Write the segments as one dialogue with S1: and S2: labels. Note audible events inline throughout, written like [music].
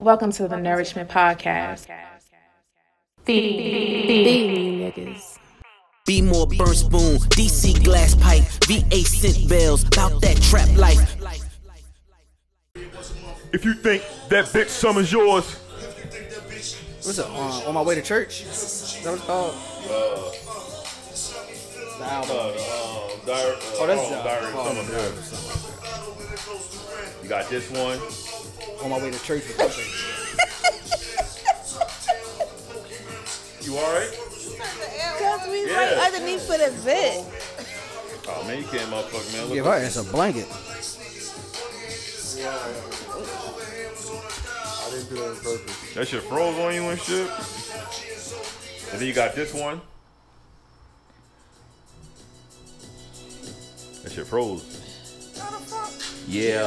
S1: Welcome to the Nourishment Podcast. Feed niggas.
S2: Be more burn spoon, DC glass pipe, VA scent bells, bout that trap life.
S3: If you think that bitch summer's yours,
S4: What's up? Uh, on my way to church. Is that what it's called?
S3: Uh,
S4: The album.
S3: um, uh,
S4: oh, that's the album.
S3: you got this one.
S4: On my way to church. with this thing.
S3: You all right?
S5: Cause we right
S3: Yeah.
S5: underneath for the bit.
S3: Oh man, you can't motherfucker, man. Look,
S4: [laughs] Give her ass a blanket.
S3: That shit froze on you and shit. And then you got this one. That shit froze. Yeah.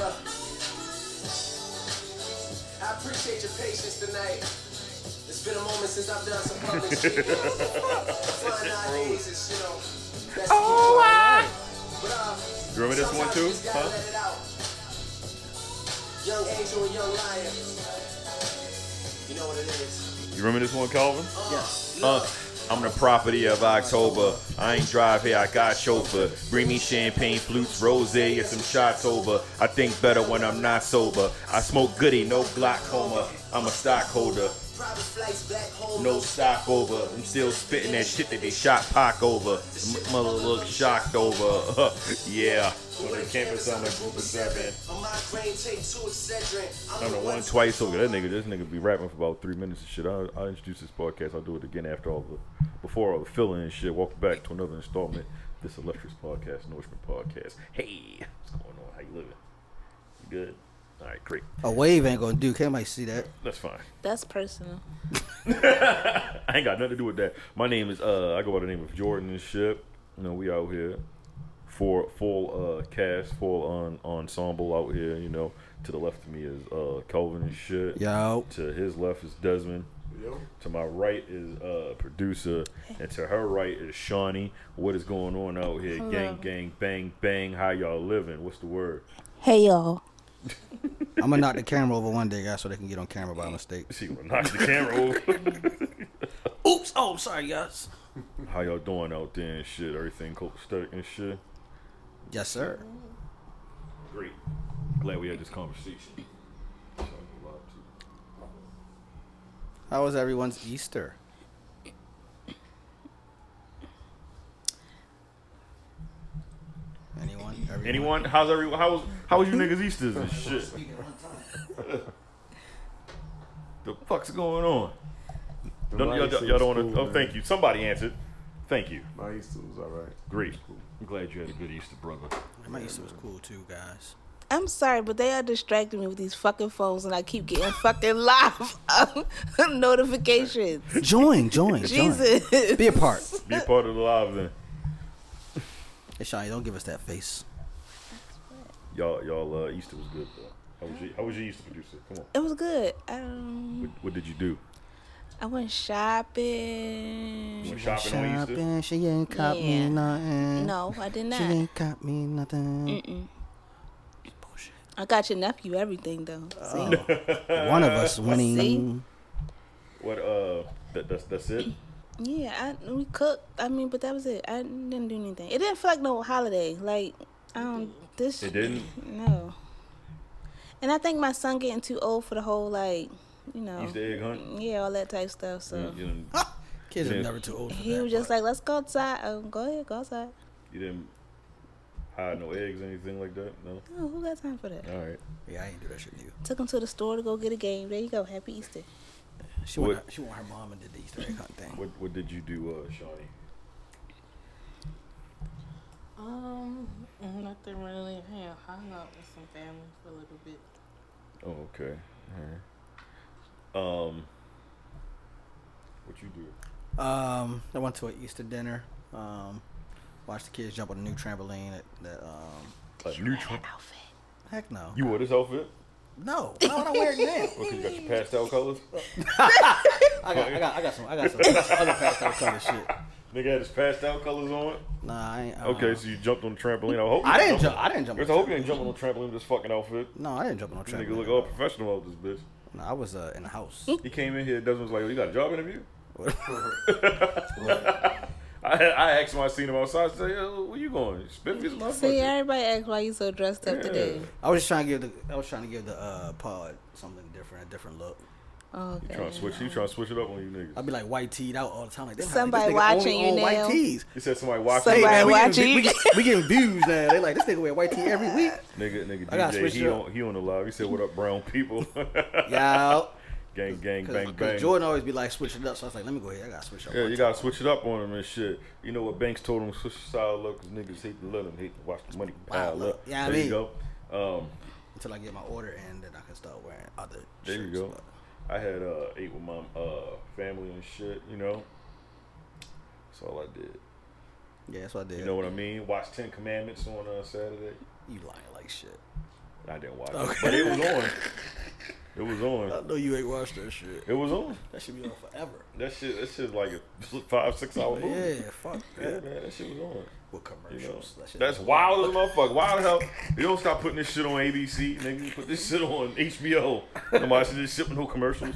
S6: I appreciate your patience tonight. It's been a moment since I've done some public shit. you know. Fun ideas is, you know. That's oh, But, uh,
S3: You remember this one
S6: sometimes you
S3: too?
S6: just gotta
S3: Huh?
S6: let it out. Young angel and young lion. You know what it is.
S3: You remember this one, Calvin?
S4: Yes.
S3: Uh, I'm the property of October. I ain't drive here, I got chauffeur. Bring me champagne, flutes, rose, and some shots over. I think better when I'm not sober. I smoke goody, no glaucoma. I'm a stockholder,
S6: Private flights, black hole.
S3: no stock over. I'm still spitting that shit that they shot Pac over. M- mother look shocked over. [laughs] yeah. On the campus, I'm a group of seven.
S6: A migraine, take two Excedrin. I'm,
S3: I'm the one twice over. That nigga, this nigga be rapping for about three minutes and shit. I'll, I'll introduce this podcast. I'll do it again after all the, before all the filling and shit. Welcome back to another installment. This illustrious podcast, Norseman Podcast. Hey, what's going on? How you living? You good? All right, great.
S4: A wave ain't gonna do. Can't nobody see that.
S3: That's fine.
S5: That's personal.
S3: [laughs] I ain't got nothing to do with that. My name is uh, I go by the name of Jordan and shit. You know, we out here for full uh cast, full on ensemble out here. You know, to the left of me is uh Kelvin and shit.
S4: Yo.
S3: To his left is Desmond. To my right is uh producer, and to her right is Shawnee. What is going on out here? Gang, gang, bang, bang. How y'all living? What's the word?
S5: Hey y'all.
S4: I'm gonna knock the camera over one day, guys, so they can get on camera by mistake.
S3: See, when I knock the camera over.
S4: [laughs] Oops. Oh, I'm sorry, guys.
S3: How y'all doing out there and shit? Everything copacetic and shit.
S4: Yes, sir.
S3: Great. Glad we had this conversation.
S4: How was everyone's Easter? Anyone? Everyone?
S3: Anyone? How's everyone? How was how was you niggas Easter's and shit? the fuck's going on? Don't, y'all, y'all- y'all don't want to. Oh, thank you. Somebody answered. Thank you.
S7: My Easter was all right.
S3: Great. I'm glad you had a good Easter, brother.
S4: My Easter was cool too,
S3: [laughs]
S4: guys.
S5: I'm sorry, but they are distracting me with these fucking phones, and I keep getting fucking live [laughs] um, notifications.
S4: Join, join,
S5: Jesus.
S4: join. Be a part.
S3: Be a part of the live then.
S4: Hey, Shawnee, don't give us that face.
S3: Y'all, y'all, uh, Easter was good though. How was your, how was your Easter producer? Come on.
S5: It was good. Um,
S3: What, what did you do?
S5: I went shopping.
S3: You went shopping, on Easter.
S4: she ain't caught
S5: Yeah.
S4: me nothing.
S5: No, I did
S4: She
S5: not.
S4: ain't caught me nothing. Bullshit.
S5: I got your nephew everything though. See?
S4: Oh, One of us winning.
S5: See?
S3: [laughs] What? Uh, that, that's that's it.
S5: Yeah, I, we cooked. I mean, but that was it. I didn't do anything. It didn't feel like no holiday. Like, I don't. This.
S3: It didn't?
S5: [laughs] No. And I think my son getting too old for the whole like, you know,
S3: Easter egg hunt.
S5: yeah, all that type stuff. So
S3: You didn't,
S4: Kids
S3: Yeah.
S4: are never too old for
S5: he
S4: that.
S5: was just like, "Let's go outside. Oh, go ahead, go outside."
S3: you didn't hide no eggs, or anything like that. No.
S5: Oh, who got time for that?
S3: All right.
S4: yeah, I ain't do that shit to you.
S5: Took him to the store to go get a game. There you go. Happy Easter.
S4: She want,
S3: What-
S4: she want her mom and did the Easter egg hunt thing.
S3: What What did you do, uh, Shawnee?
S8: Um, nothing really. Yeah, hung out with some family for a little bit.
S3: Oh, okay. All right. Um, what you do?
S4: Um, I went to an Easter dinner. Um, watched the kids jump on a new trampoline. That, that um,
S3: Like neutral.
S4: heck no.
S3: You wore this outfit?
S4: no, why would I wear it now?
S3: Because you got your pastel colors.
S4: I got, I got, I got some, I got some other past out color shit.
S3: Nigga had his pastel colors on.
S4: Nah, I ain't. uh,
S3: Okay, so you jumped on the trampoline. Uh-huh. I hope. you
S4: I didn't
S3: jumped-
S4: jump. I didn't jump.
S3: Chris,
S4: On
S3: I hope you
S4: trampoline.
S3: ain't jumping on trampoline with this fucking outfit.
S4: No, I didn't jump on no
S3: This nigga look Hmm?
S4: trampoline.
S3: all professional out this bitch.
S4: No, I was uh, in the house.
S3: He came in here. Desmond was like, oh, "You got a job interview?" I, I asked him. I seen him outside. I said, Yo, "Where you going? Spitfish,
S5: See,
S3: motherfucker."
S5: everybody act why you so dressed up today.
S4: [laughs] I was just trying to give the I was trying to give the uh, pod something different, a different look.
S5: Oh,
S3: You
S5: okay.
S3: trying to switch? You trying to switch it up on you niggas?
S4: I'd be like white teed out all the time. Like this
S5: Somebody
S4: this nigga
S5: watching
S4: only
S5: you
S4: on
S5: now.
S4: White tees.
S3: He said somebody watching.
S5: Somebody
S3: you.
S4: Hey, man, we getting-
S5: watching
S4: we
S5: you.
S4: getting- We getting views now. They like this nigga wear white tee every [laughs] week.
S3: Nigga, nigga,
S4: I gotta
S3: DJ,
S4: switch
S3: he
S4: it up.
S3: on, he on the live. He said, "What up, brown people?" [laughs]
S4: Yeah.
S3: gang, gang, bang, bang.
S4: Because Jordan always be like switching up, so I was like, let me go ahead. I gotta switch up.
S3: yeah,
S4: my
S3: you
S4: team.
S3: gotta switch it up on him and shit. You know what Banks told him? Switch your side look, 'cause niggas hate to let him hate to watch the money pile
S4: look.
S3: up.
S4: Yeah, I
S3: there you
S4: mean-
S3: go. Um,
S4: until I get my order in, then I can start wearing other.
S3: There you
S4: shirts,
S3: go.
S4: but-
S3: I had uh, ate with my uh, family and shit. You know, that's all I did.
S4: Yeah, that's what I did.
S3: You know what I mean? Watched Ten Commandments on uh, Saturday.
S4: You lying like shit.
S3: I didn't watch it,
S4: Okay.
S3: but it was on. [laughs] It was on.
S4: know you ain't watched that shit.
S3: It was on.
S4: That should be on forever.
S3: That shit. That shit like a five, six hour movie.
S4: Yeah, fuck
S3: Yeah,
S4: that.
S3: man, that shit was on.
S4: With
S3: You know,
S4: commercials, that shit-
S3: that's wild as a motherfucker. Wild as hell. You don't stop putting this shit on ABC, nigga. You put this shit on HBO. I'm watching this shit with no commercials.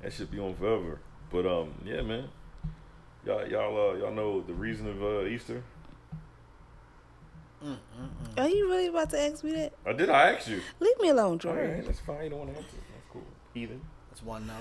S3: That should be on forever. But um, yeah, man. Y'all, y'all, uh, y'all know the reason of uh, Easter.
S5: Are you really about to ask me that?
S3: I did. I asked you.
S5: Leave me alone,
S3: All
S5: Jordan.
S3: right, that's fine. You don't want to answer. That's cool. Heathen.
S4: That's one no.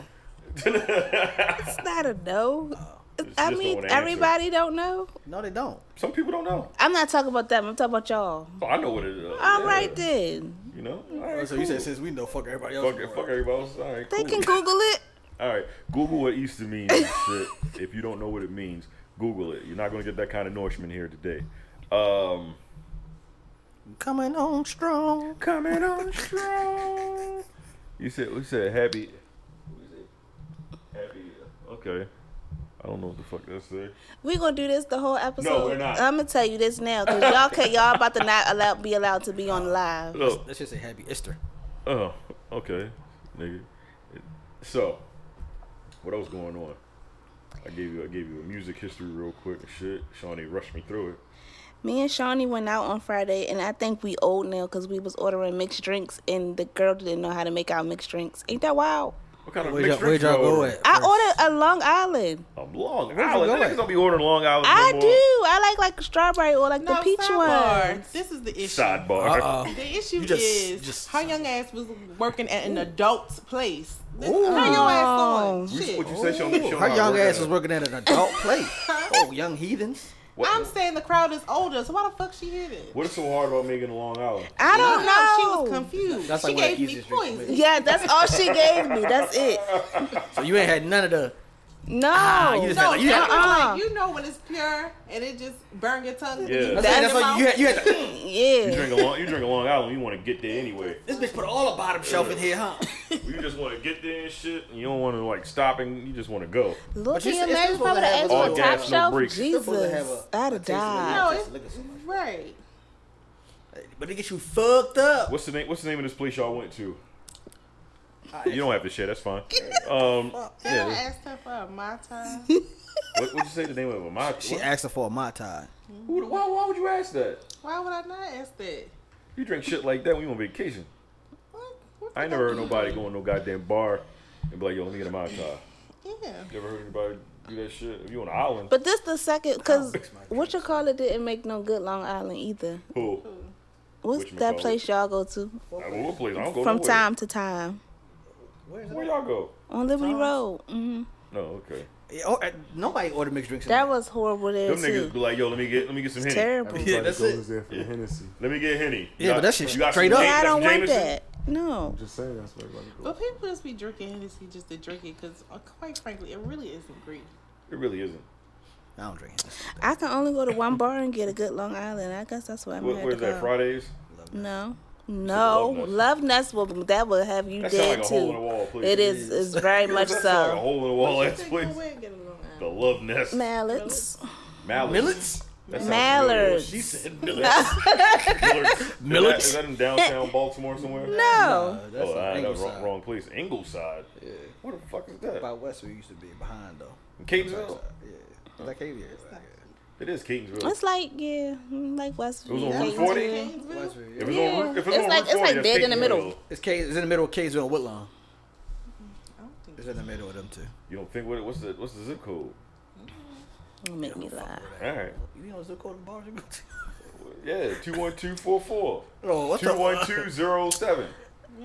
S5: It's not a no.
S3: Oh, It's
S5: I
S3: just
S5: mean,
S3: don't answer.
S5: everybody don't know.
S4: No, they don't.
S3: [laughs] Some people don't know.
S5: I'm not talking about them. I'm talking about y'all.
S3: Oh, I know what it is.
S5: All
S3: Yeah.
S5: right then.
S3: You know. All
S4: Oh,
S3: right,
S4: so you
S3: cool.
S4: said since we know, fuck everybody else.
S3: fuck, it, fuck everybody else. All right.
S5: They
S3: cool.
S5: can Google it.
S3: All right, Google what Easter means. and shit. If you don't know what it means, Google it. You're not going to get that kind of nourishment here today. Um,
S4: Coming on strong.
S3: Coming on strong. You said we said happy. Happy. uh, Okay. I don't know what the fuck that said.
S5: We gonna do this the whole episode.
S3: we're not.
S5: I'm gonna tell you this now, cause y'all can y'all about to not allow be allowed to be on live.
S3: Look.
S4: Let's just say happy Easter.
S3: Oh, okay, nigga. So, what else going on? I gave you I gave you a music history real quick and shit. Shawnee rushed me through it.
S5: Me and Shawnee went out on Friday, and I think we old now, cause we was ordering mixed drinks, and the girl didn't know how to make our mixed drinks. Ain't that wild?
S3: What kind of
S4: Where'd y'all,
S3: mixed
S4: where'd
S3: drinks
S4: y'all
S3: you
S4: go
S3: ordering?
S4: at?
S5: I
S4: first?
S5: ordered a Long Island.
S3: Um, Long
S4: Where'd you
S3: Island.
S4: go
S3: Niggas
S4: at?
S3: don't be ordering Long Island.
S5: I
S3: Oh, no
S5: do.
S3: more.
S5: I like like strawberry or like the peach
S8: sidebar.
S5: one.
S8: This is the issue.
S3: Sidebar.
S4: Uh-oh.
S8: The issue
S4: You just-
S8: is
S4: just-
S8: her young ass was working at an adult's place. This,
S4: Ooh.
S8: how your ass doing?
S3: You- [laughs]
S8: Shit.
S3: What you said, Shawn- Shawn
S4: Her
S3: not
S4: young
S3: working
S4: ass
S3: at-
S4: was working at an adult place.
S5: [laughs]
S4: Oh, young heathens.
S3: What,
S8: I'm saying the crowd is older, so why the fuck she hit it?
S3: What is so hard about making a Long Island?
S5: I
S8: No,
S5: don't know.
S8: she was confused.
S4: That's
S8: she
S4: like one of
S8: gave
S4: the
S8: me
S4: easiest drinks to
S8: poison.
S4: make.
S5: Yeah, that's all she gave me. That's it.
S4: So you ain't had none of the.
S5: No.
S4: you just
S8: No,
S4: Like, you
S8: that
S5: had-
S8: was like,
S5: Uh-uh.
S8: you know when it's pure and it just burn your Hmm. tongue.
S3: Yeah. That
S4: That's, like-
S5: in
S4: that's
S5: the
S4: like you had. You had the,
S5: yeah.
S3: You drink a Long, you drink a Long Island, you want to get there anyway.
S4: this bitch put all the bottom shelf in here, huh?
S3: You just want to get there and shit, and you don't want to like stop and you just want to go.
S5: Look,
S4: you
S5: can you
S4: said it's
S5: imagine if I
S4: supposed
S5: would
S4: to have
S5: have asked for
S3: all
S5: top
S3: gas, no
S5: shelf?
S3: breaks.
S4: They're supposed to have
S5: Jesus,
S4: a- a
S5: I'd have
S4: taste of
S5: died.
S8: No,
S4: Just
S8: it's-
S4: liquor so much.
S8: Right.
S4: But it gets you fucked up.
S3: What's the name? What's the name of this place y'all went to? You don't have to share. That's fine. Um,
S8: Then I
S3: yeah.
S8: asked her for a my time.
S3: What would you say the name of it? My,
S4: She
S3: what,
S4: asked her for a Mai Tai.
S3: who, why, why would you ask that?
S8: Why would I not ask that?
S3: You drink shit like that when you on vacation.
S8: What? What
S3: I ain't
S8: the
S3: never heard
S8: fuck?
S3: nobody go in no goddamn bar and be like, "Yo, let me get a Mai Tai."
S8: Yeah.
S3: You ever heard anybody do that shit? If you on an island,
S5: But this the second, cause what you call it didn't make no good Long Island either.
S3: who?
S5: What's
S3: Whatchamacallit?
S5: that place y'all go to
S3: I go to a place. I don't go
S5: from
S3: nowhere.
S5: time to time
S3: Where y'all go?
S5: on Liberty Road? hmm
S3: No, okay.
S4: Yeah, oh, uh, nobody ordered mixed drinks. in
S5: That
S4: there.
S5: was horrible there
S3: Them niggas
S5: too.
S3: be like, yo, let me get, let me get some henny.
S5: Terrible.
S4: Yeah, that's
S7: Everybody
S4: it.
S7: goes there for the Hennessy.
S3: Let me get henny.
S4: Yeah, but that shit
S3: you got
S4: straight
S3: some
S4: up.
S3: Jam-
S5: I
S3: some
S5: don't want
S3: Jameson?
S5: that. No.
S7: Just saying that's where everybody goes.
S8: But people just be drinking Hennessy just to drink it because, uh, quite frankly, it really isn't great.
S3: It really isn't.
S4: I don't drink. Hennessy.
S8: [laughs]
S5: I can only go to one bar and get a good Long Island. I guess that's what I'm
S3: What,
S5: going
S3: where's
S5: to
S3: that?
S5: go.
S3: Fridays?
S5: No. No,
S3: Love Nuts.
S5: love nuts will that will have you
S3: That sound
S5: dead
S3: like a hole in the
S5: too.
S3: wall, please.
S5: It is
S3: [laughs]
S5: is very much
S3: That's like a
S5: so.
S3: hole in the wall ass
S8: Take
S3: place.
S8: my way and get a Long
S3: The
S8: Island.
S3: love nest.
S5: Mallots,
S3: Mallards.
S4: Millets?
S3: That sounds familiar.
S5: mallards.
S3: She said millets. millets. Is
S5: [laughs]
S3: that-
S4: Millets?
S3: Is that in downtown Baltimore somewhere?
S5: No,
S4: Uh, that's
S3: Oh,
S4: on
S3: I, that was
S4: Ingleside.
S3: wrong, wrong place. Ingleside. Yeah. What the fuck is that?
S4: By west we used to be behind though.
S8: Oh.
S3: Catonsville.
S4: Yeah, like Aviator.
S3: It is Catonsville.
S5: it's like yeah, like West.
S3: It was on
S5: like
S3: Route 40?
S5: Westfield.
S4: West
S3: if it's
S5: yeah.
S3: on, if it's,
S5: It's
S3: on
S5: like-
S3: Route
S5: it's
S3: 40,
S5: like
S3: that's
S5: dead in the middle.
S3: Catonsville.
S4: It's K. It's in the middle of Kaysville and Woodlawn.
S8: I don't think
S4: It's in the middle of them two.
S3: You don't think what, what's the what's the zip code?
S5: Don't make me laugh.
S3: All right.
S4: You know, zip code of the bars you go to.
S3: Yeah, two one two four four.
S4: Oh, what the-
S3: Two one two zero seven.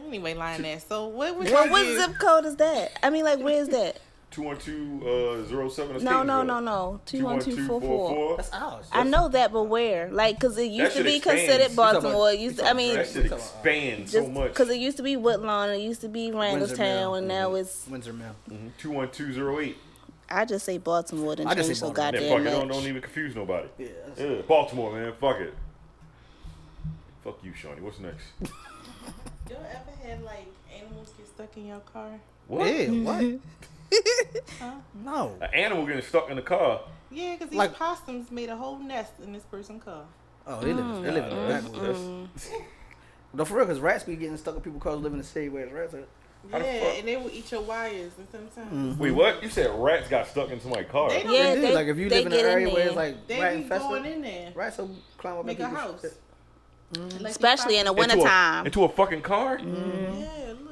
S8: Anyway, lying ass. So what was
S5: Well,
S8: your
S5: what
S8: view?
S5: zip code is that? I mean, like, where's that?
S3: [laughs] Two one two uh, zero seven.
S5: No, no, no, no. Two one two four four.
S4: That's ours.
S5: I know that, but where? Like, cause it used to
S3: shit
S5: be
S3: expands.
S5: considered
S3: You
S4: talking about-
S5: Baltimore. It used to, I mean,
S3: That shit expands so
S5: just
S3: much.
S5: because it used to be Woodlawn, it used to be Randallstown, and
S3: Mm-hmm.
S5: now it's
S4: Windsor Mill.
S5: Mm-hmm.
S3: Two one two zero eight.
S5: I just say Baltimore and
S4: I just
S5: change
S4: say
S5: so
S4: Baltimore.
S3: Then fuck
S5: goddamn
S3: it. Don't, don't
S5: much.
S3: even confuse nobody.
S4: Yeah, that's-
S3: Yeah, Baltimore, man. Fuck it. Fuck you, Shawnee. What's next?
S8: You ever had like animals get stuck in your car?
S3: What?
S4: Yeah,
S5: [laughs]
S4: what? no.
S3: An animal getting stuck in the car.
S8: Yeah, because these
S4: Like-
S8: possums made a whole nest in this person's car.
S4: Oh, they live in, they live in
S3: Uh,
S4: the
S3: that's,
S4: back.
S3: that's,
S4: mm. No, for real, because rats be getting stuck in people's cars living in the city where the rats are.
S8: Yeah,
S3: How the fuck? Mm.
S8: and they will eat your wires and sometimes
S3: Wait, what? You said rats got stuck in somebody's car.
S8: They don't-
S5: Yeah,
S4: They do.
S5: they,
S4: like if you
S5: they
S4: live in an
S5: get
S4: area where
S5: there.
S4: it's like
S8: they
S4: rat
S8: be going
S4: infested,
S8: in there.
S4: rats will climb up
S8: Make a
S4: in people's
S8: house.
S4: shit.
S8: Let you
S5: especially in
S8: find-
S5: the
S3: Into a-
S5: wintertime.
S3: Into a fucking car?
S8: Mm-hmm. Yeah, look.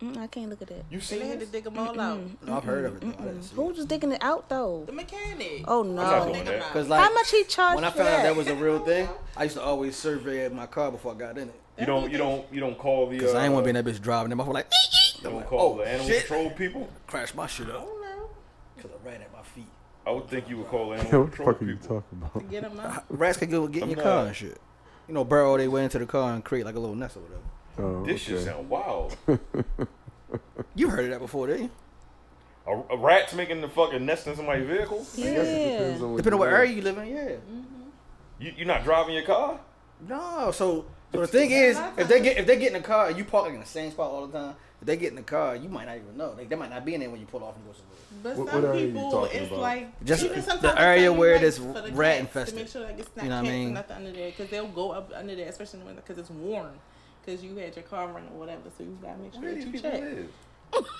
S5: Mm, I can't look at that.
S3: You
S8: They
S3: seen
S8: had to
S3: this?
S8: dig them all out.
S4: No, I've heard of it. Though. I didn't see
S5: Who was digging it out though?
S8: The mechanic.
S5: Oh
S3: not
S5: no!
S3: going there.
S4: Because like
S5: How much he charged
S4: when I
S5: for
S4: found out
S5: that?
S4: that was a real thing, I used to always survey my car before I got in it.
S3: You don't. You don't. You don't call the.
S4: Cause I ain't want to
S3: uh,
S4: be in that bitch driving. Them I was like,
S3: You don't call
S4: Oh,
S3: the animal
S4: shit.
S3: control people.
S4: crash my shit up.
S8: Oh,
S4: Cause I ran at my feet.
S3: I would think you would call the
S7: Yo,
S3: animal
S7: what the
S3: control
S7: fuck are you
S3: people.
S7: talking about?
S8: Get them out.
S4: Rats can go get in your
S3: I'm
S4: car
S3: not-
S4: and shit. You know, burrow they way into the car and create like a little nest or whatever.
S7: Oh,
S3: This shit
S7: okay.
S3: sound
S7: [laughs]
S3: wild.
S4: You heard of that before, didn't you?
S3: A, a rat's making the fucking nest in somebody's vehicle.
S5: yeah.
S4: Depending on what area you live in, yeah.
S3: You, you're not driving your car.
S4: No, so so the thing is, if they get if they get in the car, you park like in the same spot all the time. If they get in the car, you might not even know. Like they might not be in there when you pull off and go somewhere.
S8: But
S7: What-
S8: some
S7: what area you
S8: people,
S7: talking
S8: it's
S7: about?
S8: like
S4: Just
S8: even
S4: the
S8: sometimes
S4: area
S8: it's
S4: where
S8: like
S4: there's
S8: for the
S4: rat
S8: cats To
S4: infested.
S8: make sure like it's not
S4: You know what I
S8: cats
S4: mean?
S8: and nothing under there, because they'll go up under there, especially in the winter, because it's warm. Because you had your car running or whatever, so you gotta make sure
S3: Where
S8: that
S3: these
S8: you
S3: people
S8: check
S3: live?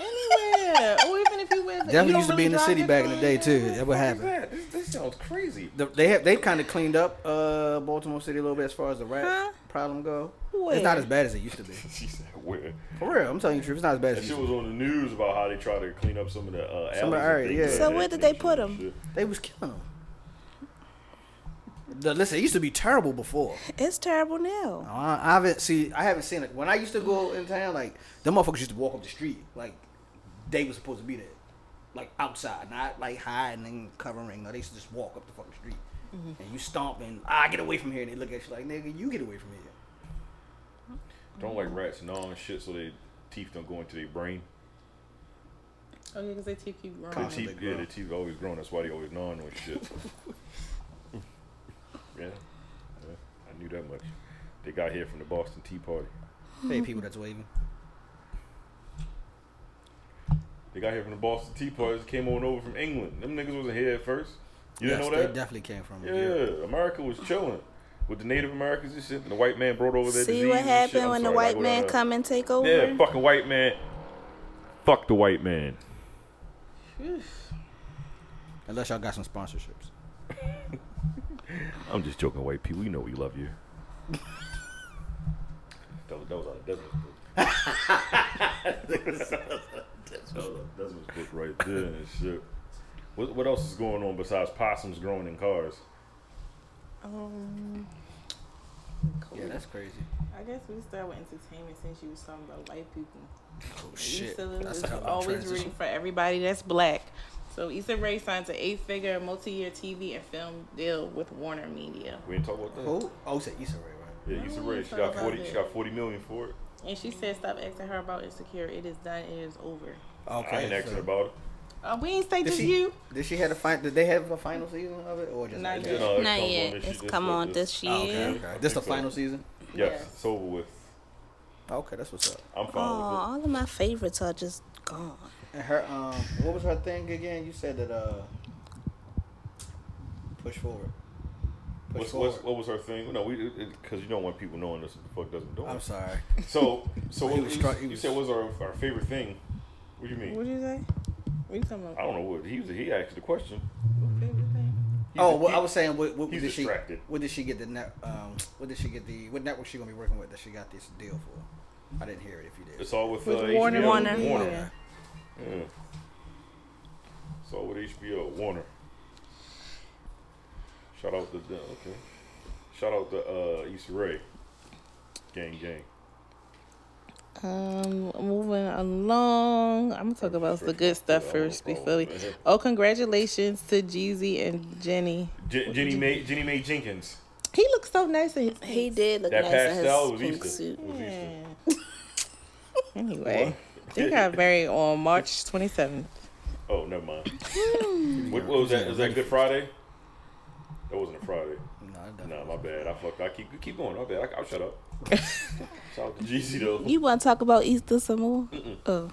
S8: anywhere, or even if you wear. The, you
S4: Definitely
S8: don't
S4: used to be
S8: really
S4: in the
S8: drive
S4: city
S8: your
S4: back in
S8: car
S4: the day too.
S8: anywhere.
S4: That would
S3: What is
S4: happen.
S3: that? This, this sounds crazy. [laughs]
S4: The- They have they kind of cleaned up uh, Baltimore City a little bit as far as the rat
S5: Huh?
S4: problem go.
S5: Where?
S4: It's not as bad as it used to be.
S3: She said, "Where?"
S4: For real, I'm telling you the truth. It's not as bad
S3: That
S4: as it
S3: shit
S4: used to
S3: was on the news about how they try to clean up some of the uh,
S4: Some of the
S3: alleys and
S4: area,
S3: things
S4: yeah.
S3: like
S5: So where
S3: that
S5: did they
S3: and
S5: put
S3: shit.
S5: 'em?
S4: be. They was killing them. The, listen, it used to be terrible before.
S5: It's terrible now.
S4: I I haven't see. I haven't seen it. When I used to go in town, like them motherfuckers used to walk up the street, like they was supposed to be there, like outside, not like hiding and covering. No, they used to just walk up the fucking street,
S8: Mm-hmm.
S4: and you stomp and ah, get away from here. And they look at you like, nigga, you get away from here.
S3: Don't like rats gnawing shit, so their teeth don't go into their brain.
S8: Oh yeah, because they teeth keep
S3: The
S8: growing.
S4: Constantly
S3: teeth, yeah,
S4: grow.
S3: the teeth always growing. That's why they always gnawing on
S4: [laughs]
S3: shit. yeah, yeah, I knew that much. They got here from the Boston Tea Party.
S4: Hey, people that's waving.
S3: They got here from the Boston Tea Party. Came on over from England. Them niggas wasn't here at first. You
S4: yes,
S3: didn't
S4: they
S3: know that?
S4: definitely came from.
S3: yeah,
S4: Europe.
S3: America was chilling with the Native Americans and shit. And the white man brought over their
S5: See
S3: disease
S5: what
S3: and shit.
S5: happened
S3: I'm
S5: when the
S3: sorry, I
S5: white
S3: go
S5: man
S3: down-
S5: come and take over?
S3: Yeah, fucking white man. Fuck the white man.
S4: Unless y'all got some sponsorships.
S3: I'm just joking, white people. You know we love you. that, was, that was out of Desmond's book. that was out of Desmond's book right there and shit. What, what else is going on besides possums growing in cars?
S8: Um, cool.
S4: Yeah, that's crazy.
S8: I guess we start with entertainment since you was talking about white people.
S4: Oh
S8: Issa
S4: shit,
S8: Lewis
S4: that's
S8: is
S4: how I
S8: always
S4: transition.
S8: rooting for everybody that's black. So Issa Rae signs an eight-figure multi-year TV and film deal with Warner Media,
S3: We ain't talk about that.
S4: Who? Oh, you said Issa Rae, right?
S3: Yeah, Issa Rae. She got forty. She got forty million for it.
S8: and she said, "Stop asking her about insecure. It is done. It is over."
S4: Okay.
S3: I ain't asking about it.
S8: Uh, we ain't say
S4: Did
S8: just
S4: she?
S8: you.
S4: Did she have a final? Did they have a final season of it, or just
S8: Not
S4: like
S8: yet.
S4: that?
S3: No, it
S5: Not
S3: comes on
S5: yet.
S3: this
S5: It's
S3: shit,
S5: come on this year.
S4: Oh, okay, okay. This the final season.
S3: Yes,
S8: Yes.
S3: it's over with.
S4: Okay, that's what's up.
S3: I'm
S5: Oh,
S3: fine with it.
S5: all of my favorites are just gone.
S4: And her, um, what was her thing again? You said that, uh, push forward. Push
S3: What's,
S4: forward.
S3: what's, what was her thing? No, we because you don't want people knowing this. The fuck doesn't do it.
S4: I'm sorry.
S3: So, so
S4: He
S3: what
S4: was
S3: you,
S4: try- he
S3: you
S4: was-
S3: said was our, our favorite thing? What do you mean?
S8: What did you say? What you talking about?
S3: I don't know what he was. He asked the question.
S8: Favorite thing?
S3: He's-
S4: Oh, well,
S3: he-
S4: I was saying, what, what
S3: he's
S4: did she?
S3: distracted.
S4: What did she get the net? Um, what did she get the? What network she gonna be working with that she got this deal for? I didn't hear it. If you did,
S3: It's all with,
S8: With
S3: uh,
S8: Warner
S3: HBO.
S5: Warner.
S3: Warner.
S8: Yeah.
S3: HBO Warner. Shout out to them. Okay. Shout out to uh, Issa Rae. Gang, gang.
S8: Um, moving along, I'm gonna talk about the good stuff first before we. Oh, congratulations to Jeezy and Jenny.
S3: J- Jenny May, Jenny Mae Jenkins.
S8: He looks so nice in his
S5: He did look
S3: That
S5: nice in
S3: pastel
S5: his
S3: was
S5: pink
S3: Easter.
S5: suit.
S3: Was Easter.
S8: Anyway, they got married on March 27th.
S3: Oh, never mind.
S8: Hmm.
S3: what, what was that? Was that Good Friday? That wasn't a Friday.
S4: No, I
S3: Nah, my bad. I fucked. I keep keep going. My bad. I, I'll
S5: [laughs]
S3: shut up. Shout out to Jeezy though.
S5: You want to talk about Easter some more? Oh,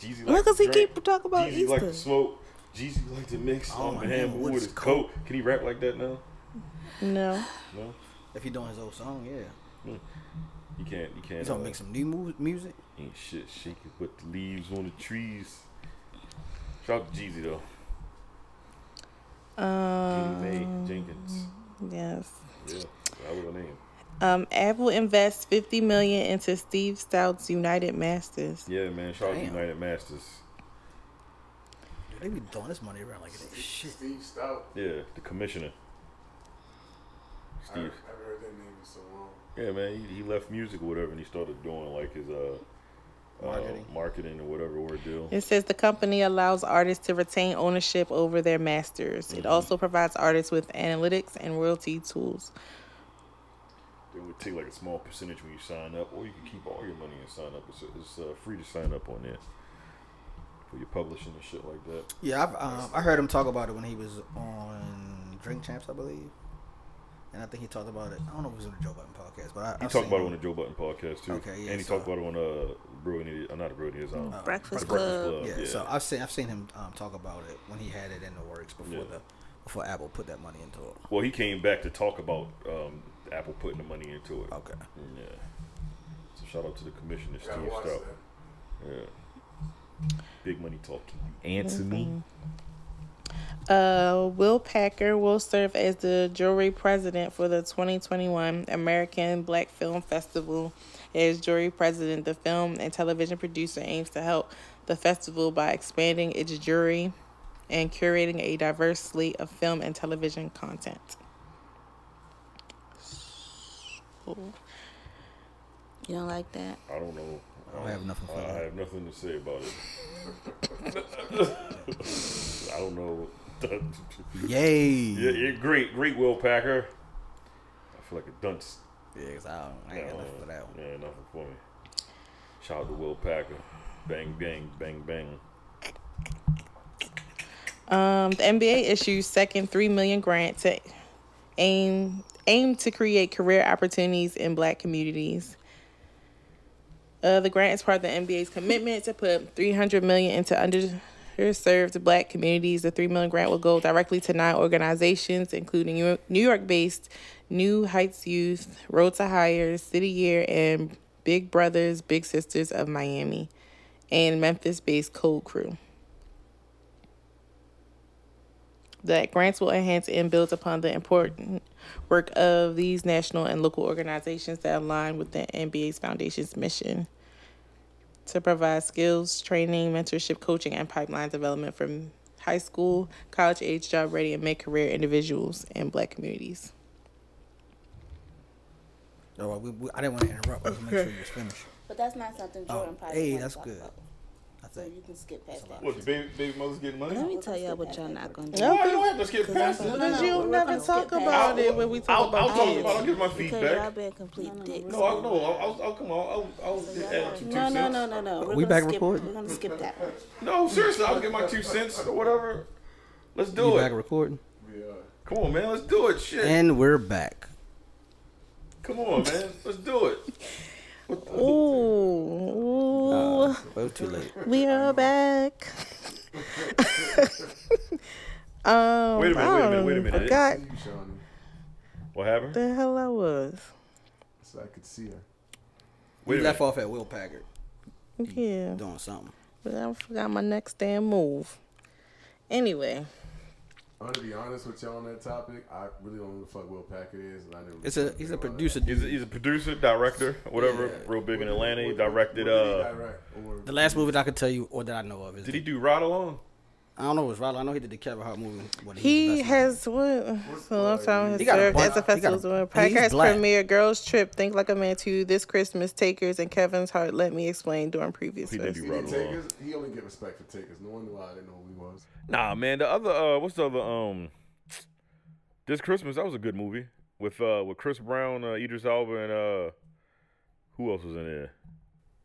S3: Jeezy
S5: Look,
S3: like
S5: cause
S3: to
S5: he
S3: drink.
S5: keep talking about
S3: Jeezy like to
S5: Easter.
S3: smoke. Jeezy like to mix.
S4: Oh,
S3: Oh,
S4: my
S3: man,
S4: man,
S3: with his coat. Can he rap like that now?
S8: No,
S3: No,
S4: If you're doing his old song, yeah.
S3: you can't. You can't.
S4: He's gonna
S3: uh,
S4: make some new mu- music.
S3: Ain't shit shaking but the leaves on the trees. Shout out to Jeezy though. Jeannie
S5: Um,
S3: Mae Jenkins.
S8: Um, yes.
S3: Yeah, that was her name.
S8: Um, Apple invests 50 million into Steve Stout's United Masters.
S3: Yeah, man. Shout out to
S4: Damn.
S3: United Masters.
S4: They be throwing this money around like it ain't shit.
S7: Steve Stout.
S3: Yeah, the commissioner.
S7: I, I've
S3: Steve.
S7: heard that name in so long.
S3: Yeah, man. He, he left music or whatever, and he started doing like his uh,
S4: Marketing.
S3: uh marketing or whatever word deal.
S8: It says the company allows artists to retain ownership over their masters. It also provides artists with analytics and royalty tools.
S3: They would take like a small percentage when you sign up, or you can keep all your money and sign up. It's, it's uh, free to sign up on there for your publishing and shit like that.
S4: Yeah, I've, um, I heard him talk about it when he was on Drink Champs, I believe. And I think he talked about it. I don't know if it was on the Joe Button podcast, but I
S3: He
S4: I've
S3: talked
S4: seen
S3: about it on the Joe Button podcast too,
S4: Okay, yeah,
S3: and he
S4: so-
S3: talked about it on uh, Brilliant, Idiots- uh, not the Brilliant, Idiots, um,
S4: Uh,
S5: Breakfast
S3: Breakfast
S5: Club.
S3: Club.
S4: yeah,
S3: yeah.
S4: so I've seen I've seen him um, talk about it when he had it in the works before
S3: Yeah.
S4: the before Apple put that money into it.
S3: well, he came back to talk about um, Apple putting the money into it.
S4: Okay,
S3: Yeah. So shout out to the commissioner, Steve
S7: Gotta watch
S3: Stout.
S7: that.
S3: Yeah. Big money talking. Anthony.
S8: Uh, Will Packer will serve as the jury president for the 2021 American Black Film Festival. As jury president, the film and television producer aims to help the festival by expanding its jury and curating a diverse slate of film and television content. Cool.
S5: you don't like that?
S3: I don't know.
S4: I don't have nothing for
S3: Uh, I
S4: that.
S3: have nothing to say about it. [laughs] I don't know. yeah,
S4: Yay!
S3: [laughs] yeah, great, great Will Packer. I feel like a dunce. Uh,
S4: Yeah, 'cause I, don't, I ain't got nothing for that one.
S3: Yeah, nothing for me. Shout out to Will Packer. Bang, bang, bang, bang.
S8: Um, the NBA issues second three million grant to aim aim to create career opportunities in Black communities. Uh, the grant is part of the NBA's commitment to put three hundred million into underserved Black communities. The three million grant will go directly to nine organizations, including New- New York-based New Heights Youth, Road to Hire, City Year, and Big Brothers Big Sisters of Miami, and Memphis-based Code Crew that grants will enhance and build upon the important work of these national and local organizations that align with the NBA's foundation's mission to provide skills, training, mentorship, coaching, and pipeline development for high school, college age, job ready, and mid career individuals in black communities.
S4: Oh, well, we, we, I didn't want to interrupt. Let's make sure you was
S5: [laughs]
S4: finished.
S5: But that's not something
S4: Oh,
S5: Jordan probably.
S4: hey,
S5: wanna
S4: that's
S5: talk
S4: good.
S5: about.
S4: I
S5: So you
S4: think.
S5: can skip past that.
S3: What, the baby, baby mother's getting money?
S5: Let
S3: No,
S5: me tell y'all what y'all not gonna do.
S3: you don't have to skip past it.
S5: No, no, no,
S8: you
S5: we're
S8: never
S5: gonna
S8: talk
S5: skip past
S8: about
S5: it.
S8: it when we talk
S3: I'll, I'll
S8: about
S3: talk
S8: kids.
S3: about it. I'll give my
S5: Because y'all
S3: feedback.
S5: been complete dicks.
S3: No, I, no, I'll, I'll, I'll come on. I'll, I'll add two
S5: No,
S3: cents.
S5: no, no, no, no.
S4: We
S5: We're gonna
S4: back
S5: skip,
S4: recording?
S5: We're gonna skip that one.
S3: No, seriously, I'll get my [laughs] two cents or whatever. Let's do
S4: You
S3: it.
S4: back recording?
S7: We are.
S3: Come on, man. Let's do it. Shit.
S4: And we're back.
S3: Come on, man. Let's do it.
S8: Ooh, ooh.
S4: Well, too late.
S8: We are back. um,
S3: Wait a minute, wait a minute, wait a
S8: I
S3: minute.
S8: Forgot
S7: You, Shawnee.
S3: What happened?
S8: the hell I was.
S7: So I could see her.
S3: Wait
S4: We
S3: a
S4: left
S3: minute.
S4: off at Will Packard
S8: Yeah,
S4: doing something.
S8: but I forgot my next damn move. Anyway,
S7: I'm gonna be honest with y'all on that topic. I really don't know who the fuck Will Packard is, and I never.
S4: It's a
S7: really
S4: he's a
S7: know all that.
S4: producer.
S3: He's a, he's a producer, director, whatever. Real big in Atlanta. He directed.
S7: What did he
S3: Uh,
S7: direct? Or-
S4: The last movie that I could tell you or that I know of is
S3: did he do Ride Along?
S4: I don't know if it's Rollo. I know he did the Kevin Hart movie. when was
S8: He
S4: the best man.
S8: has what? It's a long time.
S4: He
S8: Has
S4: got a
S8: served
S4: bunch-
S8: as a
S4: he got a-
S8: festival winner.
S4: he's
S8: Podcast
S4: black.
S8: premiere, Girls Trip, Think Like a Man 2, This Christmas, Takers, and Kevin's Heart. Let me explain during previous
S3: He uh, did do
S8: festivals.
S3: Rollo.
S7: Takers, he only get respect for takers. No wonder why I didn't know who he was.
S3: Nah, man. The other, uh, what's the other? Um, this Christmas that was a good movie with uh with Chris Brown, uh, Idris Elba, and uh, who else was in there?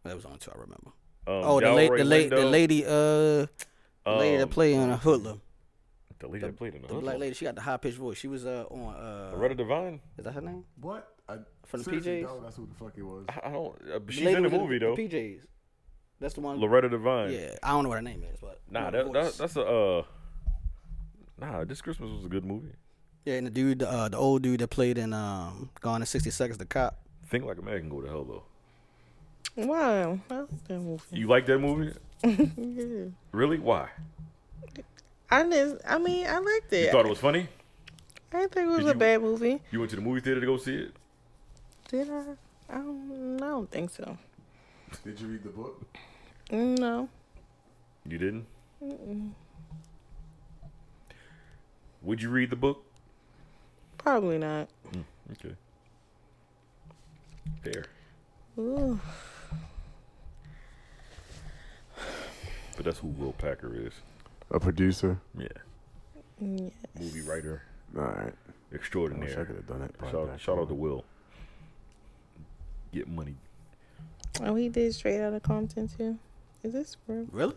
S4: That was on two. I remember.
S3: Um,
S4: Oh, the, la-
S3: Delroy
S4: the, la- the
S3: Lindo,
S4: lady, uh, the lady
S3: um,
S4: that played on a hoodlum,
S3: the lady that played in the,
S4: the black lady. She got the high pitched voice. She was uh on uh,
S3: Loretta Divine.
S4: is that her name?
S7: What? I
S4: From the
S7: seriously
S4: PJs?
S7: doubt that's who the fuck
S4: [laughs]
S7: he was.
S3: I- I don't. Uh, but
S4: The
S3: she's
S4: lady
S3: in the
S4: with
S3: movie though.
S4: PJs. That's the one.
S3: Loretta Divine.
S4: Yeah, I don't know what her name is, but
S3: Nah,
S4: the
S3: that, that,
S4: voice.
S3: that's a. Uh, nah, this Christmas was a good movie.
S4: yeah. And the dude, uh, the old dude that played in um, Gone in sixty seconds, the cop.
S3: Think like a man can go to hell though.
S8: Wow. I like that movie.
S3: You like that movie? Really? Why?
S8: I didn't, I mean, I liked
S3: You
S8: it.
S3: thought it was funny?
S8: I didn't think it was
S3: Did you-
S8: a bad movie.
S3: You went to the movie theater to go see it?
S8: Did I? I don't, I don't think so.
S7: Did you read the book?
S8: No.
S3: You didn't? Would you read the book?
S8: Probably not.
S3: Okay. There.
S8: Ooh.
S3: But that's who Will Packer is.
S7: A producer.
S3: Yeah. Movie writer
S7: All right.
S3: extraordinaire.
S7: have done it.
S3: Shout, shout out to Will. Get money.
S8: Oh, he did Straight Outta Compton, too. Is this real?
S4: Really?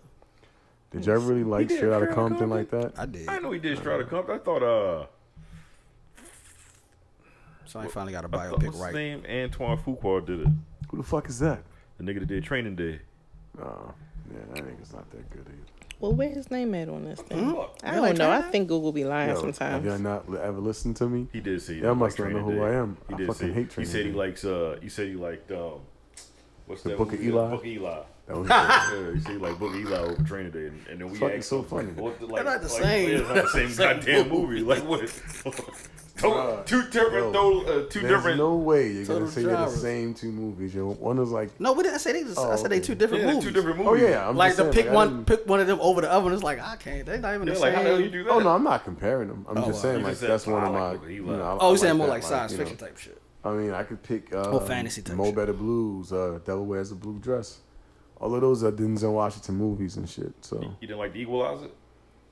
S7: Did y'all really like
S3: did Straight Outta Compton Compton? like
S7: that?
S4: I did.
S3: I know he did Strata Cup. I thought uh
S4: Somebody finally got a
S3: I thought,
S4: biopic
S3: what's his
S4: right.
S3: name? Antoine Fuqua did it.
S7: Who the fuck is that?
S3: The nigga that did training day.
S7: Oh, yeah, that nigga's not that good either.
S8: Well, where his name at on this thing? I
S4: You
S8: don't
S4: like
S8: know. I
S4: Trey?
S8: think Google be lying
S7: Yo, Have
S8: sometimes.
S7: y'all not li- ever listened to me?
S3: He did say he
S7: Y'all
S3: didn't
S7: must
S3: like
S7: not know
S3: Training
S7: who
S3: Day.
S7: I am.
S3: He
S7: I
S3: did
S7: fucking
S3: say,
S7: hate
S3: He said he
S7: Training Day.
S3: likes uh he said he liked um what's
S7: The
S3: that
S7: Book of
S3: movie? The
S7: Eli?
S3: Book of Eli. [laughs]
S7: That was good.
S3: Yeah, you see, like Book Eli over Training Day, and, and then we
S7: Fucking
S3: asked
S7: so
S3: him,
S7: funny.
S3: like, What the, like,
S4: not the
S3: like,
S4: same.
S3: yeah, It's not the same goddamn movie. Like what?
S7: Bruh,
S3: two different,
S7: bro,
S3: though, uh, two
S7: There's
S3: different.
S7: no way you're
S4: Total
S7: gonna say they're the
S4: genres.
S7: same two movies. Yo, one is like,
S4: No, we didn't say they. Just, I
S7: Oh,
S4: said they
S7: okay.
S4: two different
S3: yeah, they're
S4: movies.
S3: two different
S7: oh
S3: movies.
S7: yeah, I'm
S4: like
S7: just
S4: to
S7: saying,
S4: pick
S7: like, I
S4: one,
S7: didn't-
S4: pick one of them over the other one. It's like I can't. They not even
S3: Yeah,
S4: the
S3: like how the hell you
S4: same.
S3: do that?
S7: Oh no, I'm not comparing them. I'm
S4: Oh,
S7: just
S4: uh,
S7: saying
S3: you
S7: like
S3: just said,
S7: that's one
S3: I
S7: of
S3: like
S7: my.
S3: what he
S7: you
S3: liked.
S7: know, I-
S4: Oh,
S7: I
S4: you saying more
S7: that,
S4: like science
S7: you know.
S4: fiction type shit.
S7: I mean, I could pick uh,
S4: fantasy type
S7: Mo
S4: shit.
S7: Better Blues, uh, Devil Wears a Blue Dress. All of those are Denzel Washington movies and shit. So,
S3: You didn't like the Equalizer?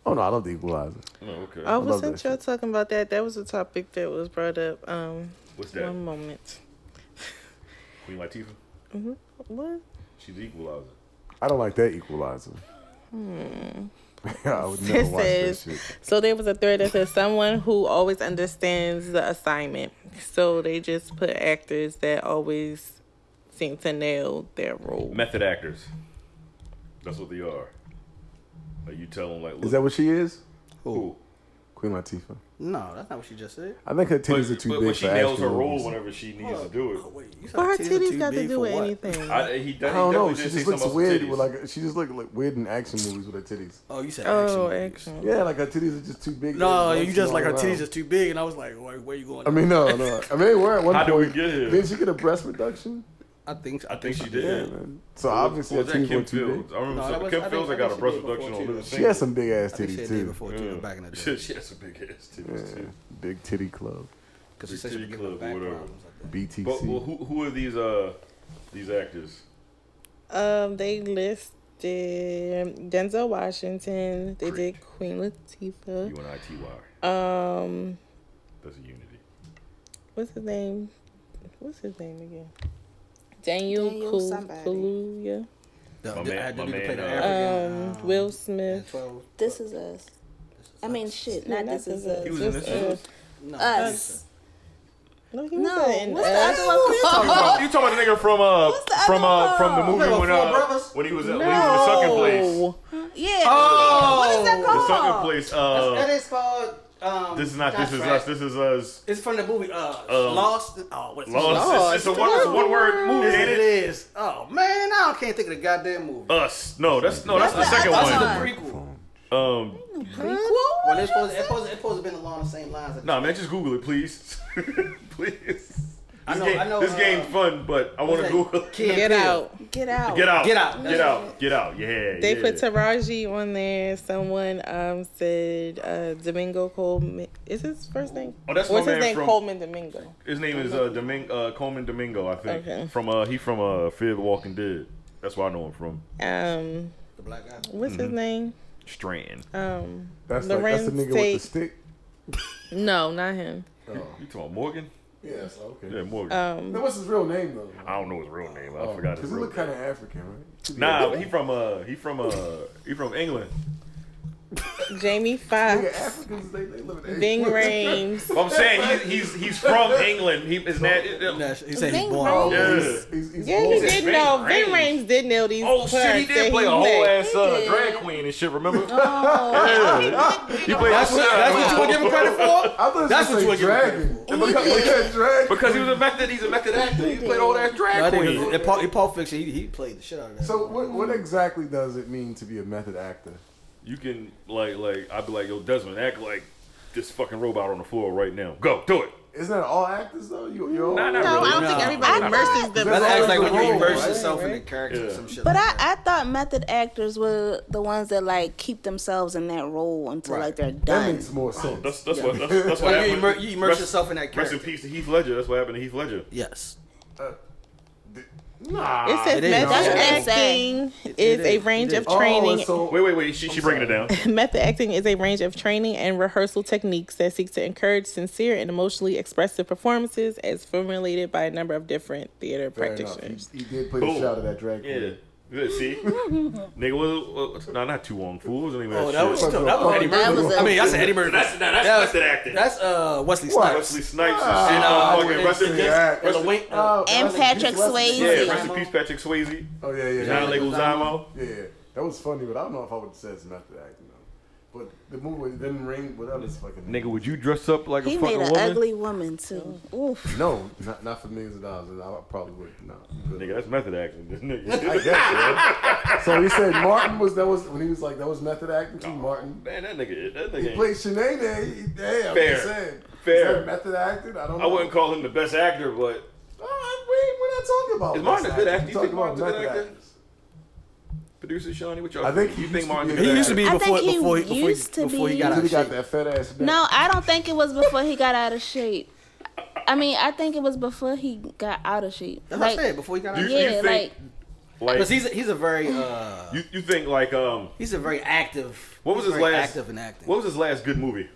S7: oh no, I love The Equalizer.
S3: No, okay.
S8: Oh,
S7: love
S8: well, since
S7: that
S8: y'all talking about that, that was a topic that was brought up. Um,
S3: What's that?
S8: One moment.
S3: Queen Latifah.
S8: What?
S3: She's the Equalizer.
S7: I don't like that Equalizer.
S4: Hmm.
S7: [laughs] I would never
S8: This
S7: watch
S8: is
S7: that shit.
S8: so. There was a thread that says someone who always understands the assignment. So they just put actors that always seem to nail their role.
S3: Method actors. That's what they are. Like you tell them like, look,
S7: Is that what she is?
S3: cool.
S7: Queen Latifah.
S4: No, that's not what she just said.
S7: I think her
S3: But,
S7: titties are too
S3: but,
S7: big
S3: but she
S7: for
S3: nails
S7: action
S3: her role
S7: movies.
S3: whenever she needs to do it.
S4: Wait, you said
S8: Well, her
S4: titties are
S8: titties
S4: too
S8: got to
S4: big
S8: do
S4: for
S8: with
S4: what?
S8: anything.
S3: I, he, he
S7: I don't know.
S3: definitely did
S7: She just
S3: say
S7: looks
S3: something
S7: weird.
S3: about
S7: With
S3: some titties.
S7: like she just look like weird in action movies with her titties.
S4: Oh, you said
S8: oh,
S4: action. movies.
S8: action.
S7: Yeah, like her titties are just too big.
S4: No,
S7: Like,
S4: you just
S7: all
S4: like her
S7: around.
S4: titties is too big, and I was like, where, where you going?
S7: I mean, no, no. I mean, they were at one
S3: How
S7: point.
S3: do we get here?
S7: Did she get a breast reduction?
S4: I think
S3: I think she
S7: Yeah,
S3: did.
S7: man. So
S3: What-
S7: obviously
S3: what
S7: her
S3: was that
S7: titties
S3: Kim
S7: weren't too
S3: Fields?
S7: big.
S3: I remember
S4: No, that
S3: some-
S4: was- I
S3: Kim
S4: think-
S3: Fields.
S4: I
S3: I got a
S4: think
S3: breast
S4: she did
S3: reduction on
S4: before
S3: Living
S4: she
S7: She had some big ass
S4: I think she
S7: titties
S4: did
S7: too.
S4: before too back in the day
S3: Shit, [laughs] she has a big ass titties too.
S7: Big titty club,
S4: because she said she
S3: Titty
S4: was giving her
S3: club,
S4: back
S3: whatever.
S4: problems. Like that.
S7: BTC.
S3: But well, who who are these uh these actors?
S8: Um, they listed Denzel Washington. They did Queen Latifah.
S3: U N I T Y.
S8: Um,
S3: That's a unity.
S8: what's his name? What's his name again? Daniel,
S5: Daniel
S8: Kul-
S5: somebody.
S8: Kaluuya.
S4: The,
S3: My
S4: the,
S3: man-
S4: I had to
S3: my
S4: do the
S3: man,
S4: play the
S3: uh,
S4: African.
S8: Um, Will
S4: uh,
S8: Smith.
S4: 12.
S5: This is us. I mean, shit. Not
S8: not
S5: this is
S8: This Is
S5: us.
S3: He was in
S8: Just,
S3: this.
S8: uh,
S3: Us.
S4: No,
S5: Us.
S8: No, he was
S5: No.
S8: in
S5: What's the
S8: Us.
S5: other one
S3: You [laughs]
S5: called?
S3: talking, you talking about the nigga from uh
S5: What's the
S3: from
S5: other
S3: uh from the
S5: one?
S3: movie
S4: Remember
S3: when
S4: Four
S3: uh
S4: Brothers?
S3: when he was uh,
S8: No.
S3: when he was in the sucking place.
S5: Yeah.
S4: Oh!
S5: What is that called?
S3: The sucking place.
S4: that
S3: Uh,
S4: is called. Um,
S3: this is not. This is
S4: Contract.
S3: us. This is us.
S4: It's from the movie uh, Lost. Oh, what is
S3: Lost. It's- It's, a one. It's a one word movie.
S4: Yes,
S3: Ain't
S4: it
S3: it?
S4: is. Oh man, I can't think of the goddamn movie.
S3: Us. No, that's no. That's,
S5: That's
S3: the second
S5: the
S4: Us
S5: other
S4: is
S3: one.
S5: one.
S4: a prequel.
S3: Um.
S4: Well, it's supposed, it's supposed, it's supposed to been along the same lines.
S3: No, man. Just Google it, [laughs] please. please.
S4: I know,
S3: game,
S4: I know.
S3: this
S4: uh,
S3: game's fun, but I want to
S4: what's
S3: go.
S4: that? Key
S3: Get
S4: and Peele.
S8: Get out. Get out.
S3: out.
S4: Get
S3: [laughs]
S4: out.
S3: Get out. Get out. Yeah.
S8: They
S3: yeah.
S8: put Taraji on there. Someone um said uh Domingo Coleman. Is his first name?
S3: Oh, that's my
S8: What's
S3: man
S8: his name?
S3: from-
S8: Coleman Domingo.
S3: His name is uh, Domingo, uh, Coleman Domingo, I think.
S8: Okay.
S3: From uh, he from uh, Fear the Walking Dead. That's where I know him from.
S8: Um,
S4: The black guy.
S8: what's
S3: Mm-hmm.
S8: his name?
S3: Strand.
S8: Um,
S7: That's like that's the
S8: Lorenz
S7: nigga
S8: Tate.
S7: with the stick.
S8: no, not him.
S3: you talking about Morgan?
S7: Yeah, so okay.
S3: Yeah, Morgan.
S7: Now, what's his real name though?
S3: I don't know his real name. I forgot his
S7: Because he
S3: real
S7: Oh. look
S3: name.
S7: kind of African, right?
S3: Nah, he from uh, he from uh, he from England.
S8: Jamie
S7: Nigga,
S8: Foxx,
S7: Africans they, they live in Asia.
S3: [laughs]
S8: Ving Rhames.
S3: But I'm saying he's he's, he's from England. He is
S4: No,
S3: that.
S4: he said he's
S5: Zing
S4: born.
S5: Rhames.
S4: all over.
S3: Yeah.
S7: Oh, He's, he's
S8: Yeah, he
S7: bald.
S8: did
S3: Ving
S8: know. Ving
S3: Rhames.
S8: Rhames did know these.
S3: Oh shit, he
S8: parts that
S3: did play a whole
S8: met.
S3: ass uh, drag queen and shit. Remember? [laughs] Yeah. He played
S4: That's what, that's what you would give him credit for?
S7: I thought
S4: That's
S7: that's
S4: what
S7: what
S4: you were
S7: you
S4: giving
S7: dragon. Yeah, [laughs] dragon.
S3: because he was a method. He's a method actor. He played all that
S4: I
S3: drag
S4: think
S3: queen.
S4: in, in Pulp, in Pulp Fiction, he, he played the shit out of that.
S7: So what, what exactly does it mean to be a method actor?
S3: You can like like I'd be like, yo, Desmond, act like this fucking robot on the floor right now. Go, do it.
S7: Isn't that all actors though? You, you're all
S3: Nah, not
S5: No,
S3: really.
S5: I don't think
S4: No.
S5: everybody
S3: I
S5: immerses
S8: Versus the
S7: That's
S4: that's
S7: all
S4: acts like
S7: the
S4: when you
S7: role,
S4: immerse
S7: right?
S4: yourself in
S8: Right.
S4: the character or
S3: Yeah.
S4: some shit.
S5: But I,
S4: like
S5: I thought method actors were the ones that like keep themselves in that role until
S4: Right.
S5: like they're
S7: That
S5: done.
S7: makes more sense.
S3: That's that's what
S7: [laughs]
S3: that's, that's what
S4: that.
S7: Oh,
S4: Like you,
S3: happened.
S4: immer- you immerse
S3: Rest-
S4: yourself in that
S3: Rest
S4: character.
S3: in peace to Heath Ledger. That's what happened to Heath Ledger.
S4: Yes.
S7: nah.
S8: It says
S4: It is.
S8: method
S4: That's
S5: what I'm
S8: acting is
S4: it
S8: a
S4: is.
S8: range
S4: It
S8: of
S4: is.
S7: Oh,
S8: training.
S7: and so
S3: Wait, wait, wait. She she breaking it down.
S8: [laughs] Method acting is a range of training and rehearsal techniques that seek to encourage sincere and emotionally expressive performances as formulated by a number of different theater
S7: fair enough.
S8: practitioners.
S7: He, he did play
S3: Boom.
S7: the shout of that dragon.
S3: Yeah. Good. See, nigga, what, what, no, not two Wong fools. Anyway, oh, that was
S7: shit.
S4: that was Eddie
S5: That
S4: Murphy.
S5: was a-
S4: I mean, that's Eddie Murphy.
S3: that's nah, that's
S4: That was-
S3: method acting. That's
S4: That's uh Wesley
S7: What?
S4: Snipes.
S3: Wesley Snipes
S7: Ah, I
S3: and shit.
S7: didn't
S3: Uh, fucking rest in
S7: see
S3: peace.
S7: that.
S4: And
S3: rest
S4: the
S3: in-
S4: wing,
S7: Oh,
S5: And
S7: that's-
S5: Patrick
S7: that's-
S5: Swayze.
S3: Yeah,
S5: Yeah.
S3: rest in peace, Patrick Swayze,
S7: Oh yeah, yeah,
S3: John
S7: yeah.
S3: Leguizamo.
S7: Yeah, that was funny, but I don't know if I would have said it's method acting though. But the movie didn't ring whatever his fucking
S3: Nigga, would you dress up like
S5: He
S3: a
S5: made
S3: fucking
S5: an
S3: woman?
S5: ugly woman too. Oof.
S7: No, not not for millions of dollars. I probably would not.
S3: Nigga, that's method acting. [laughs]
S7: I
S3: Nigga.
S7: guess. yeah. so he said Martin was that was when he was like that was method acting too. Martin.
S3: Man, that nigga, that nigga.
S7: He
S3: ain't-
S7: played Sinead. He,
S3: Fair.
S7: damn, I'm just saying.
S3: Fair.
S7: Is that method acting? I don't know.
S3: I wouldn't call him the best actor, but
S7: Oh, wait, we're not talking about.
S3: Is Martin a
S7: method
S3: good
S7: acting.
S3: actor? You
S7: We're
S3: think
S7: talking about
S3: Martin's a good
S7: method
S3: actor?
S7: actors.
S3: producer Shawnee, what y'all?
S7: I think he
S3: you think
S7: used to
S3: Martin?
S7: be a-
S3: He
S4: He used to be
S5: I
S4: before
S5: think he
S4: before he, before,
S5: used
S4: he,
S5: to
S4: before he
S5: be-
S4: got out
S7: Until he
S4: of
S7: got
S4: shape.
S7: that fat ass. neck.
S5: No, I don't think it was before he got out of shape. I mean, I think it was before he got out of shape.
S4: That's
S5: like,
S4: what I said. Before he got out of
S3: You-
S4: shape.
S5: yeah,
S3: think-
S5: like
S3: like
S4: Because he's a, he's a very uh
S3: you, you think like um
S4: he's a very active.
S3: what was
S4: he's
S3: his
S4: very
S3: last
S4: active in acting.
S3: What was his last good movie?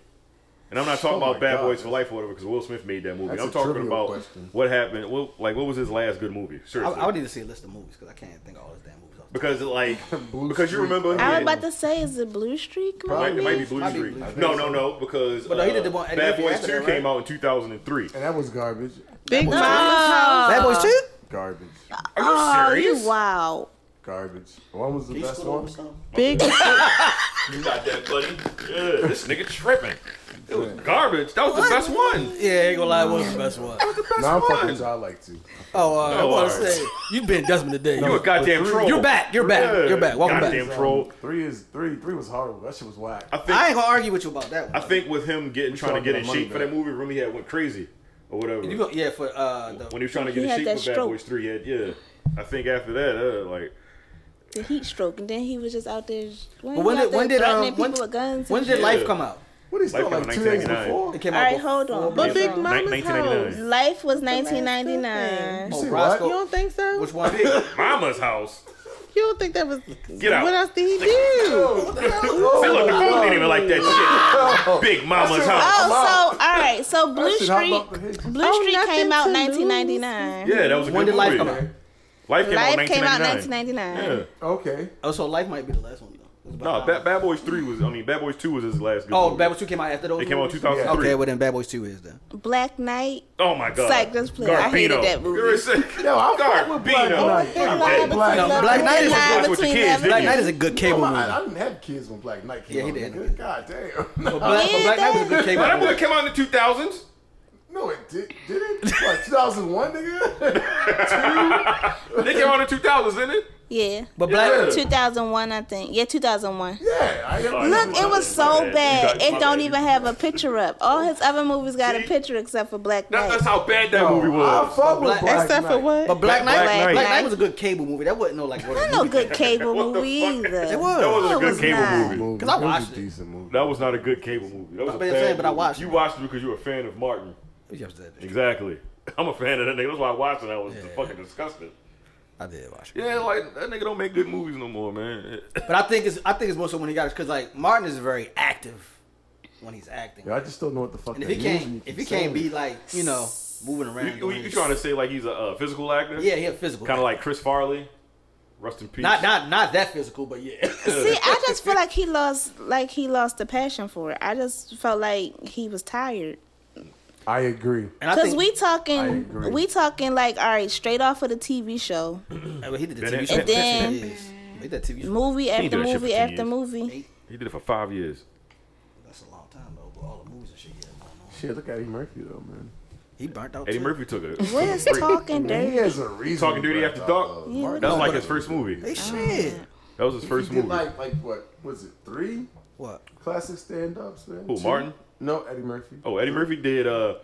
S3: And I'm not talking
S7: Oh
S3: about
S7: my
S3: Bad
S7: God.
S3: Boys for Life or whatever because Will Smith made that movie.
S7: That's
S3: I'm
S7: a
S3: talking
S7: trivial
S3: about
S7: question.
S3: what happened. What like what was his last good movie?
S4: I,
S3: Seriously,
S4: I would need to see a list of movies because I can't think of all his damn movies. Off the
S3: because like
S7: [laughs] Blue
S3: because you
S7: Streak.
S3: remember
S5: I
S3: he-
S5: was about to say, is it Blue Streak?
S3: it might,
S7: Probably.
S5: Maybe?
S3: it might be Blue
S4: Might be
S3: Streak.
S4: Blue Streak.
S3: No, no, no, because
S4: But no, he
S3: uh,
S4: did the one- and
S3: Bad
S4: he
S3: Boys
S4: acted,
S3: Two
S4: right?
S3: came out in 2003.
S7: And that was garbage.
S8: Big
S4: boy's
S5: Uh,
S8: Mama.
S4: Bad Boys too.
S7: Garbage.
S3: Are you
S5: Oh,
S3: serious?
S5: you wow.
S7: Garbage. One was the best one.
S8: Big
S3: You got that, buddy. Yeah, this nigga tripping. It was garbage. That was the best one.
S4: Yeah, ain't gonna lie, it was the best one.
S7: Now I'm fucking
S3: one.
S7: with y'all like to.
S4: [laughs] Oh, uh, I want
S3: all
S4: to
S3: right.
S4: say you've been Desmond today.
S3: You a goddamn troll.
S4: You're back. You're back.
S3: Yeah,
S4: You're back. Welcome back.
S3: goddamn troll.
S7: Three is three. Three was horrible. That shit was whack.
S3: I think
S4: I ain't
S3: I,
S4: gonna argue with you about that one.
S3: think with him getting trying to
S7: trying to
S3: get
S7: get
S3: in
S7: our money
S3: shape for that
S7: back.
S3: movie, Remy had went crazy or whatever.
S4: You go- yeah, for uh, the,
S3: when he was trying to get
S5: He
S3: in
S5: had
S3: shape
S5: that
S3: for Bad
S5: stroke.
S3: Boys Three, yeah, yeah. I think after that, uh, like
S5: The heat stroke, and then he was just out there. When,
S4: but
S5: he
S4: when
S5: out
S4: did
S5: there
S4: when did
S5: threatening
S4: um
S5: people
S4: when,
S5: with guns?
S4: when
S5: and
S4: did
S5: shit.
S4: Life come out?
S7: What did he
S3: Life
S7: start like
S3: came
S7: two
S3: out
S7: days
S3: 1999.
S7: before?
S4: It came
S5: All
S4: out.
S5: right,
S4: before-
S5: hold on.
S8: But Big
S3: Nin-
S8: Mama's
S3: 1999.
S8: house.
S5: Life was
S7: You
S5: 1999.
S4: Oh,
S7: see
S8: You
S4: Roscoe.
S7: what?
S8: don't think so?
S4: Which [laughs] one?
S3: Mama's
S4: [laughs]
S3: house.
S8: You don't think that was?
S3: Get out.
S8: What else did he do?
S3: See, look, the phone didn't even like that shit. Big Mama's house.
S5: Oh, so all right, so Blue
S7: shit, I'm up
S5: Street,
S7: to his-
S5: Blue
S8: Oh,
S5: Street
S8: nothing
S5: came out
S8: to
S5: 1999.
S3: Yeah, that was a
S4: When
S3: good
S4: did
S3: movie.
S4: Life come out?
S3: Life came out
S5: Life
S3: in
S5: came out
S3: 1999.
S5: 1999.
S3: Yeah.
S7: Okay.
S4: Oh, so Life might be the last one though. It was
S3: No,
S4: about
S3: Bad,
S4: five.
S3: Bad Boys Three was. I mean, Bad Boys Two was his last good.
S4: Oh,
S3: movie.
S4: Bad Boys Two came out after those.
S3: It came out in
S4: movies?
S3: 2003.
S4: Okay, well then Bad Boys Two is then.
S5: Black Knight.
S3: Oh my god.
S5: Psych, that's play. I hated that movie.
S3: You're sick.
S7: Yo, I fuck
S3: Garbino.
S7: with Black Knight.
S3: I'm
S7: I
S3: dead.
S7: fuck with Black
S4: No,
S7: Knight.
S4: Black Knight is-
S3: That's
S5: Line
S3: what the
S5: between
S3: kids did.
S5: them.
S4: Black Knight is a good cable
S7: No,
S4: movie.
S7: I, I didn't have kids when Black Knight came
S4: Yeah, he
S7: out.
S4: did.
S7: nigga. God damn. [laughs] No,
S4: Black, but Black Knight was a good cable
S3: That movie
S4: movie.
S3: came out in the 2000s.
S7: no, it did. Did it? What? 2001, nigga. [laughs]
S3: They came out in the 2000s, didn't it?
S5: Yeah.
S4: But black.
S7: Yeah.
S5: 2001, I think. Yeah, 2001.
S7: Yeah, I am.
S5: Look, it was so bad.
S3: You
S5: It
S3: got-
S5: don't even have a picture up. All his other movies got a picture except for Black
S3: That,
S5: Knight.
S3: that's how bad that movie
S7: I
S3: was.
S7: fuck with
S4: Black-
S7: Black
S8: Except for
S7: Knight.
S8: what?
S4: But Black Knight,
S3: Black
S4: Black,
S3: Knight.
S4: Knight was a good cable movie. That wasn't no like.
S5: Not no good cable
S3: What the
S5: movie
S3: fuck?
S5: either.
S3: That
S4: It was.
S3: wasn't
S5: No,
S3: a
S5: it
S3: good
S5: was
S3: cable
S5: not.
S3: movie.
S7: Movie.
S4: 'Cause I
S7: It was
S4: watched
S7: a
S4: it.
S7: decent movie.
S3: That was not a good cable movie. That was a
S4: I'm
S3: bad
S4: saying, but I
S3: movie.
S4: watched
S3: You
S4: it.
S3: watched it because you were a fan of Martin. Exactly. I'm a fan of that nigga. That's why I watched it. That was fucking disgusting.
S4: I did watch it.
S3: Yeah, like that nigga don't make good movies no more, man.
S4: But I think it's I think it's more so when he got it because like Martin is very active when he's acting.
S7: Yo, I just don't know what the fuck.
S4: and if
S7: that
S4: he
S7: means
S4: can't
S7: when you
S4: if
S7: keep
S4: he can't
S7: saying
S4: be
S7: it.
S4: like you know moving around.
S3: you, you, you trying to say like he's a uh, physical actor?
S4: yeah, he a physical.
S3: Kind of like Chris Farley. Rest in peace.
S4: not not not that physical, but
S5: [laughs]
S4: yeah.
S5: See, I just feel like he lost, like he lost the passion for it. I just felt like he was tired.
S7: I agree.
S4: And I
S5: Cause
S4: think
S5: we
S7: I
S5: talking,
S7: agree.
S5: we talking like all right, straight off of the TV show,
S4: I mean, he did the
S3: And
S4: TV show. for
S5: then-
S4: 10 years. He did that TV show.
S5: movie
S3: ain't
S5: after
S3: do that shit for
S5: movie
S3: 10
S5: after
S3: years.
S5: movie.
S3: He did it for five years.
S4: That's a long time though. But all the movies and shit. Yeah, going on.
S7: Shit, look at Eddie Murphy though, man.
S4: He burnt out.
S3: Eddie
S4: too.
S3: Murphy took it.
S5: What is talking
S7: Man, he
S5: dirty?
S7: has a reason.
S3: Talking
S7: to
S3: Dirty
S7: rap
S3: After
S7: out
S3: Dark?
S7: loud.
S5: Yeah, what
S3: That was
S5: the-
S3: like his first movie.
S5: Oh,
S4: Hey shit.
S3: That was his first
S7: He did
S3: movie.
S7: like like what was it three
S4: What?
S7: classic stand ups, man?
S3: Who,
S7: Two?
S3: Martin?
S7: No, Eddie Murphy.
S3: Oh, Eddie Murphy did uh,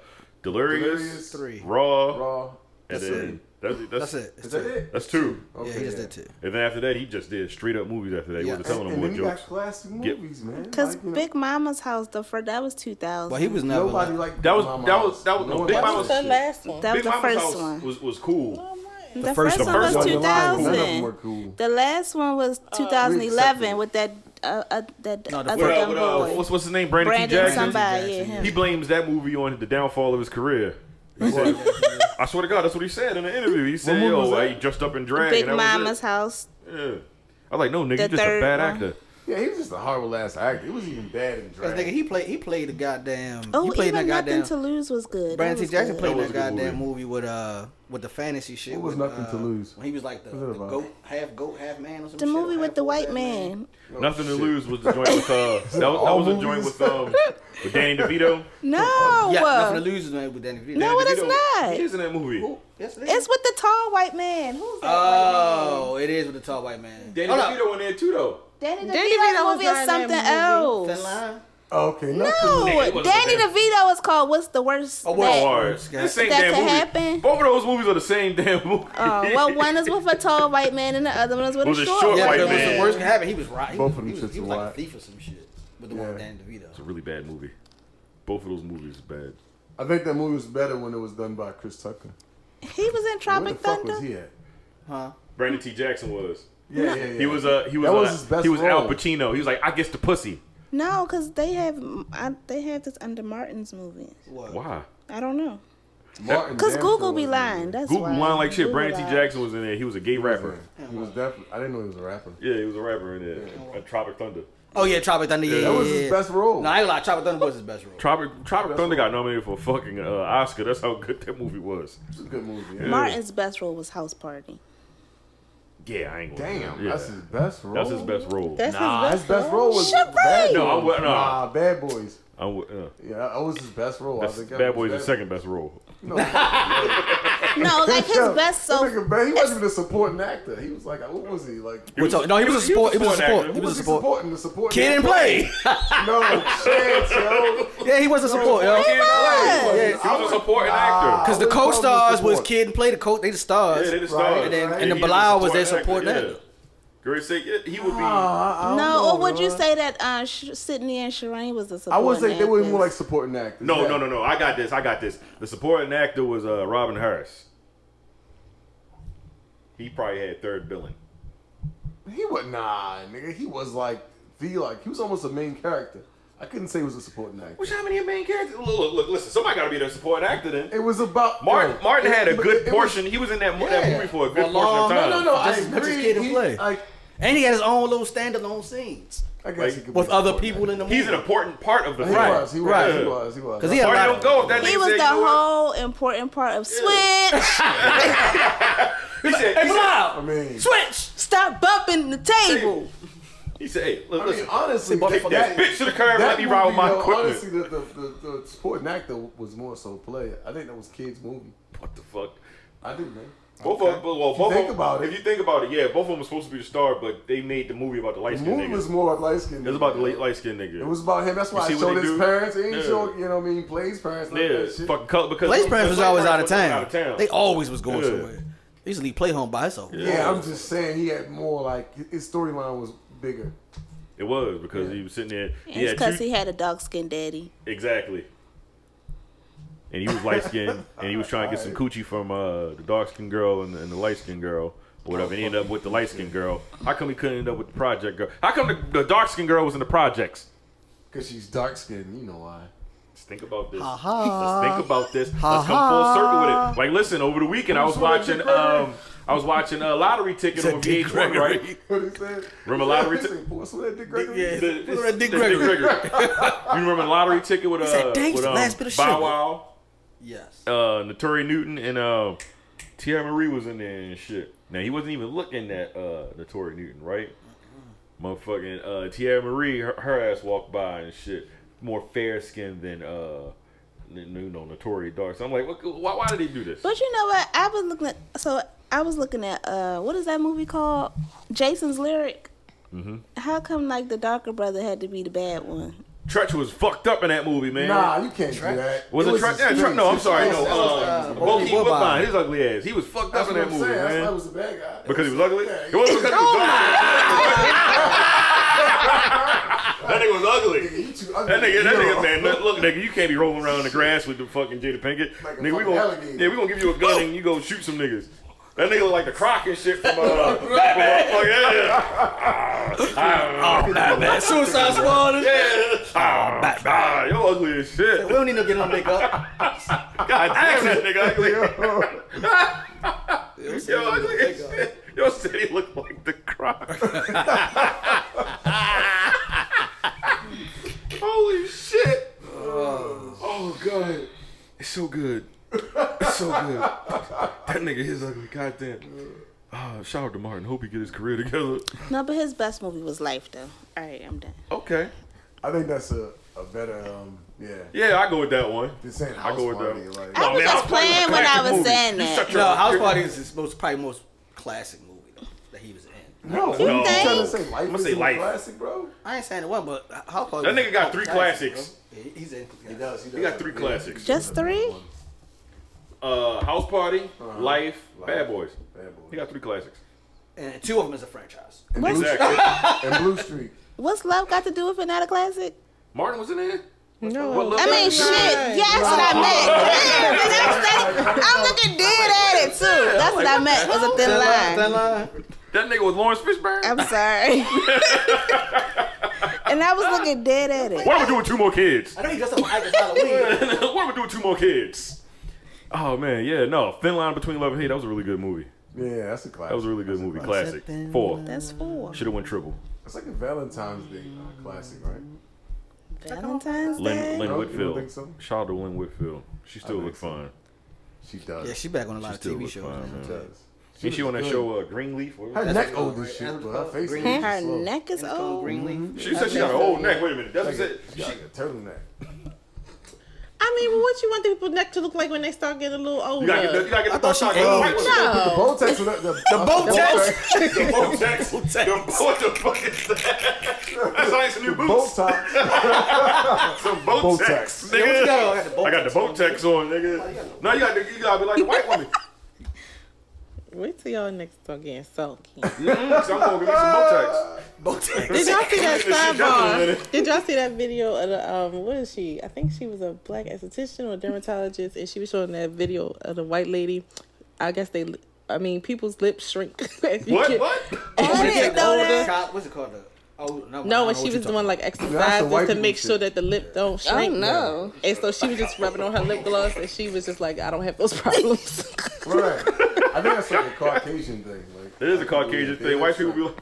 S3: Delirious,
S7: Delirious,
S4: Three.
S3: Raw,
S7: Raw.
S3: and
S4: That's
S3: then that's, that's
S4: That's it.
S7: Is that it?
S3: That's two.
S7: Okay,
S4: Yeah, he just did two.
S3: And then after that, he just did straight up movies. After that, he
S4: Yeah.
S3: wasn't
S7: And,
S3: telling them
S7: and
S3: what
S7: then he
S3: jokes.
S7: got classic
S3: Get-
S7: movies, man.
S5: Cause
S7: Like, you know,
S5: Big Mama's house, the first that was two thousand.
S4: But he was never.
S7: nobody
S4: like,
S7: liked
S3: That was-
S7: Big Mama
S3: that was-
S7: House.
S3: that was- no, Big
S7: one
S8: That
S3: Mama
S8: was
S7: liked
S8: the
S7: it.
S8: last one.
S5: that was
S3: Big
S5: the
S3: Mama's
S5: first
S3: House
S5: one. Oh,
S3: was was cool.
S5: The,
S4: first-
S5: first,
S4: the
S5: one
S3: first
S5: was
S3: one
S5: two
S7: Wasn't lying. None of them were
S5: thousand.
S7: cool.
S5: The last one was two thousand
S7: accepted.
S5: eleven with that uh, uh that
S4: No, the
S3: What,
S5: other
S3: uh,
S5: young
S3: what, uh,
S5: boy.
S3: what's what's his name? Brandon, T.
S5: Brandon
S3: Jackson.
S5: somebody. Yeah,
S4: Jackson,
S5: him.
S3: He blames that movie on the downfall of his career. He said, I swear to God, that's what he said in the interview. He said,
S7: movie was
S3: "Yo,
S7: that?
S3: I dressed up in drag."
S5: Big
S3: and that was
S5: Mama's
S3: it."
S5: house.
S3: Yeah. I like, no, nigga,
S5: The
S3: you just a
S5: third
S3: bad
S5: one.
S3: actor.
S7: Yeah, he was just a horrible ass actor. He was even bad in
S4: Cause
S7: drag.
S4: nigga, he played. He played the goddamn.
S5: Oh,
S4: he played
S5: even
S4: that
S5: nothing
S4: goddamn.
S5: to lose was good. That
S4: Brandon
S5: was
S4: T. Jackson
S5: good.
S4: played
S3: That
S4: that
S3: was a good
S4: goddamn movie. with uh with the fantasy shit.
S7: What was
S4: with,
S7: Nothing
S4: uh,
S7: to Lose?
S4: When he was like the,
S7: What's that
S4: the
S7: about?
S4: goat, half goat, half man or some
S5: The
S4: shit,
S5: movie
S4: half
S5: with the
S4: goat,
S5: white
S4: half
S5: man.
S7: Oh,
S3: Nothing to
S7: shit.
S3: lose was the joint with uh, that was, that was a
S7: All
S3: joint
S7: movies.
S3: with um, with
S7: [laughs]
S3: Danny DeVito.
S5: No.
S4: Yeah, nothing to lose is with Danny DeVito.
S5: Oh, No,
S4: Danny
S5: it is
S3: DeVito,
S5: not.
S3: He is in that movie.
S4: DeVito- Yes, it is.
S5: It's with the tall white man. Who's that
S4: oh, it is with the tall white man.
S3: Danny
S4: Hold up.
S3: DeVito in there too, though.
S5: white man? Danny
S8: Danny
S5: DeVito's
S8: DeVito was
S5: movie
S8: not
S5: is
S8: in that
S5: something
S8: movie.
S4: Thin
S5: else.
S4: line.
S7: okay, no.
S3: Nigga, it
S5: No,
S3: wasn't
S5: Danny
S3: that.
S5: DeVito is called "What's the Worst."
S4: Oh, Worst
S5: That-
S3: Hard.
S4: That-
S3: The same
S5: that
S3: damn
S5: could
S3: movie.
S5: happen.
S3: Both of those movies are the same damn movie.
S5: [laughs] Oh, well, one is with a tall white man and the other one is with
S3: Was
S5: a
S3: it
S5: short,
S3: short
S4: Yeah,
S5: white
S3: white
S4: because
S5: man.
S4: what's the
S3: man.
S4: worst can happen. He was right. He
S7: Both
S4: was-
S7: of them
S4: he was,
S7: shits
S4: he
S7: were
S4: was like a
S7: whack.
S4: thief or some shit. With the one with
S7: Yeah.
S4: Danny DeVito.
S3: It's a really bad movie. Both of those movies is bad.
S7: I think that movie was better when it was done by Chris Tucker.
S5: He was in
S7: Where
S5: Tropic
S7: the fuck was
S5: Thunder.
S7: he
S5: [laughs]
S7: at?
S4: Huh?
S3: Brandon T. Jackson was.
S7: Yeah, yeah, yeah.
S3: He was uh, he was,
S7: That was
S3: uh,
S7: his best
S3: he was Al
S7: role.
S3: Pacino. He was like, I guess the pussy.
S5: No, because they have I, they have this under Martin's movie.
S4: What?
S3: Why?
S5: I don't know.
S7: Martin
S5: Cause
S7: Danforth
S5: Google be
S7: was in
S5: lying. That's
S3: Google
S5: why.
S3: line like shit.
S5: Google
S3: Brandon T.
S5: lied.
S3: Jackson was in there. He was a gay rapper.
S7: there. He was definitely. I didn't know he was a rapper.
S3: Yeah, he was a rapper in there. At Tropic Thunder.
S4: Oh yeah, Tropic Thunder. Yeah,
S7: That was
S4: yeah,
S7: his
S4: yeah.
S7: best role.
S4: No, I ain't gonna lie. Tropic Thunder was his best role.
S3: Tropic Tropic
S7: That's
S3: Thunder
S7: what-
S3: got nominated for a fucking uh, Oscar. That's how good that movie was.
S7: It was a good movie. yeah.
S5: Martin's best role was House Party.
S3: Yeah, I ain't gonna.
S7: Damn,
S3: yeah.
S7: that's his best role.
S3: That's his best role.
S8: That's
S7: Nah,
S8: his
S7: his
S8: best.
S7: best role was
S5: Chaparral.
S7: Bad
S3: No, I'm-
S7: Boys.
S3: no.
S7: Nah, Bad Boys.
S3: I'm with- uh,
S7: Yeah, that was his best role.
S3: that's
S7: I think that
S3: Bad Boy's
S7: was
S3: the
S7: bad.
S3: second best role.
S7: No, like
S5: No, like
S7: [laughs]
S5: his best so
S7: nigga, bad. He wasn't even a supporting actor. He was like, what was he like?
S3: He
S4: What's up? No, he was a support. He was a support.
S3: actor.
S4: He was a
S7: he
S4: support.
S7: supporting the supporting?
S4: Kid and
S7: actor?
S4: play.
S7: No chance, yo.
S5: [laughs]
S4: Yeah, he was a support. yo.
S3: He was.
S5: was.
S3: He was a supporting actor.
S4: Because the
S7: I would've called
S4: co-stars
S7: him
S4: was
S7: support.
S4: Kid and Play. The co, they the stars.
S3: Yeah, they the
S7: Right,
S3: stars.
S7: and then- and
S4: the
S3: he was a
S4: Bilal was their
S3: supporting
S4: supporting
S3: actor,
S4: actor.
S3: yeah. Great say yeah, he would be.
S7: I- I don't
S5: No,
S7: know,
S8: Oh,
S5: or would you
S7: bro.
S5: say that uh, Sh- Sydney and Shireen was the
S7: I
S5: supporting
S7: would say they were
S5: actors?
S7: more like supporting actors.
S3: no,
S7: yeah.
S3: no, no, no. I got this. I got this. The supporting actor was uh, Robin Harris. He probably had third billing.
S7: He was nah, nigga. He was like the like he was almost a main character. I couldn't say he was a supporting actor.
S3: Which how many main characters? Look, look, look listen. Somebody got to be the supporting actor then.
S7: It was about
S3: Martin
S7: yo,
S3: Martin
S7: it-
S3: had a
S7: but
S3: good
S7: it was-
S3: portion. he was in that, mo- that
S7: Yeah.
S3: movie for a
S4: For
S3: good
S4: a long-
S3: portion of
S7: no,
S3: time.
S7: no, no. I
S4: Just as much as
S7: agree.
S4: Kid and
S7: He-
S4: Play.
S7: Like,
S4: And he had his own little standalone scenes
S7: I guess
S3: Like,
S7: he could
S4: with
S7: be a
S4: other
S7: supporting
S4: people
S7: actor.
S4: in the movie.
S3: He's an important part of the
S7: He
S3: film.
S7: was. He was.
S4: Right.
S7: He was. He was.
S4: Because he had a
S3: Party
S4: lot
S3: don't
S4: of-
S3: go if that
S5: He
S3: nigga
S5: was
S3: said,
S5: the
S3: you know what?
S5: whole important part
S3: [laughs]
S5: of Switch.
S3: He said,
S4: Hey,
S3: he said,
S7: I
S4: Bilal,
S7: mean,
S4: switch.
S5: Stop bumping the table.
S3: he said, hey, look,
S7: I mean,
S3: listen,
S7: honestly,
S3: kick that bitch to the curb. Let me ride with my
S7: though,
S3: equipment.
S7: Honestly, the, the, the, the supporting actor was more so player. I think that was kids' movie.
S3: What the fuck?
S7: I do, man.
S3: Both of them, well, both
S7: think
S3: of 'em-
S7: about it.
S3: If you think about it, yeah, both of them were supposed to be the star, but they made the movie about the light
S7: The
S3: skinned
S7: movie
S3: nigga.
S7: was more light skinned.
S3: it was about the late light skinned nigga.
S7: It was about him. That's why
S3: You
S7: I
S3: see what
S7: showed
S3: they
S7: his
S3: do?
S7: parents. He ain't
S3: Yeah.
S7: showed, you know what I mean, Blaze parents. none of
S3: yeah,
S7: that shit.
S3: fucking color because
S4: Blaze Prince
S3: because
S4: was always
S3: Blaze
S4: out of,
S3: Prince
S4: town.
S3: was out of town.
S4: They always was going
S3: Yeah.
S4: somewhere. They used to leave play home by himself.
S7: Yeah, I'm just saying he had more like his storyline was bigger.
S3: It was because he was sitting there. He
S5: It's
S3: had
S5: because
S3: two-
S5: he had a dark skinned daddy.
S3: Exactly. And he was light skinned, and he was trying to get some coochie from uh, the dark skinned girl and the, and the light skinned girl, or whatever. And he ended up with the light skinned girl. How come he couldn't end up with the project girl? How come the, the dark skinned girl was in the projects?
S7: Cause she's dark skinned, you know why. [laughs]
S3: Let's think about this. Let's think about this. Let's come full circle with it. Like, listen, over the weekend I was watching, um, I was watching a lottery ticket on
S4: Dick
S3: VH1, right?
S7: What is that?
S3: Remember lottery
S7: This
S3: t-
S7: ain't Boy, so that [laughs] Dick Gregory.
S4: Yeah.
S3: The-
S4: Look at that Dick
S3: the
S4: Gregory.
S3: you remember the lottery ticket with uh,
S4: said, "Thanks,
S3: with um,
S4: last bit of
S3: Bow
S4: sugar."
S3: Wow,
S4: Yes.
S3: uh, Notori Newton and uh, Tia Marie was in there and shit. Now he wasn't even looking at uh, Notori Newton, right? Motherfucking uh, Tia Marie, her, her ass walked by and shit, more fair skinned than uh, n- you know Notori Dark. So I'm like, what, why, why did they do this?
S5: But you know what? I was looking at so I was looking at uh what is that movie called? Jason's lyric.
S3: Mm-hmm.
S5: How come like the darker brother had to be the bad one?
S3: Tretch was fucked up in that movie, man.
S7: Nah, you can't do that.
S3: Was it, Tretch?
S7: just
S3: Yeah, Tretch- No, I'm
S7: straight.
S3: sorry. No,
S7: That was, uh,
S3: uh,
S7: Bokeh
S3: Bokeh
S4: Woodbine.
S3: Woodbine. His ugly ass. He was fucked
S7: That's
S3: up in
S7: what
S3: that
S7: I'm
S3: movie,
S7: saying. That's why
S3: man.
S7: he was a bad guy.
S3: Because he was ugly?
S7: Yeah,
S3: It wasn't because he was dark. That nigga was ugly.
S7: You too ugly.
S3: That nigga, that
S7: You
S3: nigga,
S7: know.
S3: man, look, look, nigga, you can't be rolling around in the grass with the fucking Jada Pinkett.
S7: Like a
S3: nigga, we
S7: fucking
S3: gonna,
S7: alligator.
S3: yeah, we gonna give you a gun and you go shoot some niggas. That nigga look like the croc and shit
S7: [laughs]
S3: from, uh, from, uh, fuck, yeah.
S4: Batman. Suicide Squad.
S3: yeah. Ah, ah, you ugly as shit.
S4: We don't need to get no makeup.
S3: [laughs] God damn that nigga ugly. [laughs] Yo, ugly as shit. Yo, said he looked like the croc. [laughs] Holy shit. Oh, God. It's so good. It's so good. That nigga is ugly. God damn. Ah, shout out to Martin. Hope he get his career together.
S5: No, but his best movie was Life though. All right, I'm done.
S3: Okay.
S7: I think that's a, a better, um, yeah.
S3: Yeah, I go with that one.
S7: This ain't
S3: I
S7: house
S3: go with
S7: party.
S3: that.
S7: Like,
S5: I was just
S3: playing
S5: playing
S3: with
S5: when I
S3: classic
S5: was
S3: movies.
S5: saying
S3: You
S5: that.
S3: shut your-
S4: No, House Party is his most probably most classic movie though, that he was in.
S7: no, what
S5: You
S7: are you
S5: think?
S7: trying to say? Life
S3: I'ma
S7: is
S3: say
S7: a
S3: life.
S7: classic, bro.
S4: I ain't saying it one, but House Party.
S3: That
S4: was
S3: nigga got
S4: a
S3: three
S4: classic,
S3: classics.
S4: bro. Yeah, he's in.
S7: He does. He does.
S3: You got three classics.
S5: Just three?
S3: uh, House Party, Life, Bad
S7: Uh-huh. Life.
S3: Boys.
S7: Bad boy.
S3: He got three classics.
S4: And two of them is a franchise.
S3: [laughs]
S5: What's,
S3: Exactly.
S7: and Blue Street.
S5: what's love got to do with it? Not a classic.
S3: Martin was in there.
S8: No.
S3: What
S5: I
S3: Lil
S5: mean,
S3: Baby?
S5: shit. Yeah, that's what I meant. Damn, nigga, that's- that's- I'm looking dead at it too. That's what I meant. Was a thin line.
S3: That nigga was Lawrence Fishburne.
S5: I'm sorry. [laughs] and I was looking dead at it.
S3: what am I doing with two more kids? [laughs]
S4: I know he dressed up like Halloween.
S3: what am I doing with two more kids? Oh man, yeah, no. Thin Line Between Love and Hate. That was a really good movie.
S7: Yeah, that's a classic.
S3: That was a really good
S7: That's
S3: movie.
S7: classic.
S3: Classic. Four.
S5: That's four.
S3: Should have went triple.
S7: It's like a Valentine's Day uh, classic, right?
S5: Valentine's Day.
S3: Lynn, Lynn
S7: No, Oh, you don't
S3: Whitfield.
S7: think so?
S3: Shout out to Lynn Whitfield. She still
S7: think
S3: look
S7: so.
S3: fine.
S7: She
S4: [laughs]
S7: does.
S4: yeah, she back on a lot of
S3: still
S4: TV
S3: look
S4: shows.
S3: fine,
S4: man.
S3: man.
S7: She does.
S3: Ain't she on that
S7: good.
S3: show uh, Greenleaf? What was
S7: Her
S3: it?
S7: neck
S4: called,
S7: old as
S4: right?
S7: shit,
S4: That's
S7: but
S4: what
S7: her
S4: it's
S7: face
S4: called.
S7: is
S4: Green-
S5: Her
S7: slow.
S5: neck is
S4: It's called
S5: old.
S4: Greenleaf.
S3: She said she got a whole neck. Wait a minute. That's
S7: Like
S3: what
S7: a,
S3: it.
S7: she got a turtleneck.
S8: I mean, well, what you want the people's neck to look like when they start getting a little older?
S3: You gotta get the, you gotta get the
S4: I thought she
S3: Botox.
S4: aged.
S3: Wait,
S7: Oh, The
S5: No.
S7: Botox. The, the, the
S3: [laughs]
S4: Botox.
S3: The Botex. The, what the fuck is that? That's like some new boots.
S7: Botox.
S3: Some Botex.
S7: Botox.
S3: Nigga.
S4: Yeah, what you got on? I got the
S3: I got the Botex on, nigga. No, you got to you gotta be like the white woman. [laughs]
S8: Wait till y'all next start getting
S3: [laughs]
S8: sulky.
S3: Mm, so I'm gonna give me some Botex.
S8: Did y'all
S3: [laughs]
S8: see that
S3: She definitely did
S8: sidebar? Did y'all see that video of the um? What is she? I think she was a black esthetician or dermatologist, and she was showing that video of the white lady. I guess they, I mean, people's lips shrink. [laughs] if you
S3: What?
S8: get-
S3: What?
S5: I
S4: She
S5: didn't
S4: take
S5: know
S4: all
S5: that.
S4: the cop- What's it called? The, oh no. I know
S8: No, and
S4: what you
S8: she was
S4: talking
S8: doing like
S7: white
S8: exercises to
S7: people
S8: make sure
S7: shit.
S8: that the lip don't
S5: Oh
S8: shrink.
S5: no.
S8: And so she was just rubbing on her lip gloss, and she was just like, "I don't have those [laughs] problems."
S7: Right. I think that's like a Caucasian thing. Like
S3: It is a Caucasian thing. White people be like,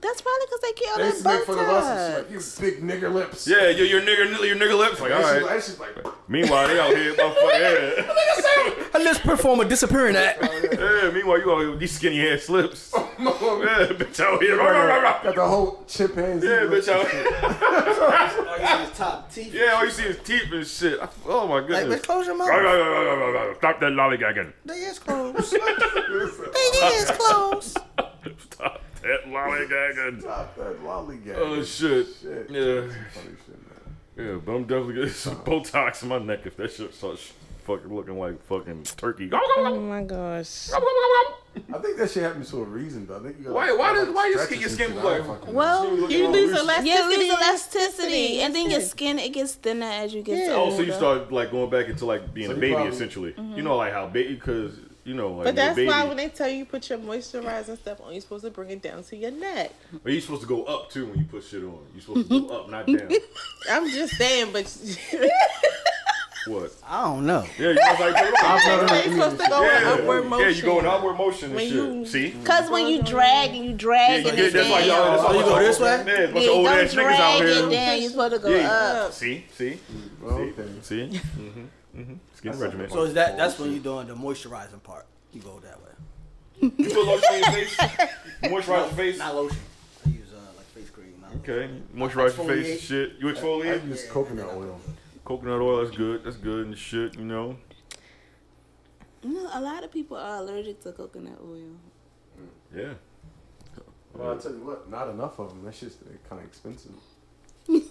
S5: That's probably because they killed
S7: They
S5: his
S7: used to make
S5: bow
S7: fun of us.
S5: tie.
S7: and she's Like, you big nigger lips.
S3: Yeah, your your nigger your nigger lips. Like, all
S7: And she's
S3: right.
S7: like, she's like, [laughs]
S3: Meanwhile, they out here, motherfucker. Yeah.
S4: Let's perform a disappearing act.
S3: yeah. Meanwhile, you out here with these skinny ass slips. [laughs] Yeah, bitch out here. rah, rah, rah, rah.
S7: got the whole chimpanzee.
S3: Yeah,
S7: lips.
S3: bitch out here.
S4: Oh, you see his top teeth.
S3: Yeah, all you see is teeth and shit. I- Oh my
S4: Like,
S3: goodness.
S4: bitch, close your
S3: Rah, rah,
S4: mouth.
S3: rah, rah, rah, rah. Stop that lollygagging.
S4: They
S3: [laughs]
S4: is close. they is close.
S3: Stop that lollygagging.
S7: Stop that lollygag.
S3: Oh shit.
S7: Shit.
S3: Yeah.
S7: Funny shit, man.
S3: Yeah, but I'm definitely getting some
S8: Oh.
S3: Botox in my neck if that shit starts fucking looking like fucking turkey.
S8: Oh my gosh.
S7: I think that shit happens for a reason, though. I think you gotta,
S3: Why- why
S7: like,
S3: does- why your skin-
S7: stretch it
S3: your
S7: and
S3: skin
S7: shit.
S3: look
S7: I don't
S3: like-
S7: fucking know.
S8: Well, Oh, you lose elasticity.
S5: Yeah, it lose elasticity, and then your
S8: Yeah.
S5: skin it gets thinner as you get
S8: Yeah.
S3: Oh,
S5: older.
S3: so you start like going back into like being
S7: So
S3: a
S7: you
S3: baby
S7: probably-
S3: essentially. You know, like how baby, because you know, like
S8: Mm-hmm. But
S3: when a
S8: that's
S3: baby,
S8: why when they tell you put your moisturizer and stuff on, you're supposed to bring it down to your neck.
S3: Or you supposed to go up too when you put shit on. You supposed to go up, not
S8: [laughs]
S3: down.
S8: I'm just saying, but [laughs]
S3: What?
S4: I don't know.
S3: Yeah, you was like, yeah,
S7: I've never
S8: you're
S7: heard any of
S8: supposed
S7: this
S8: to go in
S3: yeah,
S8: upward motion.
S3: you go in upward motion and
S8: When
S3: shit.
S8: you-
S3: See?
S5: Cause when you drag and you drag
S3: Yeah, you
S5: and
S3: get that's why y'all. that's why
S4: Oh, you
S3: a bunch
S4: go
S3: of
S4: this
S3: old-
S4: way?
S3: Yeah, a bunch
S5: Yeah,
S3: of old
S5: don't
S3: ass niggas out
S5: drag
S3: here.
S5: it down. You're supposed to go
S3: Yeah.
S5: up.
S3: See, see,
S7: shit. Well, okay.
S3: see.
S7: [laughs]
S3: Mm-hmm. Mm-hmm. Skin regimen.
S4: So is that that's when you're doing the moisturizing part? You go that way.
S3: you put lotion on your
S5: [laughs]
S3: face, moisturize your face.
S4: Not lotion. I use uh, like face cream. Not
S3: Okay, moisturize your face and
S4: Exfoliate.
S3: shit. You
S7: I
S3: exfoliate.
S7: use coconut oil.
S3: Coconut oil, that's good. That's good and shit. You know.
S5: No, a lot of people are allergic to coconut oil.
S3: Yeah.
S7: Well, I tell you what, not enough of them. That shit's kind of expensive. like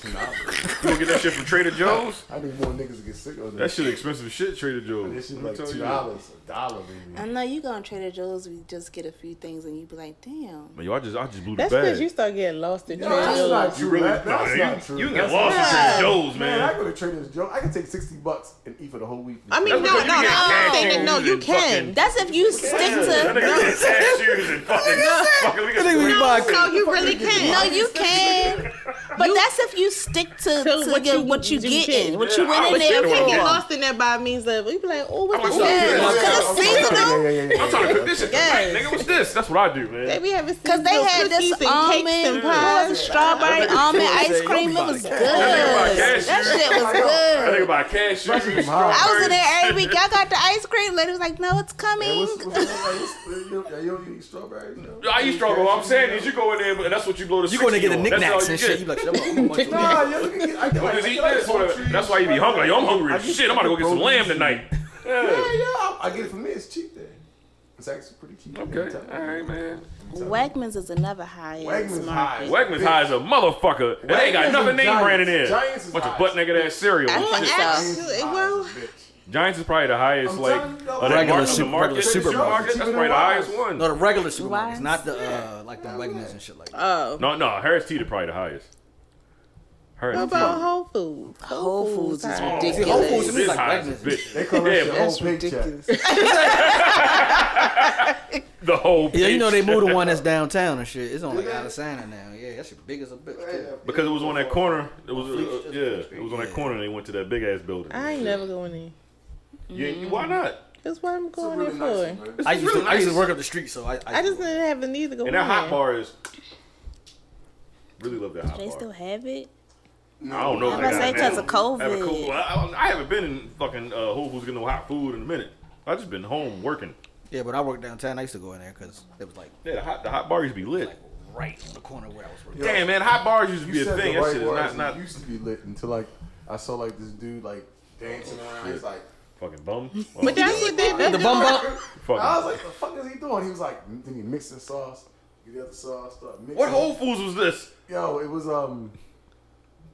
S7: ten dollars.
S3: You gonna get that shit
S5: [laughs]
S3: from Trader Joe's?
S7: [laughs] I need more niggas to get sick of
S3: That shit expensive as shit, Trader Joe's.
S7: This
S3: Let
S7: shit
S3: me
S7: like
S3: tell
S7: two
S3: you.
S7: dollars, a dollar,
S5: I
S7: baby.
S5: know you go on Trader Joe's, we just get a few things, and you be like, damn.
S3: Man, yo, I just I just blew the
S8: That's because
S3: bag.
S8: you start getting lost in
S7: No,
S8: Trader
S7: that's
S8: Joe's.
S7: not true.
S3: You really-
S7: that, that's
S3: nah,
S7: not
S3: you-
S7: true.
S3: you can
S7: That's
S3: get lost
S7: not-
S3: in Trader Joe's, man.
S7: I go to Trader Joe's. I can take sixty bucks and eat for the whole week.
S8: I mean, no,
S3: That's because
S8: no, no.
S3: you get
S8: I'm
S3: cashews
S8: saying no, you
S3: and fucking-
S8: can.
S5: That's if you stick
S3: That nigga
S5: to.
S3: get
S5: [laughs]
S3: cashews and fucking fucking. We got
S4: nigga be
S8: No,
S4: buy-
S8: no, you really can.
S5: No, you can. But that's if you stick to, to
S8: what
S5: what, you,
S8: you-
S5: what you
S8: you
S5: getting,
S8: get.
S5: what you
S3: Yeah,
S5: went
S3: I
S5: in
S3: was
S5: there
S8: You
S3: thinking
S8: can get
S3: Yeah.
S5: for.
S8: lost in that by means of you be like, oh,
S3: I'm
S8: what the
S3: sorry.
S5: Yeah,
S3: Yeah,
S5: because it's
S7: I'm sorry.
S5: seasonal.
S7: Yeah, yeah, yeah, yeah.
S3: I'm trying to cook this shit
S8: Yes.
S3: tonight, nigga. What's this? That's what I do,
S8: They
S3: man.
S8: be having
S5: Because they had this
S8: and
S5: almond,
S8: cakes and
S5: what was it,
S8: pies.
S5: strawberry almond ice cream. It was good.
S3: cashews.
S5: That shit was
S3: That nigga
S5: good.
S3: buy cashews.
S7: from home.
S5: I was in there every week. I got the ice cream. Lady was like, "No, it's
S7: Hey,
S5: coming."
S7: what's, what's, what's, what's, you, you don't eat strawberries? No,
S3: I eat struggle. What I'm saying is, you go in there, but that's what you blow the.
S4: You gonna get the
S3: 60 on. That's all you
S4: knickknacks and
S3: get.
S4: shit. You be like, I'm gonna- I'm gonna
S7: Nah,
S4: munch on
S7: yo, you can get- I can,
S3: Yo,
S7: like,
S3: just
S7: I
S3: eat
S7: can, like,
S3: this. or
S7: poultry,
S3: whatever. That's why you be hungry. Yo, I'm hungry
S7: I
S3: as
S7: get-
S3: shit. I'm about to go get some lamb tonight.
S7: Yeah, yeah.
S3: [laughs] Yeah.
S7: I I get it for me. It's cheap there. It's actually pretty cheap.
S3: Okay. All right, man.
S5: Wegmans is another high.
S7: Wegmans
S5: Wegmans
S7: high.
S3: Wegman's high as a motherfucker. And they ain't got
S7: Wegmans
S3: nothing
S7: and
S3: name
S7: Giants.
S3: brand in there.
S7: Giants is
S3: Bunch of
S7: high.
S3: butt nigga ass cereal.
S5: I
S3: and
S5: think
S3: shit.
S5: so.
S8: Actually, well,
S3: Giants is probably the highest,
S7: I'm
S3: like
S7: telling you,
S3: of that
S7: though,
S4: Regular
S3: market- of
S4: super-
S3: the market.
S4: regular
S3: Supermarket,
S7: supermarket.
S3: That's probably the highest
S4: you.
S3: one.
S4: No, the regular
S5: Why?
S4: supermarkets, not the uh, like the Wegmans and shit like that.
S8: oh,
S3: No, no, Harris Teeter probably the highest. Harris
S8: what about Whole Foods?
S5: Whole Foods is
S8: high.
S4: See, Whole Foods
S5: ridiculous.
S4: to
S3: Teeter
S4: me is
S3: is
S4: like
S3: high as a
S4: Wegmans. and
S3: bitch.
S4: shit.
S7: They call
S3: Yeah,
S7: that your whole
S8: That's
S7: paycheck.
S8: ridiculous.
S3: The whole
S4: Yeah, you know they
S3: bitch.
S4: moved the one that's downtown and shit. It's on like Alisana now. Yeah, that shit big as a bitch. too.
S3: because it was on that corner. It was uh,
S4: Street.
S3: yeah, it was on that corner. and They went to that big ass building.
S8: I ain't never going in.
S3: Yeah, you- why not?
S8: That's what I'm
S7: It's
S8: going
S7: really
S8: in
S7: nice,
S8: for.
S7: man.
S4: I used,
S3: really
S4: to, I used
S3: nice.
S4: to work up the street, so I. I,
S8: I just didn't have a need to go
S3: And
S8: in
S3: that hot
S8: there.
S3: bar is really love that hot
S5: They
S3: bar.
S5: still have it.
S3: I don't know. if
S5: I'm
S3: they got
S5: about to say
S3: it
S5: 'cause
S3: now.
S5: of COVID.
S3: Have a cool- I, I- I haven't been in fucking uh, Whole Foods getting no hot food in a minute. I just been home working.
S4: Yeah, but I worked downtown. I used to go in there because it was like
S3: Yeah, the hot, the hot bar used to be lit.
S4: right on the corner where I was working.
S7: Yo,
S3: Damn man, hot bars used to be
S7: You
S3: a
S7: said
S3: thing.
S7: the
S3: That
S7: right
S3: shit is
S7: words.
S3: not not
S7: It used to be lit until like I saw like this dude like dancing around. He's like,
S3: fucking bum.
S8: But that's what they
S4: The
S8: did.
S4: bum bump.
S3: Uh,
S7: I was
S3: fucking.
S7: like, the fuck is he doing? He was like, then he mixed the sauce. Get the other sauce. Start mixing.
S3: What Whole Foods was this?
S7: Yo, it was um,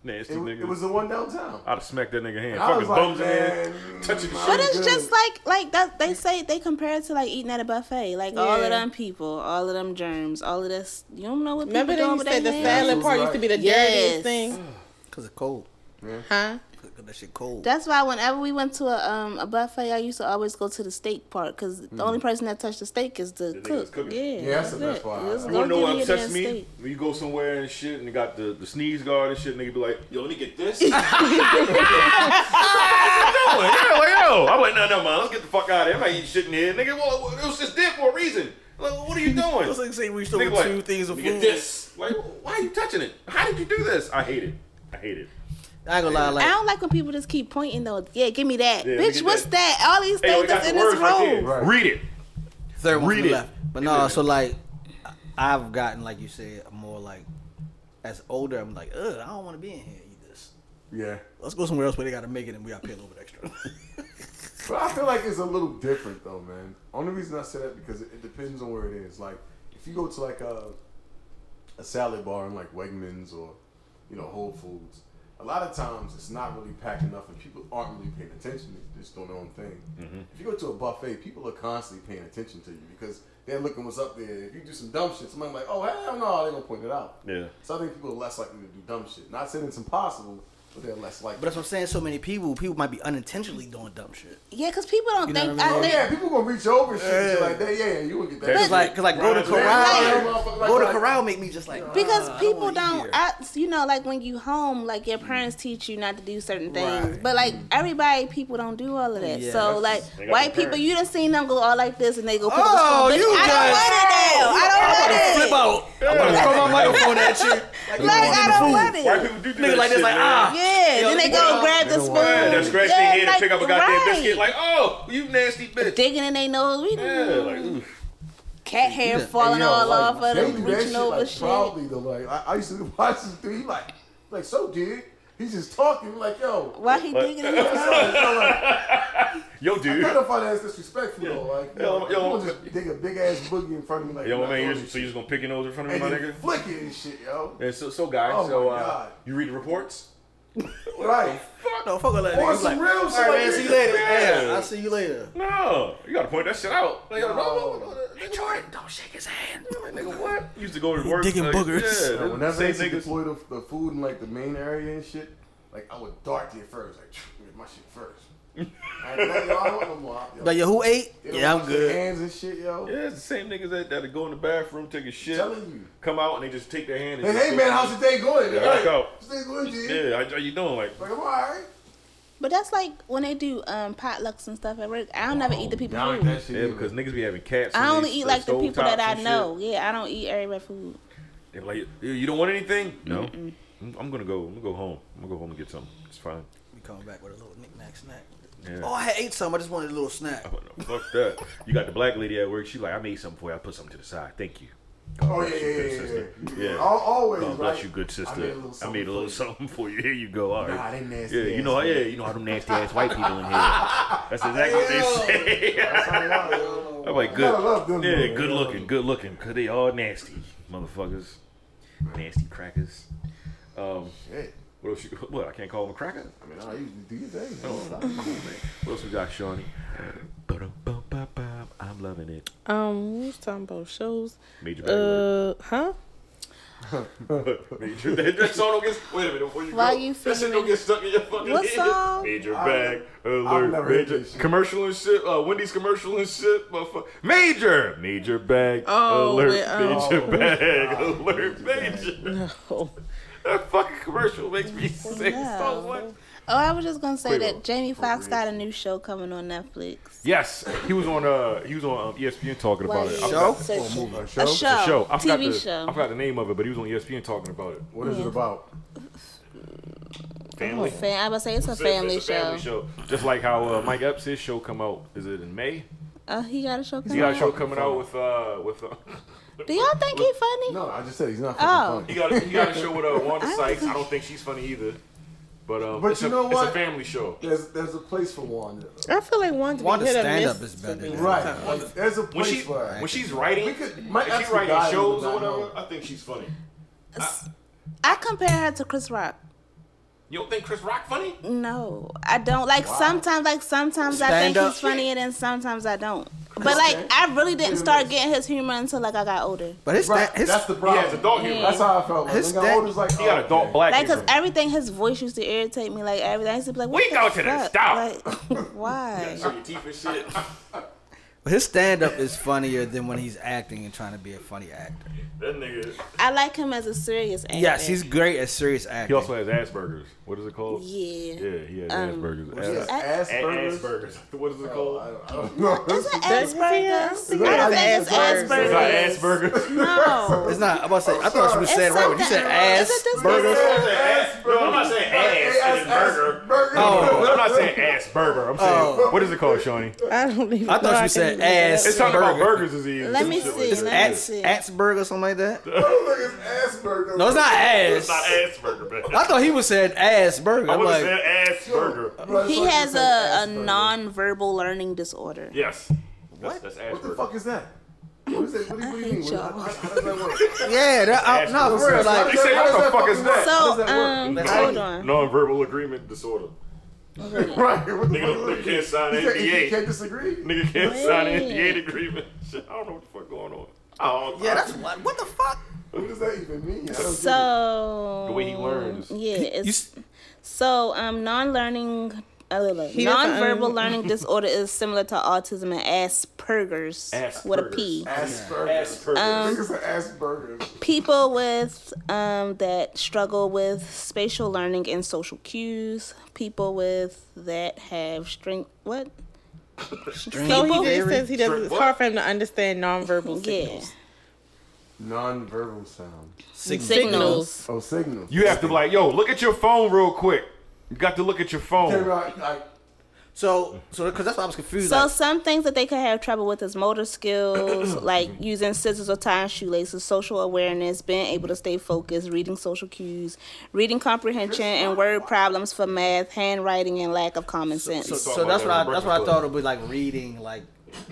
S3: Nasty
S7: it,
S3: nigga.
S7: it was the one downtown.
S3: I'd have smacked that nigga hand.
S7: I
S3: Fucking
S7: was like,
S3: bums in hand.
S7: man,
S3: Touching
S7: mm,
S3: shit.
S5: But
S7: I'm
S5: it's
S7: good.
S5: just like like that they say they compare it to like eating at a buffet. Like all
S8: Yeah.
S5: of them people, all of them germs, all of this you don't know what people
S8: Remember they
S5: doing
S8: used
S5: with
S8: to say the
S5: their hands.
S8: salad part used to be the dirtiest
S5: Yes.
S8: thing,
S4: Cause it's cold.
S8: huh?
S4: Cause that shit cold.
S5: That's why whenever we went to a um a buffet, I used to always go to the steak part because the
S4: Mm.
S5: only person that touched the steak is the,
S3: nigga that's
S5: cook.
S3: cooking.
S5: Yeah,
S7: Yeah, that's the
S5: that's
S7: best
S5: it.
S7: part.
S5: Just
S3: You
S5: go
S3: wanna know
S5: give
S3: what
S5: me a damn
S3: upsets me?
S5: steak.
S3: When you go somewhere and shit and you got the, the sneeze guard and shit, nigga be like, yo, let me get
S4: [laughs]
S3: this. [laughs] what you doing? Yeah, like, yo. I'm like, no, no, man, let's get the fuck out of here. I'm not eating shit in here. Nigga, well, it was just there for a reason. Like, what are you doing?
S4: It was like saying we stole
S3: Nigga, like,
S4: two things of
S3: "Nigga,
S4: food.
S3: This. Like, why are you touching it? How did you do this? I hate it. I hate it.
S4: I ain't gonna lie,
S5: I
S4: like
S5: don't like when people just keep pointing though. Yeah, give me that,
S3: Yeah, look
S5: bitch.
S3: at
S5: What's
S3: that.
S5: that? All these
S3: Hey, we
S5: things
S3: got
S5: that's
S3: the
S5: in this
S3: words
S5: room.
S3: right there.
S7: Right.
S3: Read it.
S4: third one
S3: Read
S4: from the
S3: it.
S4: left. But
S3: Give
S4: no,
S3: me
S4: so
S3: that.
S4: like I've gotten like you said more like as older, I'm like, ugh, I don't want to be in here. Eat this.
S7: Yeah.
S4: Let's go somewhere else where they gotta make it and we gotta pay a little bit extra. [laughs]
S7: But I feel like it's a little different though, man. Only reason I say that because it, it depends on where it is. Like if you go to like a a salad bar in like Wegmans or you know Whole Foods, a lot of times it's not really packed enough and people aren't really paying attention. They're just doing their own thing. If you go to a buffet, people are constantly paying attention to you because they're looking what's up there. If you do some dumb shit, somebody's like, "Oh hell no," they're gonna point it out.
S3: Yeah.
S7: So I think people are less likely to do dumb shit. Not saying it's impossible, but they're less likely.
S4: but that's what I'm saying. So many people, people might be unintentionally doing dumb shit.
S5: Yeah, because people don't
S4: You know
S5: think.
S4: what I mean?
S5: I
S7: Oh,
S5: think
S7: yeah, people gonna reach over shit and shit like that. Yeah, yeah, you would get that.
S3: That's
S7: shit.
S4: Like, cause like go to
S3: Right.
S7: Yeah,
S4: corral,
S7: motherfucker, like-
S4: go to
S7: like-
S4: corral make me just like
S5: because
S4: "Ugh, Uh, I
S5: people
S4: wanna eat
S5: don't.
S4: here."
S5: I, you know, like when you home, like your parents teach you not to do certain things. But like everybody, people don't do all of that.
S4: Yeah.
S5: so like
S3: They got
S5: white
S3: the parents.
S5: people, you done seen them go all like this and they go. Pick up
S4: Oh,
S5: a spoon. Bitch,
S4: you
S5: I
S4: guys-
S5: don't want it. I don't want it.
S4: I'm gonna throw my microphone at you. Like,
S5: Like I don't want it.
S3: White people do, do
S4: Nigga
S3: that
S4: like
S3: shit,
S4: this, like
S3: man.
S4: ah.
S5: Yeah,
S4: Yo,
S5: then they
S4: you
S5: go
S4: know,
S5: grab
S7: you
S5: the
S7: know
S5: spoon.
S7: what?
S3: Yeah, they're scratching
S5: Yeah,
S3: their head
S5: like,
S3: to pick up a goddamn
S5: right.
S3: biscuit. Like, oh, you nasty bitch.
S5: digging in their nose. We
S3: Yeah, like, oof.
S5: cat hair
S4: Yeah.
S5: falling
S4: Hey, yo,
S5: all
S4: like,
S5: off of
S7: They
S5: them,
S7: do that
S5: reaching
S7: shit
S5: over
S7: like
S5: shit.
S7: proudly though. Like I, I used to watch this dude. He like, like so dude. He's just talking like yo.
S5: Why he
S3: [laughs]
S5: digging in his nose?
S7: You know, like,
S3: Yo, dude.
S7: kind of find that disrespectful though. Like you
S3: Yo, yo.
S7: know, you gonna just dig a big ass boogie in front of me like
S3: Yo,
S7: you
S3: my man,
S7: know,
S3: you're just, so you're just gonna pick your nose in front of
S7: and
S3: me, my
S7: then
S3: nigga?
S7: flick it and shit, yo.
S3: And so, so guys,
S7: Oh,
S3: so
S7: my
S3: uh,
S7: God.
S3: you read the reports?
S7: Right.
S4: No, fuck all that.
S7: Or
S4: nigga.
S7: some
S4: Like,
S7: real shit.
S4: All right,
S7: like,
S4: man, see you
S7: yeah.
S4: later.
S3: Yeah.
S4: Yeah, I'll see you later.
S3: No, you gotta point that shit out. Like, yo,
S7: No.
S3: no, no, no, no, Jordan, don't shake his hand. Nigga, what? You used to go to work.
S4: digging
S3: like,
S4: boogers.
S3: Yeah,
S7: Now,
S3: them
S7: when that
S3: same
S7: place
S3: niggas.
S7: deployed the, the food in like the main area and shit, like I would dart there first, like get my shit
S3: [laughs]
S7: first. I ain't like, yo, I don't want no more. Yo,
S4: Like, yo, who ate?
S7: They don't
S4: Yeah, I'm
S7: wash their
S4: good.
S7: Hands and shit, yo.
S3: Yeah, it's the same niggas that, that go in the bathroom, take a shit,
S7: Telling you.
S3: come out and they just take their hand and
S7: Hey,
S3: just
S7: hey
S3: go-
S7: man, how's the day going?
S3: Yeah,
S7: Hey,
S3: like, oh.
S7: How's the day going, G?
S3: Yeah, how, how you doing? Like,
S7: Like, I'm alright.
S5: But that's like when they do um, potlucks and stuff at work. I don't ever eat the people
S7: Y'all ain't
S5: food.
S7: that shit
S3: yeah,
S7: either.
S3: because niggas be having cats.
S5: I
S3: on
S5: only
S3: these-
S5: eat like the
S3: stove
S5: people
S3: tops
S5: that I
S3: and
S5: know. Yeah, I don't eat everybody food.
S3: shit. They be like, "You- you don't want anything? No. I'm- I'm gonna go. I'm gonna go home. I'm gonna go home and get something. It's fine.
S4: We coming back with a little knick-knack snack.
S3: Yeah.
S4: Oh, I had ate some. I just wanted a little snack.
S3: I'm like, "No, fuck that. You got the black lady at work. She like, I made something for you. I put something to the side. Thank you.
S7: Oh, yeah,
S3: bless
S7: yeah,
S3: you,
S7: yeah,
S3: good
S7: yeah,
S3: sister.
S7: yeah.
S3: Yeah.
S7: Al- Always,
S3: God
S7: right?
S3: bless you, good sister.
S7: I made a little something. for
S3: something for you. Here you go. All right.
S7: Nah, they nasty
S3: yeah, you know,
S7: ass
S3: yeah, you know how them nasty ass white people in here.
S7: [laughs]
S3: That's exactly what they say. [laughs]
S7: you. I love it.
S3: I'm like,
S7: Gotta
S3: [laughs]
S7: love
S3: good,
S7: them,
S3: yeah,
S7: though.
S3: good looking, good looking, cause they all nasty motherfuckers, nasty crackers. Um,
S7: Shit.
S3: what else? You, what I can't call them a cracker?
S7: I mean, I usually do your thing.
S3: What else we got, Shawnee? Ba-dum-bum-ba-bum. I'm loving it.
S8: Um, we was talking about shows.
S3: Major bad word.
S8: Uh, huh?
S3: [laughs] Major. That, that song don't get. Wait a minute. Before you
S5: Uh. Why
S3: go,
S5: you
S3: that shit don't
S5: figuring-
S3: get stuck in your fucking
S5: What
S3: head.
S5: song?
S3: Major
S7: I-
S3: bag alert.
S7: never heard
S3: major
S7: that shit.
S3: commercial and shit. Uh, Wendy's commercial and shit. motherfucker. Major. Major bag
S8: Oh,
S3: alert.
S8: wait, oh.
S3: major bag
S7: [laughs]
S3: alert. Major.
S8: Oh,
S3: That fucking commercial makes me sick so
S5: No.
S3: much.
S5: Oh, I was just gonna say
S3: Wait,
S5: that
S3: wait,
S5: Jamie
S7: wait,
S5: Foxx
S7: wait.
S5: got a new show coming on Netflix.
S3: Yes, he was on. Uh, he was on um, ESPN talking about
S5: Why
S3: it.
S5: you
S3: I forgot-
S5: searching-
S7: A show?
S5: A
S7: It's
S5: show.
S7: a
S3: the show. I forgot
S5: TV
S3: the,
S5: Oh, show. Oh,
S3: I forgot the name of it, but he was on E ESPN talking about it.
S7: What is it about?
S3: Family.
S5: Fam- I would say it's a
S3: It's a- it's
S5: family,
S3: a family
S5: show.
S3: show. Just like how uh, Mike Epps' his show come out. Is it in May?
S5: Uh, he got a show
S3: He
S5: coming.
S3: got a show
S5: out.
S3: coming out with uh with uh, [laughs]
S5: Do y'all think he funny?
S7: No, I just said he's not
S5: Oh.
S7: fucking
S3: he
S7: funny.
S3: got a, he got a show with uh, Wanda
S5: I don't
S3: Sykes.
S5: think-
S3: I don't think she's funny either. But um,
S7: But
S3: it's
S7: you
S3: a,
S7: know
S3: it's a
S7: what?
S3: family show.
S7: There's, there's a place for Wanda. though.
S8: I feel like Wanda,
S4: Wanda's
S8: be hit or
S4: stand
S8: miss
S4: up is
S8: for
S4: better
S8: me.
S4: than-
S7: Right. There's a
S3: When
S7: place
S3: she
S7: for her.
S3: when she's writing,
S7: We could- Mike
S3: if
S7: Epps
S3: she's
S7: could
S3: writing
S7: die and
S3: shows
S7: we
S3: or
S7: would not
S3: whatever,
S7: know.
S3: I think she's funny.
S5: I compare her to Chris Rock.
S3: You don't think Chris Rock funny?
S5: No, I don't. Like sometimes, like sometimes I think
S4: Stand up.
S5: he's funny, and then sometimes I don't. But like I really didn't start getting his humor until like I got older.
S4: But his
S7: Right.
S4: snack, his
S7: That's the
S3: He
S7: problem.
S3: has adult humor.
S7: That's how I felt. Like,
S4: His
S7: when I
S4: dad-
S7: got older, it's like,
S3: He got
S7: oh,
S3: adult
S7: okay.
S3: black
S5: Like, cause
S3: humor.
S5: everything his voice used to irritate me. Like [laughs] everything, I used to be like, what
S3: We
S5: the
S3: go to the
S5: fuck?
S3: store.
S5: Like, why?
S3: Show your teeth and shit.
S4: His stand up is funnier than when he's acting and trying to be a funny actor.
S3: [laughs] That nigga.
S5: I like him as a serious actor.
S4: Yes, he's great at serious
S3: He
S4: acting.
S3: also has Asperger's. What is it called?
S5: Yeah.
S3: Yeah, he has
S5: Um,
S3: Asperger's.
S7: What's this,
S3: As-
S5: As-
S7: Asperger's?
S3: Asperger's. [laughs] What is it
S7: Oh,
S3: called? [laughs]
S7: I, I don't know.
S5: Is it Asperger's? I
S7: that
S5: don't think it's
S7: Asperger's?
S3: Is that
S5: Asperger's.
S3: Asperger's?
S5: No.
S4: it's not. I'm about to say. I thought you was saying right when you said
S5: It's
S4: ass.
S5: something- is it
S3: burger.
S5: this-
S3: No, I'm not saying ass. as in burger.
S7: Burger.
S4: Oh.
S3: I'm not saying ass burger. I'm saying
S4: Oh.
S3: what is it called, Shawnee?
S8: I don't even.
S4: I thought
S8: know.
S4: you
S8: can
S4: said
S8: look it
S4: ass.
S8: up.
S3: It's talking about
S4: Burger.
S3: burgers is easy.
S5: Let me
S3: Some shit
S5: see.
S3: like that.
S5: Let me
S4: Ats,
S5: see.
S4: Atsberg or something like that.
S7: Burger is Asperger.
S4: No, it's not
S3: It's not
S4: ass.
S3: ass burger, man.
S4: I thought he was saying ass burger.
S3: I
S4: I'm
S3: would have
S4: like,
S3: said ass burger.
S7: Bro, it's
S5: He
S7: like
S5: has
S7: you
S5: a, a
S7: said Asperger.
S5: non-verbal learning disorder.
S3: Yes. What? That's, that's
S7: What the
S3: Asperger's.
S7: fuck is that? What is that? What do you, what do you
S5: hate
S7: mean? What-
S5: y'all.
S7: How, how does that
S3: [laughs]
S7: work?
S4: yeah, that, I, no, for real.
S3: He
S4: Like,
S3: said,
S7: How
S3: what
S7: does
S3: the
S7: that
S3: fuck is that?
S7: fucking work? How does
S5: So,
S7: that
S5: um,
S7: work?
S5: hold on.
S3: Nonverbal agreement disorder.
S7: Right. What the
S3: Nigga,
S7: fuck?
S3: nigga can't sign
S7: You can't,
S3: NDA.
S7: you can't disagree.
S3: Nigga can't sign an
S5: Wait.
S3: NDA agreement. [laughs] Shit, I don't know what the fuck going on. Oh,
S4: yeah, that's what. What the fuck?
S7: What does that even mean? I don't get it.
S5: So
S3: The way he learns.
S5: Mm, Yeah, it's,
S4: You, s-
S5: so um, non-learning, uh,
S8: He doesn't
S5: non-verbal
S8: own-
S5: learning disorder is similar to autism and Asperger's with a P.
S7: Asperger's.
S3: Asperger's.
S5: Um,
S8: Um,
S7: Niggas are Asperger's.
S5: People with um, that struggle with spatial learning and social cues. People with that have strength. What?
S8: So he
S5: People-
S8: just says he doesn't. It's
S3: What?
S8: hard for him to understand nonverbal
S5: Yeah.
S8: signals.
S7: Non-verbal sound.
S5: Signals.
S7: Oh, signal.
S3: You have to be like, yo, look at your phone real quick. You got to look at your
S7: Came
S3: phone.
S7: out like
S4: so, so because that's why I was confused.
S5: So
S4: like,
S5: some things that they could have trouble with is motor skills, like using scissors or tying shoelaces, social awareness, being able to stay focused, reading social cues, reading comprehension, and word problems for math, handwriting, and lack of common sense.
S4: so,
S3: talking
S4: so
S3: about
S4: that's
S3: that
S4: what I,
S3: in the
S4: that's what I
S3: Breakfast
S4: thought
S3: Club.
S4: it was like reading, like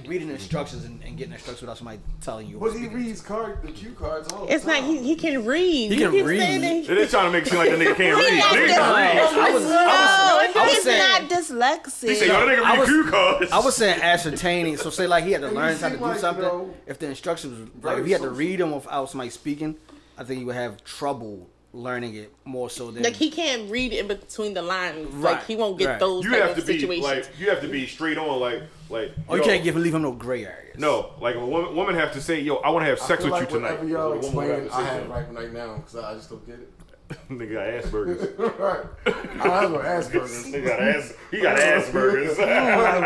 S4: reading instructions and, and getting instructions without somebody telling you.
S7: But
S4: What
S7: he
S4: you
S7: reads card, the cue cards all the
S8: It's not.
S7: time.
S8: He, he can read.
S4: He
S8: You
S4: can
S8: keep
S4: read.
S8: saying that he-
S3: They
S8: [laughs]
S3: are trying to make it seem like the nigga can't read.
S5: not
S3: Nigga can read.
S5: dyslexic.
S4: I was, I was,
S5: no,
S4: I was
S5: he's
S4: saying,
S5: not dyslexic.
S3: He [laughs] said, yo, that nigga
S4: I
S3: read
S4: was-
S3: cue cards.
S4: I was saying ascertaining. So say like he had to
S7: And you
S4: learn how to
S7: seem
S4: do
S7: like, you
S4: something.
S7: know,
S4: if the instructions was like
S7: very
S4: if he had to
S7: social.
S4: read them without somebody speaking, I think he would have trouble learning it more so than
S8: like he can't read in between the lines.
S4: Right,
S8: Like he won't get
S4: right.
S8: those
S3: you
S8: type
S3: have
S8: of
S3: to be
S8: situations.
S3: like, you have to be straight on, like, like.
S4: Oh, you
S3: yo,
S4: can't give leave him no gray areas.
S3: No, like a woman, woman have to say, yo, I want to have
S7: I
S3: sex
S7: feel
S3: with
S7: like
S3: you tonight.
S7: Whatever y'all
S3: That's what a woman would
S7: explain, I have
S3: to
S7: it
S3: say
S7: right right now because I I just don't get it. [laughs]
S3: to him. Nigga got Asperger's.
S7: right. I have no Asperger's. [laughs]
S3: Nigga got ass. He got Asperger's.
S7: I have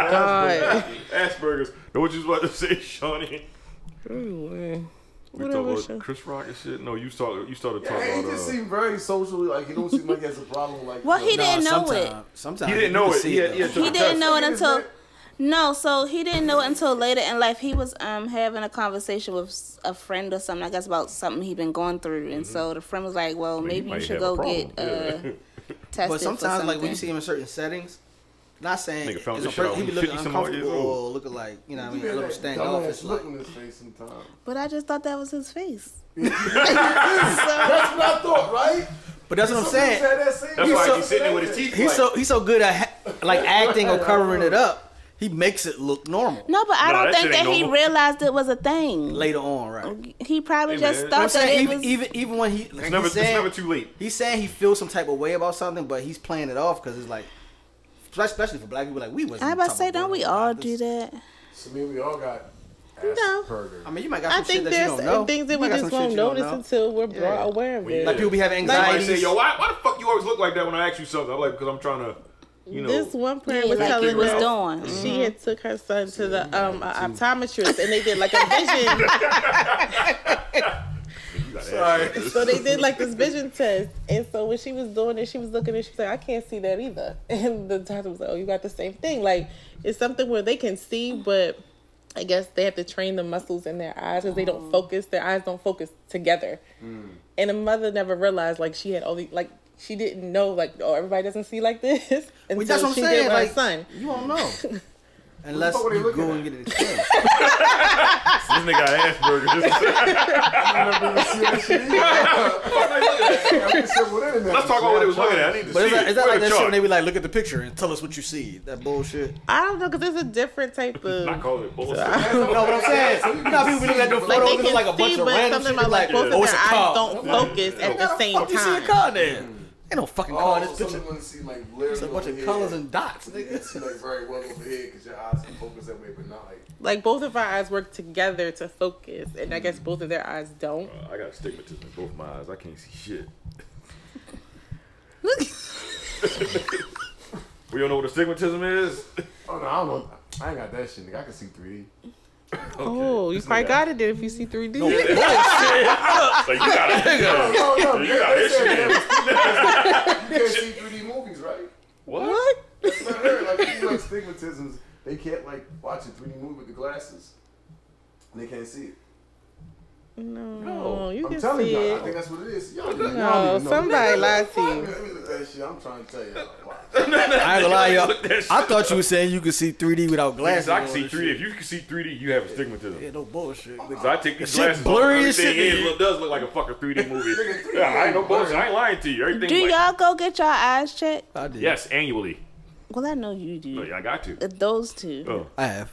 S7: no Asperger's.
S3: [laughs] Asperger's. Know what you was about to say, Shawnee? We talk
S8: Whatever,
S3: about
S8: Shawn.
S3: Chris Rock and shit. No, you started. You started talking
S7: Hey, he
S3: about.
S7: just
S3: uh,
S7: seemed very socially like he don't seem like he has a problem like.
S5: Well,
S7: you know,
S5: he didn't know it.
S4: sometime- Sometimes
S3: He
S4: you
S3: didn't
S4: can
S3: know it.
S4: see
S3: He, had,
S4: though.
S3: he, had
S5: he
S3: took a
S5: didn't
S3: test.
S5: know it
S7: Niggas
S5: until
S7: that-
S5: no so he didn't know it until later in life he was um having a conversation with s- a friend or something i guess about something he'd been going through and so the friend was like well
S3: he
S5: maybe you
S3: might
S5: should
S3: have a
S5: go get uh
S3: [laughs] problem.
S5: tested
S4: But
S5: for
S4: sometimes
S5: something.
S4: like when you see him in certain settings, not saying
S3: Nigga found
S4: it's a
S3: this shit
S4: person,
S3: out
S4: he be
S3: when
S4: looking
S3: 50-some odd years
S4: uncomfortable or
S3: old.
S4: looking like you know what I
S7: he
S4: mean a
S7: had
S4: little
S7: that dumbass
S4: standoffish.
S7: look
S4: Like
S7: on his face
S8: [laughs]
S7: sometimes.
S5: but i just thought that was his face
S7: That's what I thought, right?
S4: but that's what I'm
S7: Somebody
S4: saying.
S7: said that same
S3: That's
S7: thing.
S3: why
S7: So-
S3: he's sitting there with his teeth.
S4: He's
S3: like,
S4: so he's so good at ha-
S3: [laughs]
S4: like acting or covering it up. He makes it look normal
S5: no but i
S3: Nah,
S5: don't
S3: that
S5: think
S3: shit ain't
S5: that he
S3: normal.
S5: realized it was a thing
S4: later on, right?
S5: he probably
S3: Hey,
S5: just
S3: man.
S4: I'm
S5: thought that
S4: saying
S5: it
S4: even,
S5: was
S4: even even when he like
S3: It's never,
S4: he said,
S3: it's never too late.
S4: He's saying he feels some type of way about something, but he's playing it off because it's like, especially for black people, like we wasn't.
S5: i about to
S4: talking
S5: say don't we
S4: this.
S5: all do that
S7: So I mean, we all got
S8: No.
S7: Asperger.
S4: I mean, you might got
S8: I
S4: some shit
S8: think
S4: that you
S8: there's
S4: don't know.
S8: things
S4: You
S8: that we
S4: might got
S8: just
S4: some shit
S8: won't
S4: you don't
S8: notice
S4: know.
S8: until we're
S4: Yeah.
S8: brought aware of it.
S4: Like people be having
S3: Somebody
S4: anxieties.
S3: say, yo, why, why the fuck you always look like that when I ask you something? I'm like, because I'm trying to, you know.
S8: this one parent was
S5: like
S8: telling
S5: he was
S8: us
S5: doing
S8: she had took her son to the
S4: Mm-hmm.
S8: um a optometrist and they did like a
S4: [laughs]
S8: vision.
S3: you got Asperger's.
S8: so they did like this vision test, and so when she was doing it, she was looking and she was like, "I can't see that either." [laughs] And the doctor was like, "Oh, you got the same thing. Like it's something where they can see, but." I guess they have to train the muscles in their eyes because they don't
S4: Mm.
S8: focus. Their eyes don't focus together, and the mother never realized like she had all the like she didn't know like oh everybody doesn't see like this. [laughs] And
S4: Well, that's what I'm
S8: she
S4: saying.
S8: did with
S4: Like,
S8: her son.
S4: you don't know unless
S7: What the fuck were they
S4: you
S7: looking
S4: go
S7: at?
S4: and get it explained.
S3: [laughs] This nigga got [laughs] Asperger's.
S7: I said, well, that
S3: Let's talk about what he was looking at. I need to
S4: But
S3: see
S4: is that,
S3: it.
S4: is that
S3: Where
S4: like
S3: the
S4: that shit when
S3: chart?
S4: they be like, look at the picture and tell us what you see? That bullshit.
S8: I don't know because it's a different type of.
S3: Not calling it bullshit.
S4: No, but I'm saying, you know, how people be looking at the
S8: Like
S4: photos
S8: they
S4: and look
S8: can
S4: like a bunch
S8: see,
S4: of
S8: but
S4: random
S8: something
S4: shit.
S8: about
S4: Like,
S8: like both
S4: oh,
S8: of
S4: it's a
S8: their eyes
S4: car.
S8: don't focus at the same
S4: Fuck you see a
S3: Mm.
S8: time.
S4: car then? Ain't no fucking
S7: Oh,
S4: color in this
S7: so
S4: picture.
S7: someone see like
S4: It's
S7: layers
S4: a bunch
S7: over
S4: of
S7: here.
S4: colors and dots,
S7: You can see
S4: nigga.
S7: like very well over here because your eyes can focus that way, but not like
S8: Like both of our eyes work together to focus, and I guess both of their eyes don't.
S3: Uh, I got astigmatism in both my eyes. I can't see shit.
S8: Look,
S3: [laughs] We don't know what astigmatism is.
S7: Oh no, I don't know. I ain't got that shit, nigga. I can see 3D.
S8: oh, you
S3: This
S8: probably
S3: nigga-
S8: got it then if you see 3D.
S3: Like, you got it.
S7: No, no,
S3: You got
S7: they [laughs] said
S3: issues.
S7: that You can't see 3D movies, right?
S3: What?
S8: [laughs] What?
S7: That's what I heard. Like people like stigmatisms, they can't like watch a 3D movie with the glasses. And they can't see it.
S8: No,
S3: No,
S8: Oh, you
S7: I'm
S8: can
S7: telling
S8: see
S7: y'all, I
S8: it.
S7: think that's what it is. Y'all, y'all don't
S8: No,
S7: even know.
S8: somebody lied to
S7: Let
S8: you.
S7: me look at that shit. I'm trying to tell y'all. [laughs] Wow.
S4: I ain't gonna lie, y'all.
S3: Look that shit
S4: I thought you were saying you could see 3D without
S3: Because
S4: glasses.
S3: I
S4: on
S3: can see
S4: and
S3: 3D.
S4: shit.
S3: If you can see 3D, you have astigmatism.
S4: Yeah, no bullshit.
S3: So I take these
S4: Shit
S3: glasses
S4: blurry
S3: off.
S4: as
S3: Everything
S4: shit,
S3: is,
S4: nigga.
S3: look- does look like a fucking 3D movie.
S7: Nigga, 3D
S3: yeah, I ain't no
S7: is
S3: bullshit.
S7: blurry.
S3: I ain't lying to you. Everything
S5: Do
S3: like,
S5: y'all go get your eyes checked?
S4: I did.
S3: Yes, annually.
S5: Well, I know you
S3: Oh,
S5: do.
S3: yeah, I got to.
S5: Uh, Those two.
S3: Oh.
S4: I have.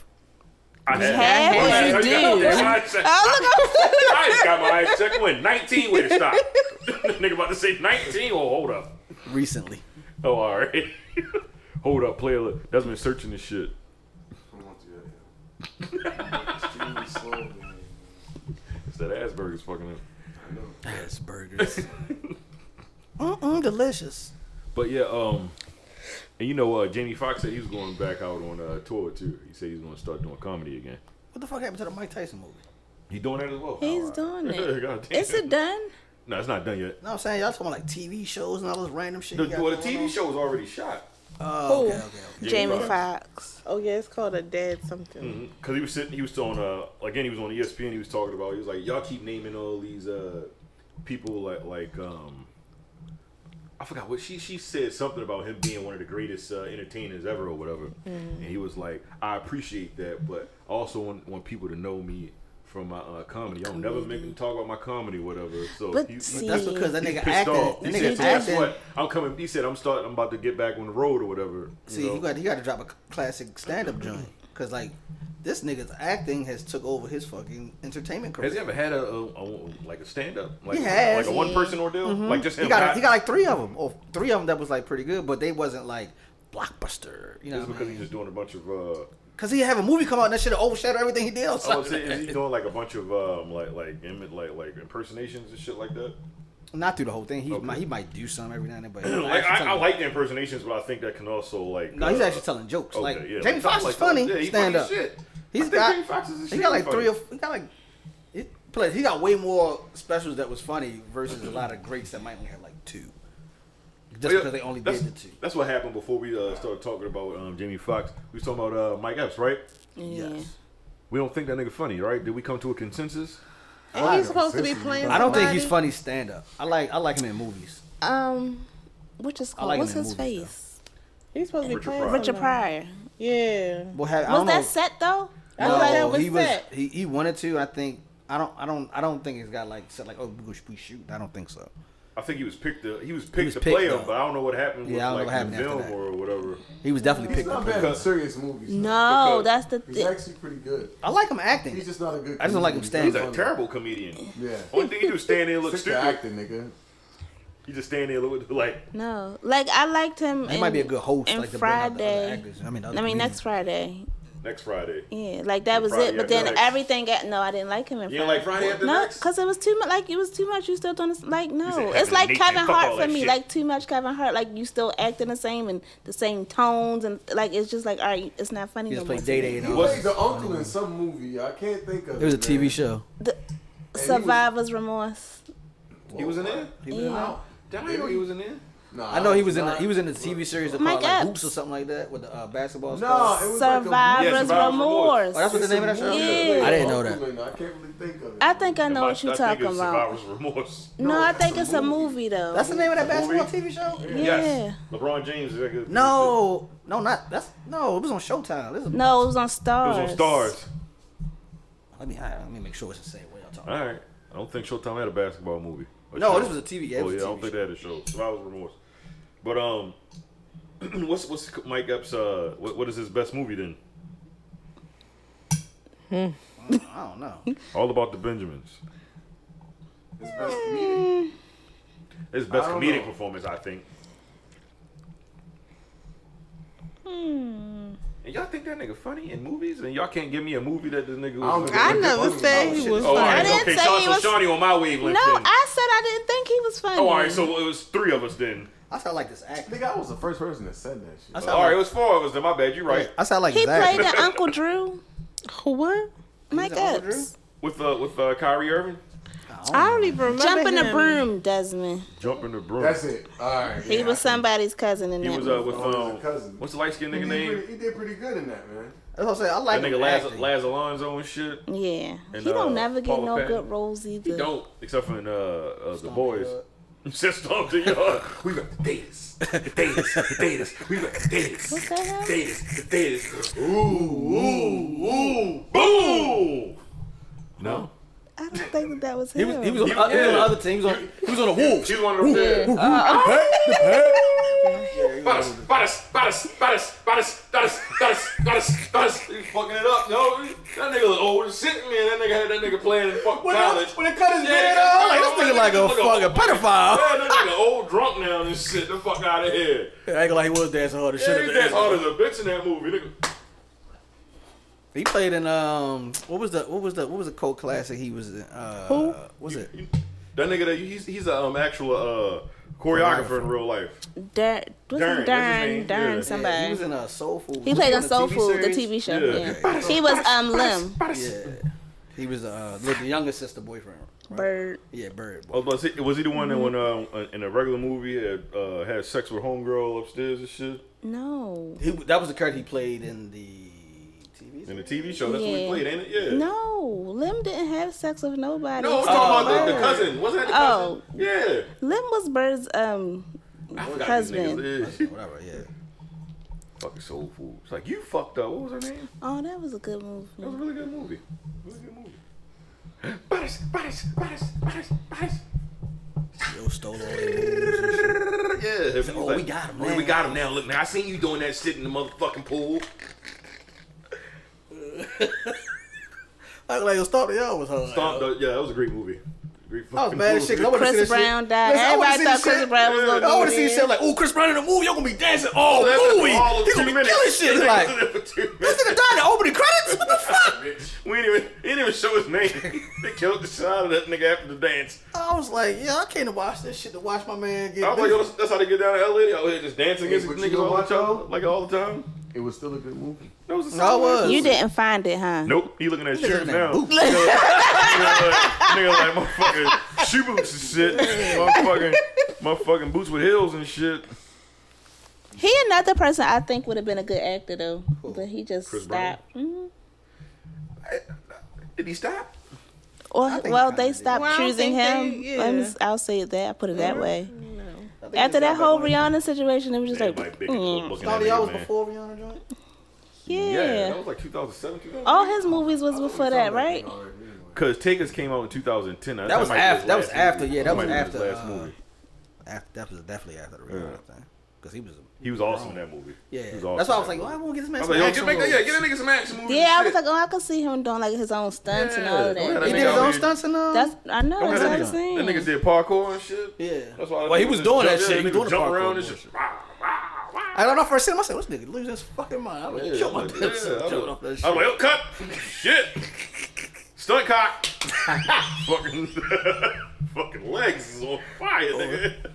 S3: I had-
S5: have,
S3: Well, I-
S5: you
S3: I got
S5: do.
S3: my eyes checked.
S5: Oh, look, I'm
S3: [laughs] I just got my eyes checked when 19 with a stop. [laughs] Nigga about to say 19. Oh, hold up.
S4: Recently.
S3: Oh, all right. [laughs] hold up, player. Look, That's been searching this shit.
S7: Come on, dude. Extremely slow, man.
S3: It's that Asperger's fucking up.
S7: I know.
S3: [laughs]
S4: That's burgers. Mm-mm, delicious.
S3: But yeah, um, and you know, uh, Jamie Foxx said he was going back out on uh, tour too. He said he's going to start doing comedy again.
S4: What the fuck happened to the Mike Tyson movie?
S3: He doing that as well. Oh,
S5: He's doing
S3: [laughs]
S7: [laughs]
S3: God
S5: it.
S3: damn.
S5: Is it done?
S3: No, it's not done yet.
S4: You know what I'm saying? Y'all talking about like TV shows and all this random shit.
S3: The,
S4: you got
S3: well, the
S4: going
S3: TV
S4: on?
S3: show was already shot.
S4: Oh, okay, okay, okay.
S5: Jamie Foxx.
S8: Oh yeah, it's called a dead
S7: Mm-hmm.
S8: something.
S3: Because he was sitting, he was still on, uh, again, he was on ESPN. He was talking about, he was like, y'all keep naming all these uh, people like, like, um, I forgot what she she said something about him being one of the greatest uh, entertainers ever or whatever,
S4: Mm.
S3: and he was like, I appreciate that, but I also want, want people to know me from my uh, comedy. I'll never make them talk about my comedy, or whatever. So
S5: But
S3: you- you-
S5: see-
S4: That's because that
S3: He's
S4: nigga
S3: pissed
S4: acting.
S3: off.
S4: That
S3: He said,
S4: nigga
S3: so guess
S4: acting.
S3: what? I'm coming. He said, I'm starting. I'm about to get back on the road or whatever.
S4: See, you got you got to drop a c- classic stand up joint because like this nigga's acting has took over his fucking entertainment career.
S3: Has he ever had a, a, a- like a stand up? Like,
S4: He has. Mm-hmm.
S3: like a one person ordeal? Like just him.
S4: He got
S3: not-
S4: he got like three of them, or three of them that was like pretty good, but they wasn't like blockbuster. You know,
S3: It's
S4: what I
S3: because he's just doing a bunch of. Uh,
S4: Because he have a movie come out and that shit overshadow everything he did
S3: I
S4: outside.
S3: was saying, Oh, is he doing like a bunch of um, like like imi- like like impersonations and shit like that?
S4: Not through the whole thing. He
S3: Okay.
S4: might he might do some every now and
S3: [clears throat]
S4: then, but
S3: like I, I like the impersonations, but I think that can also like.
S4: no, he's
S3: uh,
S4: actually telling jokes.
S3: okay,
S4: like
S3: yeah,
S4: Jamie
S3: like,
S4: Foxx
S3: like,
S4: is funny.
S3: yeah, he's funny
S4: stand
S3: as
S4: up.
S3: shit. I
S4: He's
S3: think
S4: got
S3: Jamie Foxx is
S4: he
S3: extremely
S4: got like three
S3: funny.
S4: or he got like it, plus he got way more specials that was funny versus a lot of greats that might only have like two. Just
S3: Oh, Yeah,
S4: because they only
S3: that's,
S4: did the two.
S3: That's what happened before we uh, started talking about um, Jamie Foxx. We was talking about uh, Mike Epps, right?
S5: Yeah.
S3: We don't think that nigga funny, right? Did we come to a consensus?
S8: Ain't he supposed to be
S7: Consistency.
S8: playing?
S4: I don't think
S8: somebody?
S4: he's funny stand up. I like I like him in movies.
S5: Um, what is
S4: I like
S5: called? What's
S4: him in
S5: his
S4: movies,
S5: face?
S8: He's supposed to be
S3: Richard
S8: playing.
S3: Pryor.
S5: Richard
S8: somebody.
S5: Pryor.
S8: Yeah.
S4: Well, have, I
S5: Was
S4: don't
S5: that
S4: know-
S5: set though?
S8: I thought that was
S4: he was
S8: set.
S4: he, he wanted to. I think I don't I don't I don't think he's got like said like oh we should- we shoot. I don't think so.
S3: I think he was picked to he was picked
S4: was
S3: to
S4: picked
S3: play him,
S4: up.
S3: but I don't know what happened with
S4: Yeah, I
S3: like
S4: don't know what
S3: the
S4: happened after
S3: film
S4: that.
S3: or whatever.
S4: He was definitely
S7: He's
S4: picked
S7: not
S4: up.
S7: bad in serious movies. though.
S5: No,
S3: Because-
S5: that's the
S7: He's
S5: thing.
S7: actually pretty good.
S4: I like him acting.
S7: He's just not a good.
S4: I just don't like him
S7: comedian.
S4: stand
S3: He's
S4: up.
S3: a terrible comedian.
S7: Yeah.
S3: [laughs] Only thing he do is stand there and look
S7: Stick to
S3: stupid.
S7: acting, nigga.
S3: He just stand there and look like
S5: No, like I liked him.
S4: he
S5: in-
S4: might be a good host.
S5: in
S4: like the brand of the other
S5: Friday.
S4: actors. I mean, the other
S5: I mean,
S4: comedians.
S5: next Friday.
S3: next Friday.
S5: Yeah, like that was
S3: Friday
S5: it. But
S3: after
S5: then
S3: next.
S5: everything. Got, no, I didn't like him in
S3: You
S5: Friday.
S3: ain't like Friday after
S5: no,
S3: next?
S5: because it was too much. Like it was too much. You still doing this? Like
S3: said
S5: no,
S3: Kevin
S5: it's like
S3: Nate,
S5: Kevin
S3: man, fuck
S5: Hart
S3: all
S5: for
S3: that
S5: me.
S3: shit.
S5: Like too much Kevin Hart. Like you still acting the same and the same tones and like it's just like all right, it's not funny
S4: He
S5: no
S4: just
S5: more.
S4: played Day Day and
S7: He
S4: all.
S7: played the uncle in some movie. I can't think of it.
S4: It was a
S7: man.
S4: TV show.
S5: The
S7: was-
S5: survivor's remorse.
S3: He was in there?
S4: He was in
S5: Yeah.
S4: that?
S3: Damn, I didn't know he was in there.
S7: Nah,
S4: I know he was in
S7: not-
S4: the, he was in the TV series called
S5: Mike
S4: like
S5: Epps.
S4: Hoops or something like that with the uh, basketball.
S7: No,
S4: stars.
S7: it was
S5: Survivor's,
S7: like a
S3: Yeah, Survivor's
S5: remorse.
S3: Remorse.
S4: Oh, that's what the name of that show.
S5: Yeah.
S4: is?
S5: Yeah.
S4: I didn't know that.
S7: Uncle in- I can't really think of it.
S5: I think I know
S3: My-
S5: what you're
S3: I think
S5: talking
S3: it's
S5: about.
S3: Survivor's remorse.
S5: No,
S7: No,
S5: I
S7: it's
S5: think
S7: a
S5: it's a
S7: movie.
S5: movie though.
S4: That's the name of that basketball
S3: Movie?
S4: TV show.
S3: Yes.
S5: Yeah.
S3: LeBron James. is that good?
S4: No, no, not that's no. It was on Showtime. This is,
S5: no, it was on
S3: It
S5: Stars.
S3: was on Stars.
S4: Let me I, let me make sure it's the same way y'all talking.
S3: All right. I don't think Showtime had a basketball movie. A
S4: No,
S3: show.
S4: this was a TV. Yeah, it
S3: oh,
S4: was
S3: yeah,
S4: a
S3: I don't
S4: TV
S3: think they had a show. Survivor's Remorse. But, um, [clears throat] what's what's Mike Epps, uh, what, what is his best movie then?
S4: I don't know.
S3: All About the Benjamins.
S7: His best comedian.
S3: His best
S7: I don't
S3: comedic
S7: know.
S3: performance, I think. And y'all think that nigga funny in movies? And y'all can't give me a movie that this nigga was.
S7: I don't
S8: I
S7: think
S8: never
S7: funny.
S8: said
S7: Oh,
S8: he
S7: shit.
S8: was
S3: oh, all
S8: funny.
S3: right,
S8: I didn't
S3: okay,
S8: say
S3: Sean,
S8: he
S3: so
S8: was.
S3: Shawnee on my wavelength.
S5: No,
S3: then.
S5: I said I didn't think he was funny.
S3: Oh, all right, so it was three of us then.
S4: I sound like this actor.
S7: Nigga, I was the first person that said that shit.
S4: I sound
S3: All right, it
S4: like,
S3: was four of us then. My bad, you right.
S4: I sound like
S5: he
S4: this actor.
S5: played the Uncle Drew,
S8: What?
S5: Mike
S4: the Uncle Drew?
S5: Epps.
S3: With uh, with uh, Kyrie Irving,
S8: I don't even remember.
S5: Jumping the
S8: him.
S5: broom, Desmond.
S3: jumping the broom.
S7: That's it. All right.
S5: He
S7: yeah,
S5: was
S7: I-
S5: somebody's cousin in
S3: He
S5: that.
S3: was uh,
S5: movie.
S3: with
S7: Oh, he's a
S3: um,
S7: cousin.
S3: what's the light skinned
S7: He
S3: nigga
S7: did,
S3: name?
S7: pretty, he did pretty good in that, man.
S4: That's what I'm saying. I like
S3: That
S4: that
S3: nigga Laz,
S4: acting.
S3: Laz Alonso and shit.
S5: yeah,
S3: And,
S5: he
S3: uh,
S5: don't never get
S3: Paula
S5: no
S3: Patton.
S5: good roles either.
S3: He don't, except for in uh, uh the boys.
S4: Yard.
S3: [laughs] Just stomp the yard. We got the datas, the datas, the datas. We got the datas,
S5: What's that? hell?
S3: datas, the datas. Ooh, ooh, ooh, boom. No,
S5: I don't think that, that was him.
S4: He was, he was on,
S3: You-
S4: the- he was on the
S3: yeah.
S4: other team. He was on, he was on the Wolves.
S3: she's one of them. dead. Butters, butters, butters, butters, butters, butters, butters, butters, butters. He's fucking it up, yo. That nigga was old as shit, man. That nigga had that nigga playing in fucking college.
S4: When they cut his
S3: Yeah,
S4: beard off,
S3: yeah,
S4: like this
S3: yeah,
S4: nigga like a
S3: look
S4: fucking
S3: [laughs]
S4: pedophile.
S3: Yeah, that nigga old drunk now and shit. The fuck out of here.
S4: [laughs] I ain't gonna lie, he was dancing hard as
S3: Yeah,
S4: shit.
S3: he
S4: at
S3: danced
S4: the
S3: hard
S4: end.
S3: as a bitch in that movie. Nigga.
S4: He played in um, what was the what was the what was the cult classic he was in? Uh, Who was it?
S3: That nigga, that, he's he's a um, actual uh, choreographer in real life.
S5: Darn, what's
S3: Darn,
S5: his
S3: that's his name.
S5: Darn, Darn,
S3: Yeah.
S5: somebody.
S4: he was in uh, Soul Food.
S5: He played
S4: Was
S5: on Soul Food, the TV show.
S3: Yeah.
S5: Yeah.
S3: [laughs]
S5: He was um Lim
S4: series? Yeah, he was uh, the the younger sister boyfriend.
S5: Bird.
S4: Yeah, Bird. boy.
S3: Oh, was he, was he the one that when uh, in a regular movie had uh, had sex with homegirl upstairs and shit
S5: No.
S4: He, that was the character he played in the TV.
S3: in
S4: series.
S3: the TV show? That's when he
S5: Yeah.
S3: played, ain't it? Yeah.
S5: No. Lim didn't have sex with nobody.
S3: No, I'm
S5: except
S3: talking about the, the
S5: Bird.
S3: cousin. Wasn't that the
S5: Oh.
S3: cousin? Yeah.
S5: Lim was Bird's um
S3: I forgot these
S5: husband.
S3: niggas, yeah.
S4: Whatever. Yeah.
S3: Fucking soul food. It's like you fucked up. What was her name?
S5: Oh, that was a good movie.
S3: That was a really good movie. Really good movie. Butters, butters, butters, butters, butters.
S4: Yo stole all [laughs] their moves.
S3: Yeah. it was
S4: "Oh, we got him
S3: Oh,
S4: now."
S3: We got him now. Look, now I seen you doing that shit in the motherfucking pool.
S4: Like, like yo, stop y'all was hard.
S3: Thought the- yeah, that was a great movie. Great
S4: I was
S3: fucking
S4: mad
S3: movie.
S4: as Oh, shit. 'cause I wanna see
S5: Chris
S4: this shit.
S5: Brown died.
S4: Listen, I wanna see
S5: Everybody thought
S4: this
S5: Chris
S4: shit.
S5: Brown was gonna
S4: I want
S5: be
S4: to see
S5: there.
S4: him like, oh, Chris Brown in the movie, y'all gonna be dancing all
S3: That was
S4: movie.
S3: all of
S4: He
S3: two
S4: gonna be
S3: minutes.
S4: killing shit. It's Like,
S3: That [laughs] was two
S4: this
S3: minutes.
S4: nigga died in the opening credits. What the fuck?
S3: We didn't even, he didn't even show his name. [laughs] they killed the shot of that nigga after the dance.
S4: I was like, yeah, I came to watch this shit to watch my man get.
S3: I was like, yo, that's, that's how they get down to LA. They out here just dancing
S7: Hey,
S3: against
S7: but
S3: these
S7: you
S3: niggas
S7: know
S3: all the
S7: what, though?
S3: time. Like all the time.
S7: It was still a good movie.
S3: That was a
S4: No, it was.
S5: You didn't find it, huh?
S3: Nope, he looking at his
S4: Nigga,
S3: shoes
S4: that
S3: now.
S4: boot. [laughs]
S3: nigga, like, nigga like motherfucking shoe boots and shit. Motherfucking, motherfucking boots with heels and shit.
S5: He another person I think would have been a good actor though, but he just
S3: Chris Brown?
S5: stopped. hmm
S3: Did he stop?
S5: Or
S4: think
S5: well,
S4: he
S5: they
S4: kinda
S5: stopped
S8: Well, I don't
S5: choosing
S8: think
S5: him.
S8: they-
S5: Let me
S8: yeah.
S5: s- I'll say it that. I put it that way.
S4: I think
S5: After
S4: it's not
S5: that whole
S4: bad.
S5: Rihanna situation, it was just
S3: They
S5: like,
S3: might be
S5: mm,
S3: looking
S4: Thought
S3: at
S4: y'all
S3: him,
S4: was
S3: man.
S4: before Rihanna joined.
S3: Yeah, that
S5: yeah.
S3: was like 2007, 2008.
S5: All his movies was before that, right?
S4: Oh.
S3: Because Takers came out in 2010. That,
S4: was
S3: might be his
S4: after- that was
S3: last
S4: after,
S3: movie.
S4: yeah, that
S3: might
S4: was
S3: be his
S4: after,
S3: last
S4: uh,
S3: movie.
S4: After, that was definitely after the Rihanna thing, because he was.
S3: He was awesome in that movie.
S4: Yeah,
S3: He was awesome
S4: that's why I
S3: in
S4: was
S3: that
S4: like, why
S3: movie.
S4: won't we get this
S3: I
S4: man?
S3: was
S4: some
S3: like, yo,
S4: action
S3: get, make that, yeah,
S4: movies?
S3: get that nigga some action movies.
S5: Yeah, I
S3: and
S5: was
S3: shit.
S5: like, oh, I could see him doing like his own stunts and all of
S3: Yeah,
S5: that.
S3: that
S4: He did
S3: nigga
S4: his own
S3: did-
S4: stunts and all.
S5: That's I know
S3: Okay,
S5: that's what
S3: that
S5: I'm
S3: nigga-
S5: saying.
S3: That nigga did parkour and shit.
S4: Yeah.
S3: That's why. that
S4: Well, he
S3: nigga
S4: was
S3: just
S4: doing
S3: jumped-
S4: that
S3: yeah, nigga
S4: shit. He was doing the
S3: jump
S4: parkour
S3: around and
S4: and
S3: shit.
S4: shit. I don't know. First time I said, "This nigga lose his fucking mind." I'm gonna
S3: Yeah,
S4: kill my
S3: I'm like, yeah,
S4: damn self.
S3: I'm
S4: jumping
S3: like,
S4: off that shit.
S3: I'm like, oh, cut. Shit. Stunt [laughs] cock. fucking, [laughs] fucking legs is on fire, nigga.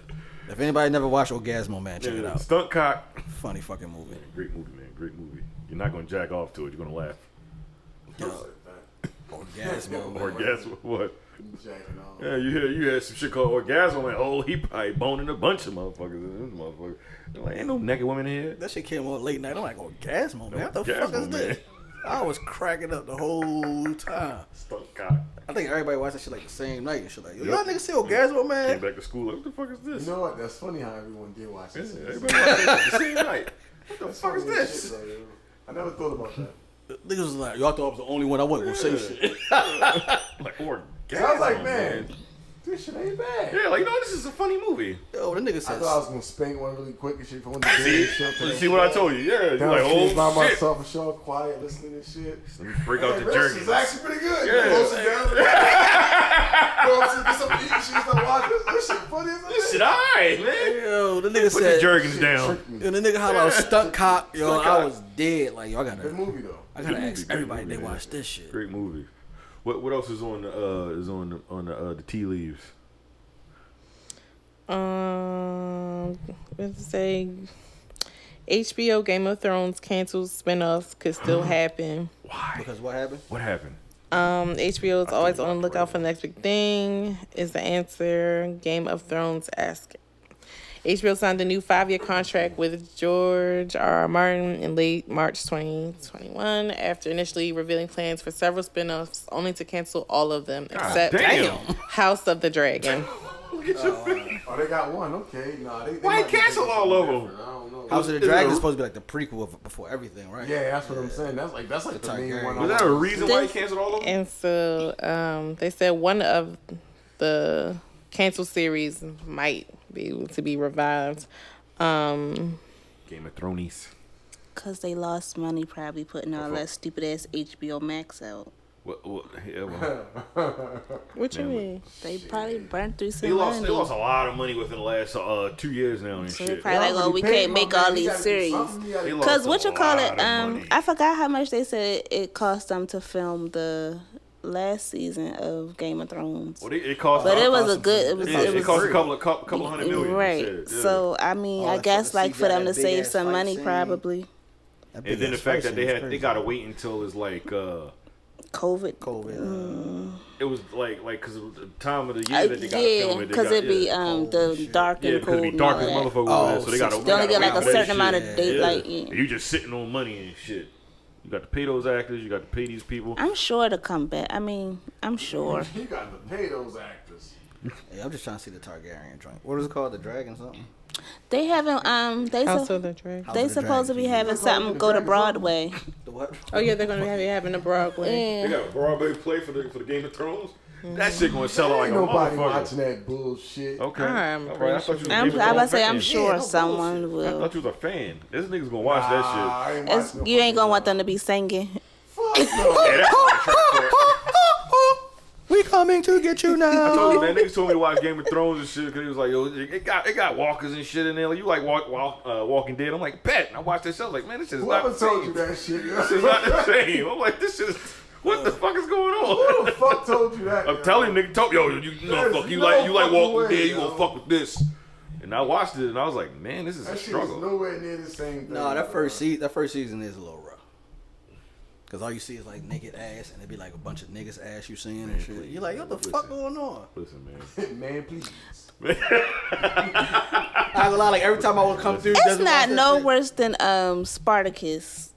S4: If anybody never watched Orgasmo, man, check it out.
S3: Stunt cock.
S4: Funny fucking movie.
S3: Great movie, man. Great movie. You're not gonna jack off to it. You're gonna laugh.
S4: Orgasmo.
S3: Or guess what?
S7: Jacking off.
S3: Yeah, you hear you had some shit called orgasm. Like, oh, he probably boning a bunch of motherfuckers. in This motherfucker. They're Like, ain't no naked women here.
S4: That shit came on late night. I'm like, Orgasmo, man. What the fuck
S3: Orgasmo,
S4: is this? I was cracking up the whole time.
S3: Stunt cock.
S4: I think everybody watched that shit like the same night and shit. Like, yo, y'all niggas see Orgasmo,
S3: Came
S4: man?
S3: back to school. Like, what the fuck is this?
S7: You know what? That's funny how everyone did watch
S3: Yeah,
S7: this.
S3: everybody watched it the same night. What the
S7: That's
S3: fuck is
S7: funny as
S3: this?
S7: shit, though, yo. I never thought
S3: [laughs]
S7: about that.
S4: Niggas was like, y'all thought I was the only one I wasn't gonna say shit.
S3: Like orgasm.
S7: I was like, man, this shit ain't bad.
S3: Yeah, like you know, this is a funny movie.
S4: Yo, the nigga
S7: I
S4: says,
S7: thought I was gonna spank one really quick and shit for one to do shit.
S3: You see what I told you? Yeah, you're
S7: Down
S3: like,
S7: the street by
S3: oh shit.
S7: myself and Shaw quiet listening to shit.
S3: Let me break out the
S7: This
S3: jerky. [laughs]
S7: is actually pretty good.
S3: Yeah.
S7: Close it down. Bro, she get something to eat. She just don't watch this. This shit funny as a
S9: This
S7: bitch.
S9: shit, all right, man.
S4: Yo, the nigga
S3: Put the
S4: said.
S3: jerkins down.
S7: Tricked me.
S4: Yo, the nigga hollered out stunt cop. Yo,
S7: Stunt
S4: I
S7: Cop.
S4: was dead. Like, yo, I
S7: Good
S4: gotta,
S7: movie though.
S4: I gotta
S3: Good
S4: ask
S3: movie, good
S4: everybody
S3: movie,
S4: they
S3: man.
S4: watch this shit.
S3: Great movie. What what else is on the uh is on the on the uh the tea leaves?
S8: Um, let's say HBO Game of Thrones canceled spinoffs could still
S3: Mm-hmm.
S8: happen.
S3: Why?
S4: Because what happened?
S3: What happened?
S8: Um, HBO is always on the lookout for the next big thing. Is the answer Game of Thrones? Ask. HBO signed a new five-year contract with George R. R. Martin in late March 2021 after initially revealing plans for several spin-offs only to cancel all of them except
S3: Ah, damn. [laughs]
S8: House of the Dragon.
S7: Oh, they got one. Okay, nah. They, they
S3: Why
S7: might be
S3: cancel
S7: doing
S3: all
S7: something
S3: of 'em?
S7: different. I don't know.
S4: House of the
S3: Is it
S4: Dragon
S3: a-
S4: is supposed to be like the prequel of before everything, right?
S7: Yeah, that's what I'm saying. That's like that's like the
S4: like
S7: main
S4: Gary.
S7: one.
S3: Was that a reason why you canceled all of them?
S8: And so um, they said one of the canceled series might be able to be revived. Um,
S3: Game of Thrones.
S5: Cause they lost money probably putting all that stupid ass HBO Max out.
S3: What, what, yeah, well,
S8: what you mean?
S5: They probably burned through some
S3: they lost
S5: money.
S3: they lost a lot of money within the last uh two years now and
S5: so they
S3: shit.
S5: probably like, oh, we can't make all these series.
S3: They
S7: They
S3: lost
S5: Cause
S3: a
S5: what you call
S3: lot
S5: it?
S3: of
S5: Um,
S3: money.
S5: I forgot how much they said it cost them to film the last season of Game of Thrones.
S3: well, they, it cost.
S5: But
S3: a-
S5: it was a good. It was.
S3: yeah,
S5: it
S3: it,
S5: was
S3: cost a couple of couple, couple hundred million. and
S5: right.
S3: shit, yeah.
S5: So I mean,
S4: Oh,
S5: I
S4: that's
S5: guess
S4: what the
S5: like for them to
S4: CGI
S5: save
S4: big-ass
S5: some
S4: fight
S5: money,
S4: scene.
S5: probably
S3: and
S4: That
S3: then the
S4: big-ass
S3: fact
S4: fight
S3: that they
S4: scene is
S3: had they
S4: crazy.
S3: gotta wait until it's like uh
S5: COVID.
S4: COVID.
S3: it was like like because the time of the year
S5: Uh,
S3: that they gotta
S5: yeah,
S3: film it. they
S5: because
S3: got-
S5: it'd be
S3: yeah.
S5: um the dark
S3: yeah,
S5: and
S3: because
S5: cold.
S3: it'd be
S5: and
S3: dark
S5: all
S3: as
S5: that.
S3: motherfucker.
S4: Oh,
S3: over there, so they gotta
S4: so
S5: They only
S3: gotta
S5: get like
S3: wait
S5: a
S3: for that
S5: certain amount
S3: shit.
S5: of date.
S3: Yeah.
S5: Like
S3: And
S5: yeah.
S3: you just sitting on money and shit. You got to pay those actors. You got to pay these people.
S5: I'm sure to come back. I mean, I'm sure.
S7: You got to pay those actors.
S4: Yeah, I'm just trying to see the Targaryen joint. What is it called? The dragon something?
S3: Mm-hmm.
S5: They haven't. Um, they
S8: House
S5: so,
S8: of the Dragon.
S5: they
S4: of the
S5: supposed to be
S4: Dragon.
S5: having something go to Broadway.
S4: The [laughs] what?
S8: Oh yeah, they're gonna be having a Broadway.
S5: Yeah.
S3: got a Broadway play for the for the Game of Thrones.
S5: Mm-hmm.
S3: That shit gonna sell out like
S7: Ain't
S3: a
S7: nobody
S3: motherfucker.
S7: watching that bullshit.
S3: Okay,
S8: I'm
S3: All right, I thought you was a
S5: I'm,
S3: Game of
S5: I
S3: Thrones
S5: about to say, I'm
S3: fan.
S5: sure
S4: no
S5: someone
S3: I
S5: will.
S3: thought you was a fan. This nigga's gonna watch
S7: Nah,
S3: that
S7: I ain't
S5: It's,
S7: watching
S5: you ain't gonna want
S7: no
S5: them to be singing. [laughs]
S7: fucking- Fuck no.
S3: shit. [laughs] Yeah, that's
S4: We coming to get you [laughs]
S3: I
S4: now.
S3: told you, man,
S5: [laughs]
S3: niggas told me to watch Game of Thrones and shit because he was like, yo, it it got it got walkers and shit in there. Like, you like walk, walk uh, Walking Dead? I'm like, bet. And I watched that shit. I was like, man, this shit is not
S7: Whoever
S3: the same.
S7: told you that
S3: [laughs]
S7: shit? yo?
S3: This is not the same. I'm like, this is what the fuck is going
S7: Who
S3: on?
S7: the fuck told you that?
S3: I'm
S7: yo?
S3: telling nigga, talk, yo, you no
S7: There's
S3: fuck, you
S7: no
S3: like you like
S7: fucking
S3: Walking
S7: way,
S3: Dead, you
S7: yo.
S3: gonna fuck with this. And I watched it and I was like, man, this is a
S7: That shit is
S3: struggle.
S7: nowhere near the same thing.
S4: No, that
S7: yo.
S4: first season, that first season is a little rough. Cause all you see is like naked ass, and it'd be like a bunch of niggas ass you seeing and shit. You're like, what the fuck going on?
S3: Listen, man.
S7: [laughs] Man, please.
S4: I ain't gonna lie, like every time I would come through,
S5: It's
S4: just watch
S5: not
S4: that
S5: no
S4: shit.
S5: worse than um Spartacus.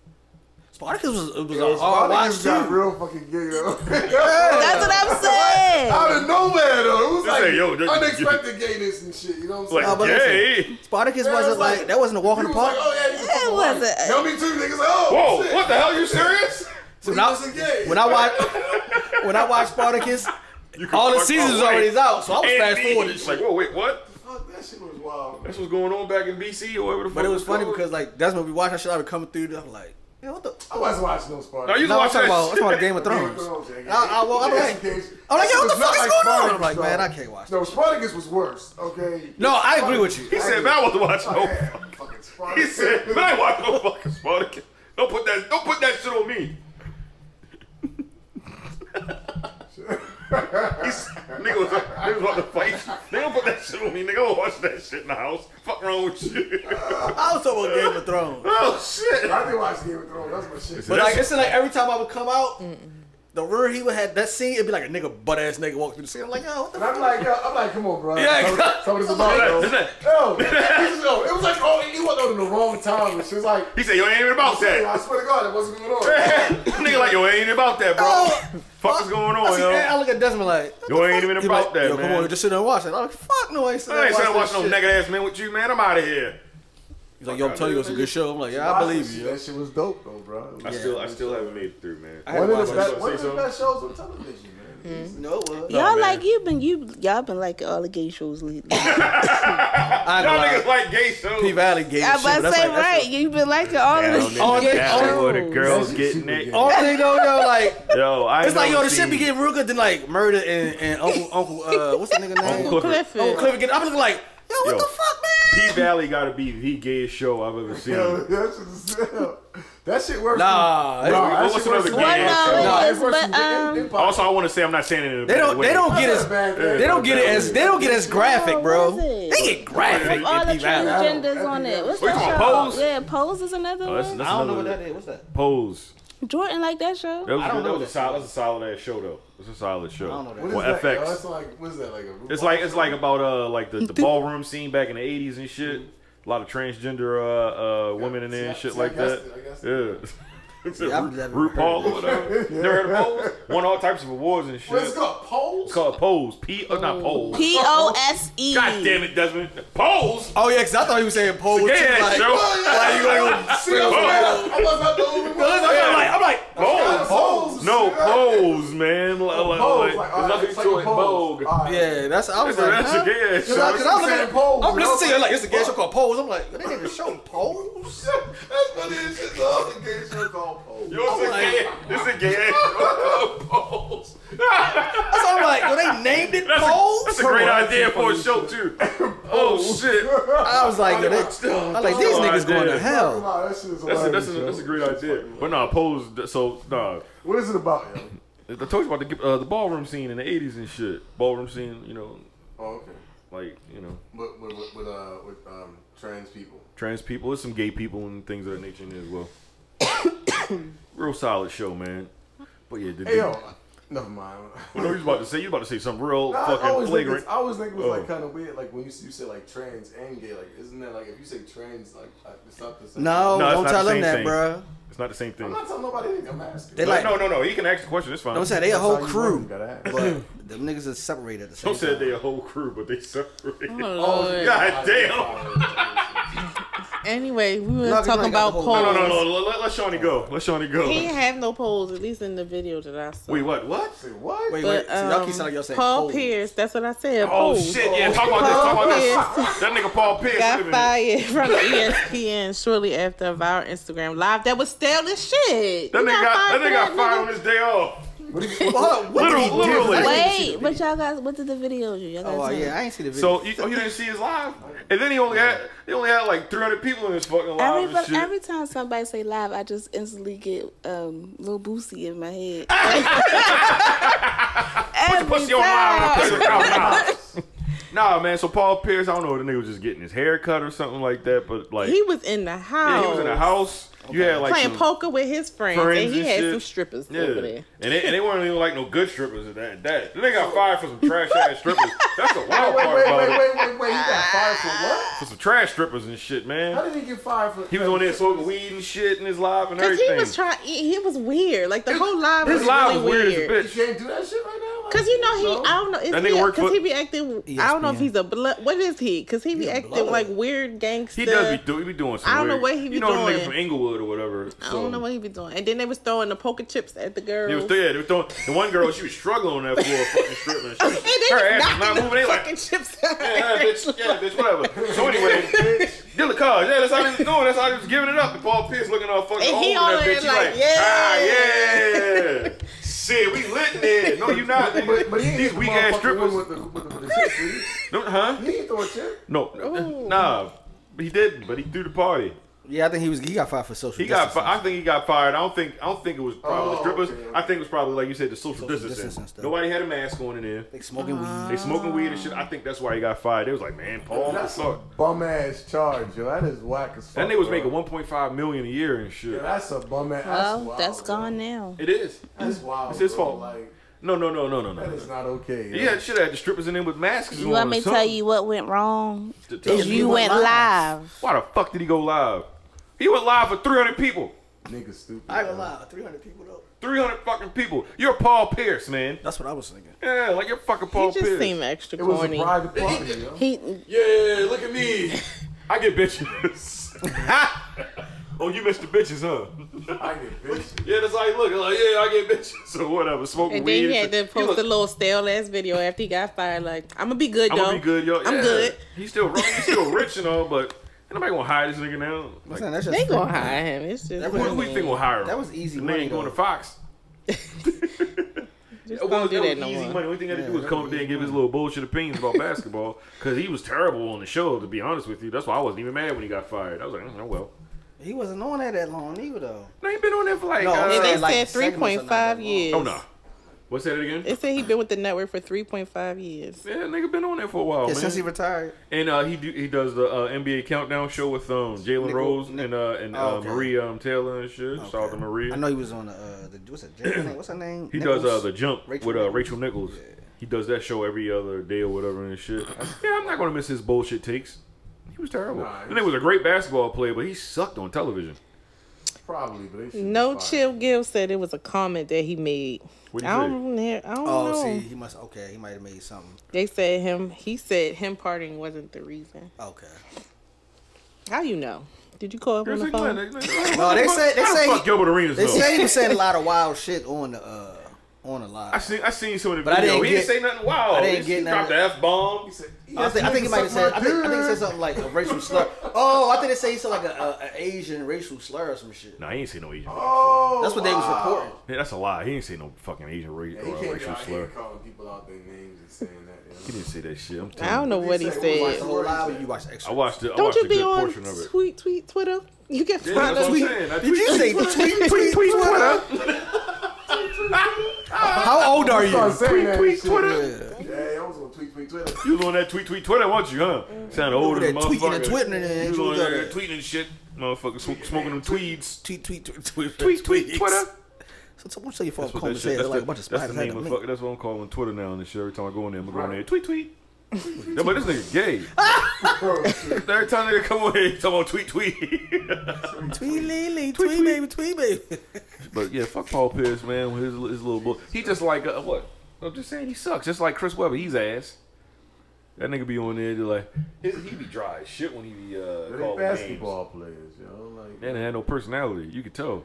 S4: Spartacus was it was
S7: Yo,
S4: a hard Oh, watch
S7: Spartacus got
S4: too.
S7: real fucking gay,
S4: [laughs]
S7: yo. [laughs]
S5: That's what I'm saying.
S7: Out of nowhere, though. It was
S3: They
S7: like
S3: say, yo, that-
S7: unexpected gayness and shit. You know what I'm saying?
S3: Like,
S4: No, but listen.
S3: yay.
S4: Spartacus
S7: Yeah,
S4: wasn't
S7: it's like-
S4: like, that wasn't a walk in
S7: He
S4: the
S7: was
S4: park.
S7: like, oh yeah, you was
S5: It
S7: fucking
S5: wasn't.
S7: white. Yo, me too, niggas. Like, oh,
S3: Whoa,
S7: shit.
S3: what the hell? You serious?
S7: [laughs] So
S4: when I-
S7: gay.
S4: when I watch when I watch Spartacus, all the
S3: fuck
S4: seasons
S3: my
S4: was
S3: wife.
S4: already out, so I was
S3: And
S4: fast
S3: me.
S4: forwarding shit.
S3: Like, whoa, wait, what?
S7: Fuck, that shit was wild. man.
S3: That's what's going on back in BC or whatever the fuck.
S4: But it was funny
S3: going on.
S4: because like that's when we watched. I should have been coming through. I'm like, yo, what the?
S7: I wasn't watching no Spartacus.
S3: No, you
S4: No, I'm
S3: watch
S4: talking
S3: that
S4: about, I'm talking about
S3: shit.
S4: Game of Thrones.
S7: Thrones.
S4: I- I- well, I'm like- I'm like, yo, what the fuck is going on? I'm like, man, I can't watch
S7: No, Spartacus was worse. Okay.
S4: No, I agree with you.
S3: [laughs] He said, man, I want to watch
S4: [laughs]
S7: Oh,
S3: no
S7: yeah,
S3: fuck-
S7: fucking
S3: He
S7: Spartacus.
S3: said, man, I watch no fucking Spartacus. Don't put that don't put that shit on me. He's, nigga was nigga was about to fight. Nigga don't put that shit on me. Nigga, I don't watch that shit in the house. Fuck wrong with you?
S4: I was talking about Game of Thrones.
S3: oh shit.
S7: I did watch Game of Thrones. That's my shit.
S4: But like, it's like every time I would come out, the room he would have that scene, it'd be like a nigga butt ass nigga walking through the scene. I'm like, yo, what the?
S7: And I'm like, yo, I'm like, come on, bro.
S4: Yeah,
S7: Yeah,
S4: exactly.
S7: some of this about yo.
S3: Isn't that-
S7: Yo, this is- yo, it was like, oh, you went out in the wrong time. And she was like,
S3: He said, yo, ain't even about
S7: hey,
S3: that. [laughs]
S7: I swear to God, that wasn't going on.
S3: nigga like, yo, ain't about that, bro.
S4: No.
S3: Fuck is going
S4: I,
S3: on,
S4: see, I
S3: yo?
S4: look at Desmond like,
S3: Yo, ain't even
S4: He
S3: about
S4: like,
S3: that,
S4: yo,
S3: man.
S4: come on, just sit there and watch it. I'm like, fuck no, I ain't sitting
S3: I ain't
S4: there
S3: sitting
S4: watching
S3: watching no
S4: that shit.
S3: naked ass man with you, man. I'm out of here.
S4: He's like, yo, I'm telling you, it's a good show. I'm like, yeah, I
S7: Watch
S4: believe
S7: that
S4: you.
S7: shit.
S4: yo.
S7: That shit was dope, though, bro.
S3: I still I still haven't made it through, man.
S4: had
S7: One
S4: to watch
S7: of the
S4: that
S7: best,
S3: shit.
S7: one of
S3: Say
S7: the
S3: something.
S7: best shows on television, man.
S5: Mm-hmm.
S4: No, it was.
S5: Y'all
S9: man.
S5: like you been you y'all been like all the gay
S3: [laughs]
S5: shows lately.
S4: I
S9: Y'all
S4: lied.
S9: niggas like gay shows.
S4: P Valley gay
S5: I
S4: shit.
S5: about to
S4: That's
S5: say
S4: like- that's
S5: right, you been liking all of
S3: Down
S5: this.
S3: in
S4: Oh,
S3: the
S4: yeah,
S3: valley
S4: oh.
S3: where the girls
S7: That's
S3: getting
S7: super
S3: it.
S7: gay.
S4: Only thing though, yo, like
S3: Yo, I
S4: it's like yo,
S3: never
S4: the shit be
S3: seen-
S4: getting real good. Then like murder and, and
S5: [laughs]
S4: Uncle Uncle uh, what's the nigga name?
S3: Uncle Clifford.
S8: Clifford.
S4: Uncle Clifford get- I'm looking like yo, what
S3: Yo.
S4: the fuck, man?
S3: P Valley gotta be the gayest show I've ever seen.
S7: Yo, [laughs] that's what it's- yo, that shit works.
S4: Nah,
S7: for,
S4: it's-
S7: nah that
S3: what's
S7: shit works
S3: another
S7: for-
S3: gay
S5: Well,
S3: ass
S5: no,
S3: show?
S7: Nah,
S5: it
S7: it
S5: is,
S7: works
S5: but
S7: for- it-
S5: um,
S7: it pop-
S3: Also, I want to say I'm not saying it in a
S4: They
S3: bad
S4: don't
S3: way.
S4: they don't get
S7: That's
S4: as
S7: a bad thing.
S4: they don't get it as they don't get as graphic,
S5: No,
S4: bro.
S5: what is it?
S4: They get graphic.
S5: with all the
S4: in P-Valley.
S5: transgenders on it. What's
S9: What you
S5: that
S9: talking about,
S5: show?
S9: Pose?
S5: Yeah, Pose is another
S3: Oh, that's-
S5: one.
S3: that's
S4: I don't know what
S3: another-
S4: that is. What's that?
S3: Pose.
S5: Jordan like that show.
S3: That was,
S4: I don't
S3: that
S4: know
S3: was a
S4: that
S3: solid.
S4: show.
S3: That's a solid ass show though. It's a solid show.
S4: don't know that.
S7: What is
S3: Oh, On
S7: that?
S3: FX.
S7: Yo, it's like what is that like? A
S3: It's like it's
S7: [laughs]
S3: like about uh like
S5: [laughs]
S3: the, the ballroom scene back in the eighties and shit. A lot of transgender uh, uh women in there and
S7: See, I-
S3: shit
S7: see, I
S3: like
S7: guessed
S3: that.
S7: it, I guessed
S3: Yeah. [laughs] It's a
S4: Yeah, I've
S3: Ru-
S4: never
S3: RuPaul or whatever. Never heard of Pose? Won all types of awards and shit.
S7: What's it called? Poles?
S3: It's
S7: [laughs]
S3: called Pose. P uh, not Pose.
S5: P O S E.
S9: God damn it, Desmond. Pose?
S4: Oh yeah, cause I thought he was saying pole.
S3: Gay
S4: too,
S3: ass
S4: like,
S3: show.
S4: like, you gonna go-
S7: See, I was like, I was not the only one.
S4: I'm like, I'm like,
S3: Pose.
S7: Poles.
S3: No
S7: Yeah.
S3: Pose, man. Like, like, like,
S7: Poles. Like,
S3: there's
S7: all right,
S3: nothing
S7: it's like
S3: to
S7: a Uh,
S3: it.
S7: pole.
S3: Vogue.
S7: All right.
S4: yeah, that's. I was
S3: That's
S4: like,
S3: a, that's a
S4: huh?
S3: gay ass
S7: Cause I-
S3: show.
S4: Cause I'm looking
S7: Saying
S4: at
S7: poles,
S4: I'm
S7: you know?
S4: listening to it like it's a gay show called Poles. I'm like, they nigga show Poles.
S7: [laughs] That's what it is. It's all the gay shit called poles.
S9: Yo, it's a gay, it's a gay ass show.
S3: [laughs]
S9: Pose.
S4: That's why I'm like, yo, they named it
S9: That's a,
S4: Poles.
S9: that's a great idea for a show, too.
S7: [laughs]
S9: Oh, shit.
S4: I was like, yo, they, I like these
S3: Oh,
S4: niggas going
S3: idea.
S4: to hell.
S7: Nah, that shit
S3: That's
S7: is
S3: a,
S7: hilarious,
S3: that's, a,
S7: yo.
S3: that's a great idea. But nah, Pose. So nah,
S7: What is it about, yo?
S3: I told you about the uh, the ballroom scene in the '80s and shit. Ballroom scene, you know,
S7: Oh, okay.
S3: like you know,
S7: But with, with, with, uh, with um, trans people.
S3: trans people. There's some gay people and things of that nature in there as well. [coughs] real solid show, man. But yeah, the,
S7: Hey, yo. Never mind.
S3: But no, you was about to say you was about to say something real
S7: Nah, [laughs] I,
S3: fucking
S7: always think
S3: flagrant.
S7: it's, I always think it was like
S3: Oh.
S7: kind of weird, like when you, s- you say like trans and gay, like isn't that like if you say trans, like I- it's not the same.
S4: No,
S3: No, it's
S4: don't
S3: not
S4: tell
S3: the
S4: them
S3: same
S4: that,
S3: thing.
S4: bruh.
S3: It's not the same thing.
S7: I'm not telling nobody anything. I'm asking.
S4: They
S3: Like,
S4: like,
S3: no, no, no. He can ask the question. It's fine.
S4: I'm saying they a
S7: That's
S4: whole
S7: how you learn,
S4: crew,
S7: gotta ask.
S4: but them niggas are separated at the same
S3: Don't say
S4: time.
S3: they a whole crew, but they [laughs] separated.
S7: Oh, yeah.
S3: God damn.
S7: damn.
S8: Anyway, we were
S4: No, 'cause you
S8: talking
S4: ain't got
S8: about
S4: the
S8: poles.
S3: No,
S4: whole-
S3: no, no. Let, let, let Shawnee go. Let Shawnee go.
S8: He didn't have no poles, at least in the video that I saw.
S3: Wait, what? What?
S7: Say what?
S4: Wait, wait,
S8: But,
S4: so y'all
S8: um,
S4: keep sounding like y'all saying
S8: Paul
S4: Poles.
S8: Pierce, that's what I said.
S3: Oh
S8: poles.
S3: shit! Yeah, talk about this. Talk about this. That nigga Paul Pierce. wait a
S8: Got
S3: minute.
S8: fired from E ESPN shortly after a viral Instagram live that was stale as shit.
S3: That
S8: You
S3: nigga got that nigga got
S8: for
S3: fired on his day off.
S4: Well, hold on, what did he
S3: Literally,
S4: do?
S3: literally.
S5: Wait, but y'all guys, what did the video do? Y'all guys
S4: Oh uh, yeah, I ain't see the video.
S3: So you, oh, you didn't see his live, and then he only had he only had like 300 people in his fucking live
S5: Every,
S3: and
S5: but
S3: Oh, shit.
S5: every time somebody say live, I just instantly get um little boosie in my head. every
S3: Pussy on live
S5: time.
S3: and put it out loud. Nah, man. So Paul Pierce, I don't know. The nigga was just getting his hair cut or something like that. But like,
S8: He was in the
S3: yeah,
S8: house.
S3: he was in a house. You had like
S8: playing
S3: some-
S8: poker with his friends,
S3: friends
S8: and he
S3: and
S8: had
S3: shit.
S8: some strippers
S3: Yeah,
S8: over
S3: and
S8: there.
S3: they, and they weren't even like no good strippers at that. at that. Then They got fired for some trash ass strippers. That's the wild
S7: Wait,
S3: part
S7: wait,
S3: about
S7: wait,
S3: it.
S7: wait, wait, wait. He got fired for what?
S3: For some trash strippers and shit,
S7: How
S3: man.
S7: did he get fired for?
S3: He was on there smoking weed and shit in his live and
S8: Cause
S3: everything.
S8: he was trying. He was weird. Like the whole live
S3: his
S8: was
S3: live
S8: really
S3: was weird as a bitch.
S7: You can't do that shit right now. Like,
S8: Cause you know he,
S7: no?
S8: I don't know. Is
S3: That
S8: he
S3: nigga
S8: a-
S3: work
S8: Cause
S3: for- E
S8: he be acting. I don't know if
S4: ESPN.
S8: he's a blood. What is he? Cause he be
S4: a
S8: acting
S4: blood.
S8: like weird gangster.
S3: He does be doing. He be doing some.
S8: I don't know
S3: weird-
S8: what he be
S3: You know the nigga
S8: doing.
S3: from Inglewood or whatever. So.
S8: I don't know what he be doing. And then they was throwing the poker chips at the girls.
S3: They was, yeah, they was throwing, the one girl she was struggling on that floor, fucking stripping. She
S8: [laughs] and
S3: was,
S8: they was
S3: her ass was
S8: knocking
S3: not
S8: the
S3: moving. They
S8: fucking
S3: like, [laughs]
S8: chips.
S3: yeah, bitch, yeah, bitch, whatever. So
S8: [laughs]
S3: anyway, deal the cards. Yeah, that's how they was doing. That's how they was giving it up. And Paul Pierce looking all fucking
S8: And
S3: old
S8: he
S3: in that
S8: all in
S3: bitch. He
S8: like,
S3: like,
S8: yeah.
S3: ah,
S8: [laughs]
S3: yeah. Shit, we lit in there. No, you not.
S7: But, but he ain't
S3: These
S7: hit the
S3: weak ass
S7: motherfucking one
S3: strippers.
S7: With the, with the, with the chips, did
S3: No, huh?
S7: he? he ain't throwing chips.
S3: No, nah. He didn't, but he threw the party.
S4: yeah, I think he was. He got fired for social.
S3: He got.
S4: distancing.
S3: Fi- I think he got fired. I don't think. I don't think it was probably the
S7: Oh,
S3: strippers.
S7: okay, okay.
S3: I think it was probably like you said, the social, distancing.
S4: distancing stuff.
S3: Nobody had a mask on in there.
S4: Like smoking weed.
S3: They
S8: Uh-huh.
S3: smoking weed and shit. I think that's why he got fired. They was like, man, Paul,
S7: Ah. That's a
S3: fuck.
S7: bum ass charge, yo. That is whack as fuck.
S3: Oh, that nigga was
S7: bro.
S3: making 1.5 million a year and shit.
S7: Yo, That's a bum
S5: [laughs]
S7: ass.
S5: Well,
S7: wild,
S5: that's
S7: bro.
S5: gone now.
S3: It is.
S7: That's wild.
S3: It's his
S7: bro.
S3: fault.
S7: Like
S3: No, no, no, no, no,
S7: that
S3: no.
S7: is not okay. yo.
S3: Yeah, should have had the strippers in there with masks.
S5: You
S3: on
S5: want
S3: or
S5: me to
S3: something.
S5: tell you what went wrong?
S3: To tell
S5: Is
S3: me.
S5: you went live.
S3: Why the fuck did he go live? He went live for 300 people.
S7: nigga, stupid.
S4: I ain't
S7: yo.
S4: gonna lie, 300 people though.
S3: 300 fucking people. You're Paul Pierce, man.
S4: That's what I was thinking.
S3: Yeah, like you're fucking
S8: he
S3: Paul
S8: just
S3: Pierce.
S8: seemed extra
S7: It was
S8: corny.
S7: a private party, yo.
S5: He
S3: [laughs]
S9: Yeah, look at me.
S7: [laughs]
S3: I get bitches. Oh, you missed the bitches, huh?
S7: I get
S3: [laughs]
S7: bitches.
S3: Yeah, that's how he look. Like, yeah, I get bitches. So whatever, smoking
S8: And
S3: weed.
S8: then he had
S3: and
S8: to
S3: shit.
S8: post
S3: look,
S8: a little stale ass video after he got fired. Like, I'm gonna be good,
S3: I'm
S8: though.
S3: gonna be good, yo.
S8: I'm
S3: Yeah.
S8: good.
S3: He's still ri- he's still rich and all, but ain't nobody gonna hire this nigga now. Like,
S4: Listen, that's just
S8: They gonna hire him. It's just
S4: That
S3: who, who you think will hire him?
S4: That was easy
S3: The nigga
S4: money,
S3: ain't going
S4: though.
S3: to
S8: [laughs]
S3: Fox.
S8: just
S3: Well,
S8: don't do
S3: was
S8: that no
S3: easy
S8: more.
S3: money. Only thing I had to do was come up there and give his little bullshit opinions about basketball because he was terrible on the show. To be honest with you, that's why I wasn't even mad when he got fired. I was like, mm, oh well.
S4: He wasn't on there that long either, though.
S3: No, he been on there for like.
S4: No,
S3: uh,
S8: And
S4: Yeah,
S8: they
S4: like
S8: said
S4: the segments are not
S8: 3.5
S4: that long.
S8: years.
S3: oh no. What's that again?
S8: They said he been with the network for 3.5 years.
S3: yeah, nigga been on there for a while, man.
S4: Yeah, since he retired.
S3: And uh, he do, he does the uh, NBA countdown show with um, Jalen
S4: Nickel-
S3: Rose
S4: Nic-
S3: and uh, and
S4: Oh,
S3: uh,
S4: okay.
S3: Maria um, Taylor and shit. Shout out to
S4: Okay.
S3: Maria.
S4: I know he was on the, uh, the what's,
S3: [clears throat]
S4: that, Jen's name? what's her name?
S3: He does uh,
S4: Nichols?
S3: the jump
S4: Rachel
S3: with uh,
S4: Nichols.
S3: Rachel Nichols. He does that show every other day or whatever and shit. yeah, I'm not gonna miss his bullshit takes. He was terrible.
S7: Nah,
S3: and he was a great basketball player, but he sucked on television.
S7: Probably, but they should be
S8: No,
S7: fired.
S8: Chill Gill said it was a comment that he made.
S3: What do
S8: I
S3: you
S8: don't, hear- I don't
S4: Oh,
S8: know.
S4: see, he must. Okay, he might have made something.
S8: They said him. He said him partying wasn't the reason.
S4: Okay.
S8: How you know? Did you call up on the
S3: think?
S8: phone?
S4: No, they said they
S3: How the
S4: say
S3: fuck Gilbert Arenas
S4: they
S3: though.
S4: say he
S3: [laughs]
S4: was saying a lot of wild shit on the uh, on the
S3: I
S4: live.
S3: seen I seen some of the
S4: But I
S3: video.
S4: didn't
S3: he didn't
S4: get-
S3: say nothing wild.
S4: I didn't
S3: He
S4: get
S3: dropped the
S4: none
S3: f bomb.
S7: He said,
S4: I think, I think he might have said. I think, I think he said
S7: said
S4: something like a racial slur. Oh, I think they say he said like a, a, a Asian racial slur or some shit.
S3: Nah, he ain't seen no Asian.
S7: Oh,
S4: That's what they was reporting.
S3: Yeah, that's a lie. He ain't say no fucking Asian ra-
S7: Yeah,
S3: uh,
S7: he can't go
S3: racial
S7: out here
S3: slur.
S7: calling people out their names and saying that.
S3: He
S7: You know?
S3: didn't say that shit. I'm telling
S8: I don't
S3: you.
S8: know what he
S7: He said
S4: The
S7: it was
S8: said.
S7: like-
S4: whole live or you watch extra.
S3: I watched it. I
S8: Don't
S3: watched
S8: you
S3: a
S8: be
S3: good
S8: on
S3: portion
S8: [laughs]
S3: of it.
S8: tweet, tweet, Twitter? You can
S3: Yeah,
S8: find
S3: that's
S8: us.
S3: what I'm
S8: tweet.
S3: saying. I
S4: Did you
S3: tweet-
S4: say tweet tweet tweet Twitter? How old are you?
S7: Start saying that
S3: tweet
S7: shit,
S3: Twitter?
S7: man. Yeah, I was gonna tweet, tweet, Twitter.
S3: [laughs]
S7: [laughs]
S3: You was on that tweet, tweet, Twitter, weren't you, huh?
S8: Mm.
S3: Sound older than
S4: Over there tweeting
S3: motherfucker.
S4: and twitting and
S3: You was on
S4: shit.
S3: there tweeting and shit. Motherfucker sm- smoking them tweeds.
S4: Tweet tweet tweet tweet
S3: Tweet, tweet, Twitter.
S4: So someone say your phone
S3: That's what
S4: cold
S3: that
S4: as
S3: shit.
S4: hell.
S3: That's
S4: Like a bunch of
S3: the, that's the
S4: spiders had
S3: name
S4: to
S3: of
S4: make.
S3: fuck. That's what I'm calling Twitter now and shit. Every time I go in there, I'm gonna go in there. Tweet, tweet. [laughs] That but this nigga gay.
S7: Bro, shit.
S3: Every time nigga come on here, he talking about tweet, tweet.
S4: Tweet Lily, tweet baby, tweet baby.
S3: [laughs] But yeah, fuck Paul Pierce, man. With his, his little boy, he just like uh, what? I'm just saying he sucks. Just like Chris Webber, he's ass. That nigga be on there, just like he, he be dry as shit when he be uh,
S7: They
S3: calling
S7: basketball players, yo. Like,
S3: Names. And had no personality. You could tell.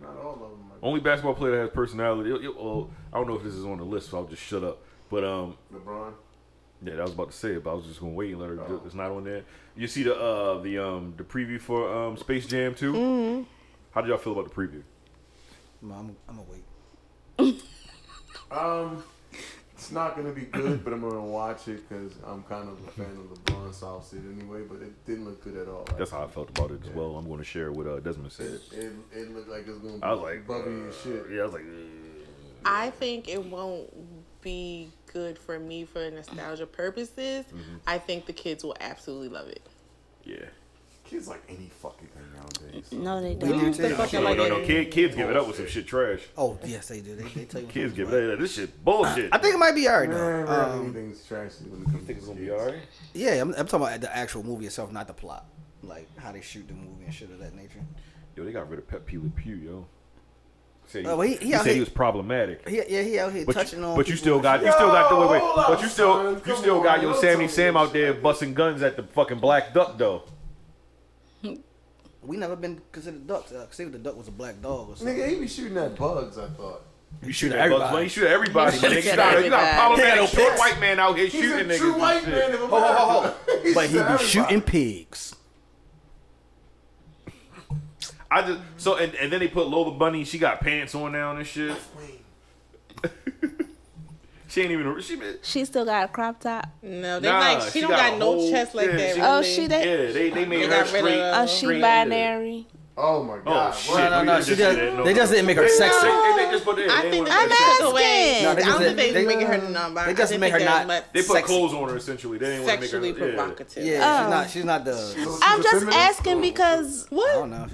S7: not all of them. Like,
S3: Only basketball player that has personality. yo- yo- well, I don't know if this is on the list, so I'll just shut up. But um,
S7: LeBron.
S3: yeah, I was about to say it, but I was just gonna wait and let her. do It's not on there. You see the uh the um the preview for um Space Jam 2 How did y'all feel about the preview?
S4: Mom, I'm gonna wait.
S7: Um, it's not gonna be good, but I'm gonna watch it because I'm kind of a fan of LeBron sausage anyway. But it didn't look good at all. Like,
S3: That's how I felt about it as well. I'm gonna share what uh, Desmond said.
S7: it, it looked like it's gonna be
S3: I was like, uh,
S7: bubbly and shit.
S3: Yeah, I was like, mm,
S8: I think it won't be good for me for nostalgia purposes.
S3: Mm-hmm.
S8: I think the kids will absolutely love it.
S3: yeah.
S7: Kids like any fucking thing nowadays.
S5: No, they
S8: We
S5: don't.
S8: used to fucking
S3: No,
S8: like
S3: no, no.
S8: it.
S3: Kid, kids give it up with some shit trash.
S4: Oh yes, they do. They, they tell you.
S3: Kids give it up. This shit bullshit.
S4: I think it might be alright
S7: Man,
S4: though.
S7: really,
S4: Um,
S7: anything's trash when it comes to kids.
S3: alright.
S4: yeah, I'm, I'm talking about the actual movie itself, not the plot, like how they shoot the movie and shit of that nature.
S3: Yo, they got rid of Pep Pew Pew, yo. Said
S4: Oh, well, he- he out
S3: said he
S4: here-
S3: was
S4: [laughs]
S3: problematic.
S4: He, yeah, he out here
S3: But
S4: touching
S3: you,
S4: on.
S3: but you
S4: people
S3: still
S4: and
S3: got
S4: shit.
S3: you still got the wait wait.
S7: Yo,
S3: But you still
S7: son,
S3: you
S7: come
S3: still got
S7: on,
S3: your
S7: don't
S3: Sammy
S7: tell me
S3: Sam
S7: that
S3: out there busting guns at the fucking black duck though.
S4: We never been considered ducks. Uh, considered the duck was a black dog or something.
S7: Nigga, he be shooting at bugs. I thought.
S3: You shoot
S4: at
S3: at Bugs
S4: everybody.
S3: Bunny. You shoot at everybody. man. You
S8: shoot at
S3: got a- you got a
S8: everybody.
S3: problematic
S4: Potato
S3: short
S4: pits.
S3: white man out here
S7: He's
S3: shooting
S7: a
S3: niggas.
S7: true
S3: and
S7: white
S3: shit.
S7: man. Of
S4: Ho, ho,
S7: America.
S4: ho, ho. But
S7: [laughs] shoots
S4: he
S7: at
S4: be
S7: everybody.
S4: shooting pigs.
S3: I just so and, and then they put Lola Bunny. She got pants on now and shit. [laughs] She ain't even. She been,
S5: She still got a crop top.
S8: No, they
S3: Nah,
S8: like she,
S3: she
S8: don't
S3: got
S8: got
S3: a
S8: no
S3: whole-
S8: chest like
S3: yeah,
S8: that.
S3: she-
S5: Oh,
S8: really.
S5: she
S3: yeah,
S5: that.
S3: they they made
S8: They
S3: her
S8: got rid
S3: straight.
S8: of-
S5: Oh,
S3: straight
S5: she
S3: into-
S5: binary.
S7: Oh my
S3: Oh
S7: god.
S3: shit!
S4: No, no,
S3: we
S4: no,
S3: didn't
S4: she
S3: just
S4: just-
S3: do that.
S4: they just didn't make her
S3: They-
S4: sexy.
S3: They, they just put
S8: I
S3: they weren't
S8: think they
S3: that
S8: took
S3: sexy.
S5: asking.
S8: away.
S5: No,
S8: I
S4: they
S8: don't
S4: just-
S8: think they,
S4: they-
S8: making her non-binary.
S4: they just
S8: I
S4: make
S8: think
S4: her
S8: they're
S4: not-
S8: much
S3: They put
S4: Sexy.
S3: clothes on her essentially. They didn't want to make her
S8: sexually
S3: yeah.
S8: provocative.
S4: Yeah,
S5: Oh.
S4: she's not. She's not the.
S5: I'm just asking because
S4: I
S8: What?
S4: don't know.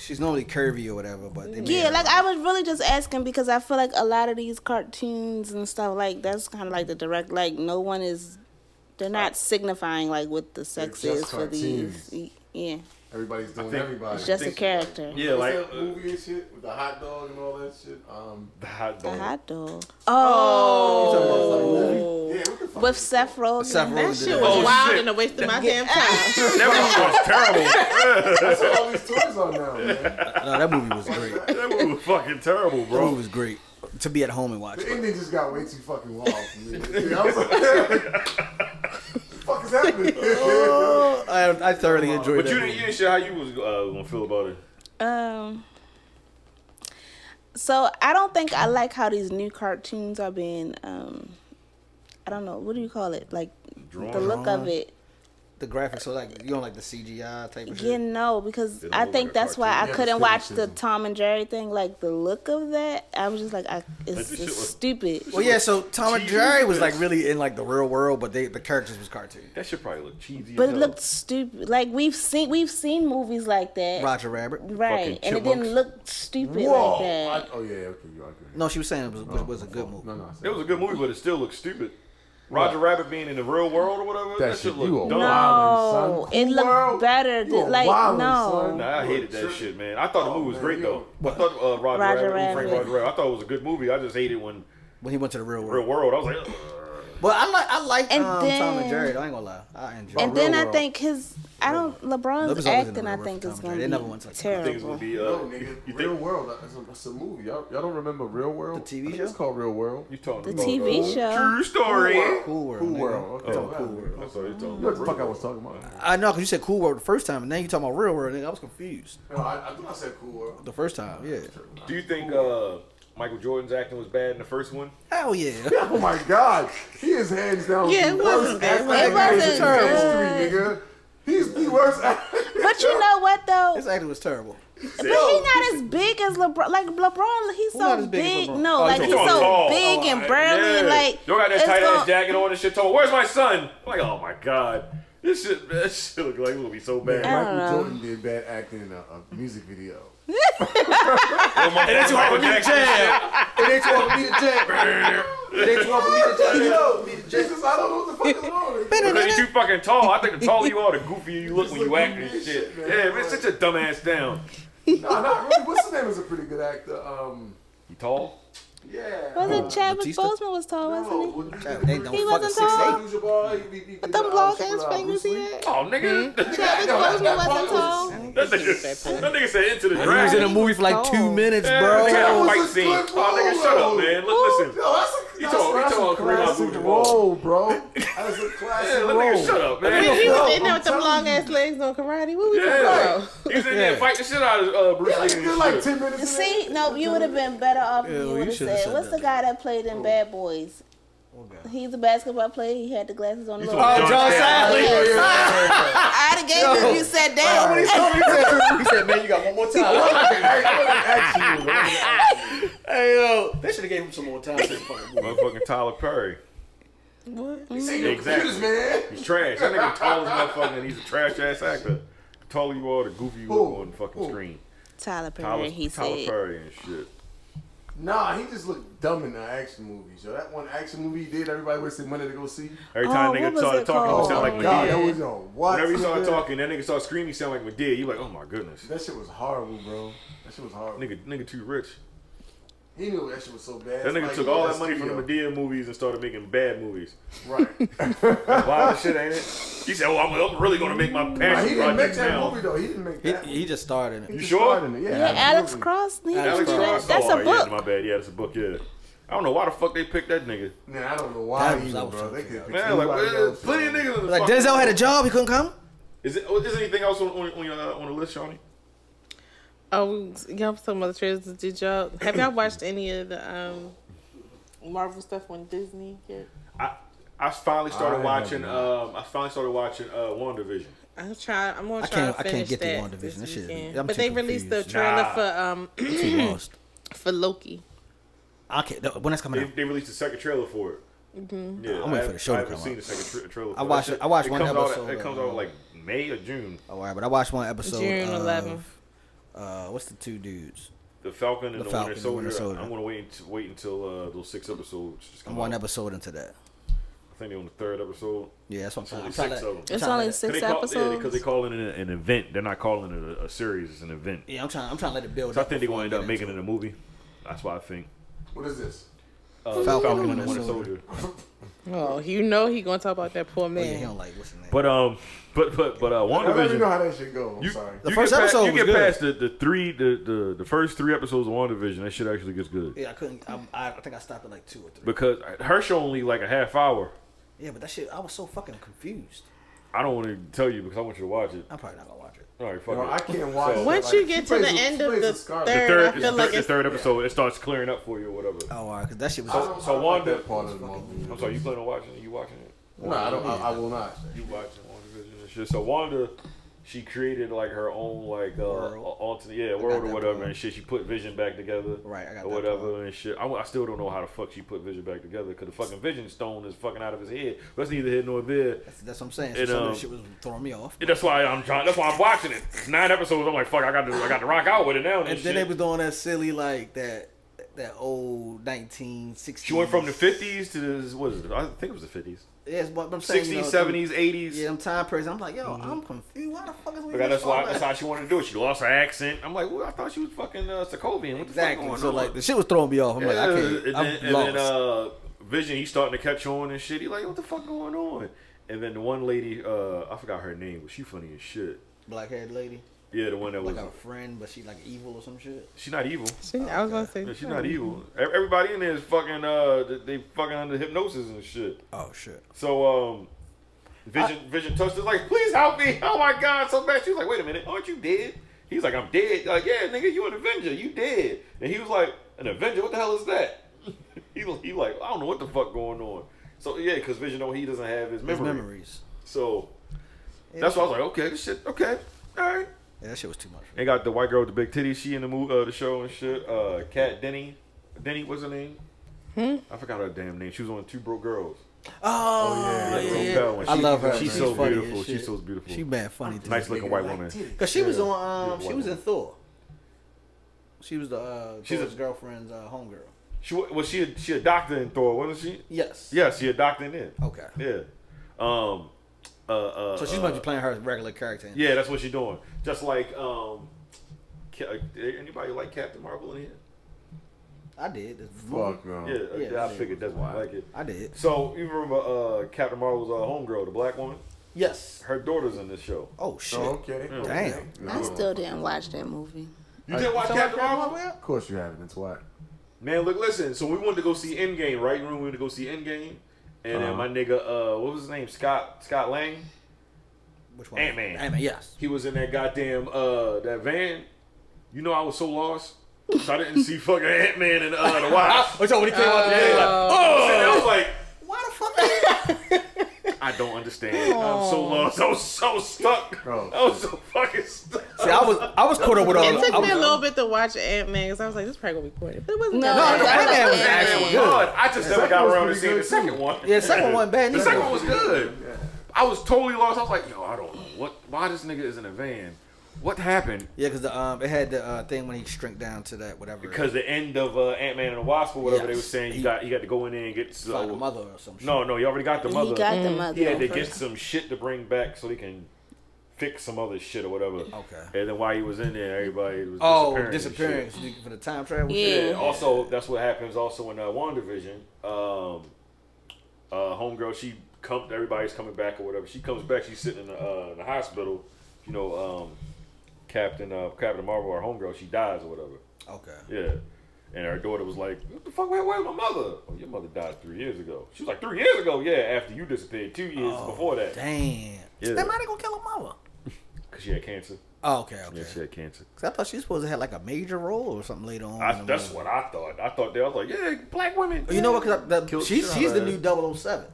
S4: She's normally curvy or whatever, but they made
S5: yeah,
S4: her-
S5: like I was really just asking because I feel like a lot of these cartoons and stuff like that's kind of like the direct like no one is they're not signifying like what the sex
S7: They're just
S5: is for these. Y- Yeah,
S7: Everybody's doing
S3: think-
S7: everybody.
S5: it's just a
S3: think-
S5: character.
S3: Yeah, like
S7: What's that
S3: uh,
S7: movie and shit with the hot
S3: [laughs]
S7: dog and all that shit. Um,
S3: the hot
S5: The
S3: dog.
S5: hot dog. Oh,
S7: oh.
S5: Rogen with Seth Rogen.
S4: Seth Rogen
S8: That
S4: did
S8: shit was
S4: that.
S3: Oh,
S8: wild
S3: shit.
S8: and a waste of my damn time.
S3: That movie was terrible.
S7: That's what all these toys are now, man.
S4: No, that movie was
S5: [laughs]
S4: great. That
S3: that movie was fucking terrible, bro.
S4: movie was great. To be at home and watch.
S7: The
S4: it.
S7: ending just got way too fucking wild for me. [laughs] Yeah, I was like, [laughs] the fuck
S5: [laughs]
S7: is happening?
S4: [laughs]
S7: [laughs]
S4: Oh, I, I thoroughly enjoyed
S3: But
S4: that.
S3: you
S4: movie.
S3: didn't, you didn't share how you was uh, gonna feel about it.
S5: Um. So I don't think I like how these new cartoons are being. Um, I don't know what do you call it? Like the look of it.
S4: The graphics, so like you don't like the CGI type of
S5: Yeah,
S4: shit.
S5: no, because
S3: They don't
S5: I
S3: look
S5: think
S3: like a
S5: that's why I
S7: cartoon. Yeah,
S5: couldn't
S7: it's
S5: watch the
S7: criticism.
S5: Tom and Jerry thing. Like the look of that, I was just like, I, it's,
S3: this
S5: it's
S3: shit was-
S5: stupid.
S4: Well, yeah. So Tom and Jerry was like really in like the real world, but they the characters was cartoon.
S3: That should probably look cheesy.
S5: But
S3: as
S5: it
S3: hell.
S5: looked stupid. Like we've seen, we've seen movies like that,
S4: Roger Rabbit.
S5: right?
S3: Fucking
S5: And it
S3: chipmunks.
S5: didn't look stupid like that.
S7: I- oh yeah, okay, you are good.
S4: No, she was saying it was, was, was a good movie.
S7: No, no, I said-
S3: It was a good movie, but it still looks stupid. Roger Rabbit being in the real world or whatever. That,
S7: shit,
S3: shit looked
S7: you a
S3: dumb.
S7: wild-
S5: No,
S7: Wildin', son.
S5: it
S7: Cool
S5: looked
S7: world.
S5: better.
S7: You a
S5: like
S7: wildin',
S5: no,
S7: son.
S3: Nah, I hated that shit, man. I thought the
S7: Oh,
S3: movie was
S7: man,
S3: great
S7: you-
S3: though. I thought uh, Roger,
S5: Roger
S3: Rabbit, Who Framed
S5: Rabbit.
S3: Roger Rabbit. I thought it was a good movie. I just hated when
S4: When he went to the real world.
S3: real world. I was like, "Ugh."
S4: But I like I like
S5: And
S4: um, Tom
S5: then-
S4: and Jerry. Though, I ain't gonna lie, I enjoy.
S5: and
S4: it.
S5: then
S7: real
S5: I
S7: world.
S5: think his I don't LeBron's
S4: Nobody's always in the
S5: acting I
S4: real world
S5: think
S4: for Tom
S5: is
S4: and
S5: gonna
S4: Jerry. They
S5: be
S4: never went to the-
S3: I think it's gonna
S5: terrible.
S3: be. Uh,
S7: No, nigga,
S3: you
S7: Real
S3: think
S7: World. That's a, that's a movie. Y'all, y'all don't remember Real World?
S4: The TV
S7: I think It's
S4: show?
S7: called Real World.
S3: you talking
S5: The
S3: about
S5: TV
S3: uh,
S5: show.
S3: True story.
S4: Cool World.
S7: Cool
S4: nigga.
S7: World. Okay.
S3: Oh,
S7: yeah.
S3: cool. World. I thought you talking
S7: You know what
S3: about
S7: the
S3: real
S7: fuck I
S3: world.
S7: was talking about?
S4: I know, cause you said Cool World the first time, and now you talking about Real World. Nigga, I was confused
S7: No, I, I thought I said Cool World.
S4: the first time. Yeah.
S3: Do you think uh, Michael Jordan's acting was bad in the first one?
S4: Hell yeah.
S7: [laughs] Oh my god, he is hands down.
S8: Yeah,
S7: the
S8: it
S7: worst
S8: wasn't
S7: actor
S8: bad.
S5: It
S7: in
S5: wasn't
S7: history, nigga. He's the worst [laughs] actor.
S5: But you know what though?
S4: This acting was terrible.
S5: But he not as big as LeBron. Like LeBron, he's
S4: Who not
S5: so
S4: as big as
S5: big.
S4: LeBron?
S5: No,
S4: Oh,
S5: like
S3: you
S5: he's
S3: talking
S5: so
S3: tall.
S5: big and
S3: Oh,
S5: burly.
S3: yeah.
S5: Like
S3: y'all got that
S5: it's
S3: tight
S5: gonna-
S3: ass jacket on and shit. Told, where's my son? Like, oh my god, this shit, that shit look like it gonna be so bad.
S5: I don't know.
S7: Michael Jordan did bad acting in a, a music video.
S3: Oh,
S5: [laughs]
S3: my- Michael Jackson
S7: It ain't too hard for me to jack. It ain't too hard for me to jack. Yo, Jesus, I don't know what the fuck is wrong. with you.
S3: Because you too fucking tall. I think the taller you are, the goofier you look when you
S7: look
S3: act and
S7: goofy as
S3: shit.
S7: shit, man.
S3: Yeah, man, sit your dumb ass down.
S7: Nah, not really. What's his name? Is a pretty good actor. Um,
S3: You tall?
S7: yeah.
S5: Wasn't Chadwick
S4: Batista?
S5: Boseman was tall, wasn't he?
S4: They don't
S5: He
S4: fucking
S5: wasn't
S4: six
S5: tall.
S4: eight.
S5: But them long ass fingers he had.
S3: Oh,
S5: Hmm?
S3: [laughs] nigga.
S5: Chadwick Boseman wasn't tall.
S3: that, nigga that nigga said into the
S4: He was in
S3: dragon.
S4: a movie for like two
S5: Cold.
S4: minutes,
S3: Yeah, nigga had a
S4: bro.
S3: fight
S7: was a
S3: scene.
S7: good
S3: Oh, nigga, shut up,
S7: role.
S3: man. Look, listen.
S7: Yo, that's a,
S3: You
S7: that's,
S3: talking- you
S7: that's
S3: talking
S7: a
S3: three rounds
S7: classic
S3: of
S7: role,
S3: [laughs]
S7: bro. That's a classic
S3: Yeah, that
S7: role.
S3: nigga, shut up,
S8: He
S3: man.
S8: he was in
S7: I'm
S8: there with them
S7: telling
S8: long
S7: you.
S8: ass legs on karate. What we talking
S3: Yeah.
S8: about?
S3: He was in there fighting the shit out of uh, Bruce
S7: Yeah,
S3: Lee.
S7: like,
S3: and
S7: good, like
S3: shit.
S7: ten minutes. in
S5: See,
S7: there.
S5: no, you would have been better off if
S4: Yeah,
S5: you
S4: well,
S5: would
S4: you
S5: have
S4: should've
S5: said,
S4: said
S5: "What's
S4: that.
S5: the guy that played
S3: Oh.
S5: in Bad Boys? He's a basketball player. He had the glasses on. The
S3: talking about
S5: logo.
S3: Uh, John Sally.
S5: Yeah.
S7: [laughs] Yeah, yeah, yeah, yeah.
S5: I'd have gave you if you said that.
S4: he said, "Man, you got one more time."
S7: Action,
S4: [laughs]
S7: bro.
S4: hey yo, they should have gave him some more time. for this fucking movie.
S3: Motherfucking Tyler Perry.
S7: Computers,
S3: Exactly.
S7: man.
S3: He's trash. That nigga tall as motherfucker, and he's a trash ass actor. The taller you are, the goofier you look
S7: Who?
S3: on the fucking
S7: Who?
S3: screen.
S5: Tyler
S3: Tyler,
S5: Perry. He
S3: Tyler
S5: said.
S3: Perry and shit.
S7: Nah, he just looked dumb in the action movies. Yo, that one action movie he did, everybody wasted money to go see.
S3: Every time
S5: Oh, what
S3: nigga
S5: was
S3: started
S5: it
S3: talking, he
S5: called?
S7: Oh,
S3: sound like
S7: my
S3: Madea.
S7: god, that was on what?
S3: Whenever you start
S7: [laughs] nigga?
S3: talking, that nigga start screaming, sound like Madea. You like, oh my goodness,
S7: That shit was horrible, bro. That shit was horrible.
S3: nigga, nigga too rich.
S7: He knew that shit was so bad.
S3: That
S7: It's
S3: nigga
S7: like,
S3: took
S7: yo,
S3: all
S7: that's
S3: that money from the
S7: real.
S3: Madea movies and started making bad movies.
S7: Right.
S3: Wild shit, ain't it? He said, oh, I'm, I'm really gonna make my
S7: Nah, he
S3: passion
S7: didn't make
S3: project
S7: that
S3: now.
S7: movie though. He didn't make that.
S4: He, he just started
S7: He
S4: it.
S3: You
S7: just
S3: sure?
S7: starred in it. Yeah,
S5: Yeah, Alex
S7: absolutely.
S5: Cross. needs to
S3: Alex
S5: do that.
S3: Ross.
S5: That's
S3: oh,
S5: a
S3: Yeah,
S5: book.
S3: my bad. Yeah, that's a book. Yeah. I don't know why the fuck they picked that nigga.
S7: Nah, I don't know why
S4: That was-
S7: either,
S4: that was
S7: bro. They
S4: something
S7: could pick
S3: Man, like,
S7: anybody
S3: well,
S7: else,
S3: plenty of
S7: bro.
S3: niggas. in the
S4: Like
S3: fucking-
S4: Denzel had a job, he couldn't [clears throat] come.
S3: Is it? oh, Is there anything else on, on, on your uh, on the list, Shawnee?
S8: Oh, we- y'all was talking about the trailers. Did y'all have y'all watched any of the um Marvel stuff on Disney yet?
S3: I I finally started
S7: I
S3: watching.
S7: haven't.
S3: Um, I finally started watching uh, WandaVision.
S8: I'm try. I'm gonna
S4: I
S8: try.
S4: can't-
S8: to
S4: I can't
S8: finish
S4: get to
S8: that
S4: WandaVision.
S8: this
S4: That shit is-
S8: weekend.
S4: I'm
S8: but
S4: too
S8: they released the
S4: confused.
S8: trailer
S3: Nah.
S8: for um
S4: Too lost.
S8: for Loki.
S4: I can't. no, When that's coming
S3: They,
S4: out,
S3: they released the second trailer for it.
S5: Mm-hmm.
S3: Yeah,
S4: I'm waiting
S3: I
S4: for
S3: haven't-
S4: the show to
S3: I haven't
S4: come
S3: seen
S4: out.
S3: the second tra- trailer.
S4: I
S3: for
S4: watched-
S3: that shit.
S4: I watched
S3: it
S4: one
S3: comes Out,
S4: episode,
S3: it comes
S4: uh,
S3: out like May or June.
S4: oh, all right. But I watched one episode.
S8: June
S4: of,
S8: 11th.
S4: Uh, what's the two dudes?
S3: The Falcon and the,
S4: The
S3: Winter
S4: Falcon and the
S3: Soldier.
S4: Winter Soldier.
S3: I'm gonna wait until, wait until uh, those six episodes. Just
S4: I'm
S3: come
S4: one
S3: out.
S4: episode into that.
S3: I think they're on the third episode.
S4: Yeah, that's what I'm saying.
S3: only
S4: I'm trying
S3: six
S4: to-
S3: of 'em.
S4: I'm
S5: It's
S4: trying to-
S5: only six
S3: They call, yeah, because they
S5: episodes.
S3: call it an, an event. They're not calling it a, a series. It's an event.
S4: Yeah, I'm trying. I'm trying to let it build.
S3: So I
S4: up
S3: think they're
S4: before
S3: gonna end
S4: get
S3: up making it
S4: into
S3: a movie. That's why I think.
S7: What is this?
S3: uh,
S4: Falcon
S3: Falcon
S4: and
S3: Winter
S4: Winter
S3: Soldier.
S8: Oh, you know he gonna talk about that poor
S4: Oh, yeah, he
S8: man.
S4: don't like what's his name.
S3: But um, but but but uh,
S7: I already know
S3: WandaVision.
S7: how that shit go. I'm
S3: You,
S7: sorry.
S4: The
S3: you
S4: first
S3: get
S4: episode
S3: past, you
S4: was
S3: get
S4: good.
S3: past the, the three the, the the first three episodes of WandaVision, that shit actually gets good
S4: yeah, I couldn't. I'm- I, I think I stopped at like two or three.
S3: because Hersh only like a half hour.
S4: yeah, but that shit, I was so fucking confused.
S3: I don't want to tell you because I want you to watch it.
S4: I'm probably not gonna watch it.
S3: All right, fuck
S7: You know,
S3: it.
S7: I can't watch.
S3: So-
S7: it.
S8: Once
S7: Like,
S8: you
S7: she
S8: get to
S7: plays
S8: the
S7: a-
S8: end
S7: she
S8: of
S7: plays
S8: the
S7: a Scarlet.
S3: the
S8: third-
S3: third,
S8: I
S3: it's
S8: feel
S3: the
S8: like
S3: third, the
S8: it's-
S3: third episode, it starts clearing up for you or whatever.
S4: Oh, alright, because that shit was.
S3: So,
S7: I
S3: so
S7: like
S3: Wanda,
S7: that part of the Marvel universe.
S3: I'm sorry, you plan on watching it? You watching it?
S7: No, I don't. I, I will not.
S3: You watching WandaVision and shit? So Wanda, she created like her own like uh,
S4: World.
S3: alternate yeah world or
S4: that
S3: whatever
S4: part.
S3: and shit. She put Vision back together,
S4: Right, I got
S3: or
S4: that
S3: whatever and shit. I, I still don't know how the fuck she put Vision back together because the fucking Vision Stone is fucking out of his head. That's neither here nor there.
S4: that's, that's what I'm saying. So
S3: It,
S4: some of
S3: um,
S4: that shit was throwing me off.
S3: And that's why I'm trying. That's why I'm watching it. Nine episodes. I'm like, fuck. I got to. I got to rock out with it now. And,
S4: And
S3: shit.
S4: then they was doing that silly like that that old 1960s.
S3: she went from the 50s to the what is it? I think it was the 50s,
S4: Yes, but I'm saying
S3: 60s,
S4: you know,
S3: 70s, 80s.
S4: Yeah, them time periods. I'm like, yo, I'm confused. Why the fuck is we?
S3: But that's
S4: all
S3: why that's how she wanted to do it. She lost her accent. I'm like, well, I thought she was fucking uh, Sokovian. What the
S4: Exactly.
S3: fuck going
S4: so
S3: on?
S4: like the shit was throwing me off. I'm like, I
S3: Yeah,
S4: can't.
S3: and
S4: I'm
S3: then, and
S4: lost.
S3: then uh, Vision, he's starting to catch on and shit. He like, what the fuck going on? And then the one lady, uh, I forgot her name, but she funny as shit.
S4: Black haired lady,
S3: Yeah, the one that
S4: like
S3: was
S4: our friend, but she like evil or some shit.
S3: she's not evil.
S8: She, I was gonna say
S3: Yeah, she's not evil. E- Everybody in there is fucking uh, th- they fucking under hypnosis and shit.
S4: Oh shit.
S3: So um, Vision Vision touched is like, please help me. Oh my god, so bad. She's like, wait a minute, aren't you dead? He's like, I'm dead. Like, yeah, nigga, you an Avenger, you dead. And he was like, an Avenger, what the hell is that? [laughs] he was- he like, I don't know what the fuck going on. So yeah, because Vision don't he doesn't have his
S4: His
S3: memory.
S4: memories.
S3: So that's why I was like, okay, this shit, okay, all right.
S4: Yeah, that shit was too much.
S3: They got the white girl with the big titties. She in the movie, uh, the show and shit. Uh, Kat Denny, Denny, what's her name? I forgot her damn name. She was on Two Broke Girls.
S4: Oh,
S3: yeah, yeah, yeah.
S4: I love her.
S3: She's,
S4: She's
S3: so
S4: funny as
S3: beautiful.
S4: shit.
S3: She's so beautiful.
S4: she bad funny too.
S3: nice looking white woman.
S4: Cause she was on. Um,
S3: Yeah,
S4: she was in
S3: white
S4: Thor. She was the uh,
S3: She's a-
S4: Thor's girlfriend's uh, homegirl.
S3: She wa- was she a, she a doctor in Thor, wasn't she?
S4: Yes.
S3: Yeah, she a doctor in it.
S4: Okay.
S3: Yeah. Um. Uh. uh
S4: So
S3: uh,
S4: she's supposed to be playing her regular character.
S3: Yeah, that's what she's doing. Just like um. Ca- uh, Anybody like Captain Marvel in here?
S4: I did. This
S7: Fuck no.
S3: Yeah, uh,
S4: Yeah,
S3: yeah, I
S4: she
S3: figured that's why I like it.
S4: I did.
S3: So you remember uh, Captain Marvel's uh, homegirl, the black woman?
S4: Yes.
S3: Her daughter's in this show.
S4: Oh shit.
S7: Oh, okay.
S4: Damn.
S7: No.
S5: I still didn't watch that movie.
S3: You didn't watch Captain Marvel?
S7: Of course you haven't. It's why.
S3: Man, look, listen. So we wanted to go see Endgame, right? Remember we wanted to go see Endgame, and
S4: Uh-huh.
S3: then my nigga, uh, what was his name? Scott Scott Lang.
S4: Which one?
S3: Ant-Man.
S4: Ant Man. Yes.
S3: He was in that goddamn uh that van. You know, I was so lost. So I didn't see fucking Ant Man and uh the
S4: [laughs]
S3: Wasp.
S4: Oh, so when he came out the
S3: Yeah,
S4: day,
S3: like,
S4: like,
S3: oh, and I was like,
S4: why the fuck? [laughs]
S3: I don't understand. I'm so lost. I was so stuck.
S7: Bro.
S3: I was so fucking stuck.
S4: See, I was I was caught up with all.
S8: It
S4: I
S8: took
S4: was,
S8: me a little bit to watch Ant Man because I was like, this probably gonna be corny, but it wasn't.
S5: No,
S8: that
S4: no,
S5: I
S4: Ant-Man
S5: like
S4: was
S5: Ant-Man.
S3: Ant-Man was
S4: good.
S3: good. I just never
S7: second
S3: got
S7: was
S3: around to
S7: pretty
S3: seeing the
S7: good,
S3: second
S7: too.
S3: one.
S4: yeah, the second one wasn't bad.
S3: The
S4: neither.
S3: second one was good. I was totally lost. I was like, yo, I don't know what. Why this nigga is in a van? What happened?
S4: Yeah, because um, it had the uh, thing when he shrink down to that whatever.
S3: Because the end of uh, Ant Man and the Wasp or whatever they were
S4: Yes.
S3: saying, you
S4: He-
S3: got you got to go in there and get
S4: like
S3: so,
S4: a mother or some shit.
S3: No, no, you already got the mother.
S5: He got the mother.
S3: Yeah, they
S5: first.
S3: get some shit to bring back so they can fix some other shit or whatever.
S4: Okay.
S3: And then while he was in there, everybody was
S4: Oh,
S3: disappearing.
S4: disappearing
S3: and shit.
S4: for the time travel.
S5: Yeah.
S4: shit?
S3: Yeah. Also, that's what happens. Also in uh, WandaVision, um, uh, homegirl, she come. Everybody's coming back or whatever. She comes back. She's sitting in the, uh, in the hospital. You know, um, Captain uh, Captain Marvel, our homegirl, she dies or whatever.
S4: Okay.
S3: Yeah. And her daughter was like, "What the fuck? Where, where's my mother? Oh, your mother died three years ago." She was like, three years ago? Yeah, after you disappeared, two years
S4: Oh,
S3: before that."
S4: Damn.
S3: Yeah.
S4: That might gonna kill her mama.
S3: Cause she had cancer.
S4: Oh, okay, okay.
S3: Yeah, she had cancer.
S4: 'Cause I thought she was supposed to have like a major role or something later on. in
S3: I,
S4: the
S3: that's
S4: movie.
S3: what I thought. I thought they. I was like, yeah, black women.
S4: You know what? Cause I, the,
S3: Killed
S4: she's
S3: shit
S4: she's
S3: out
S4: the
S3: of
S4: new
S3: her.
S4: 007,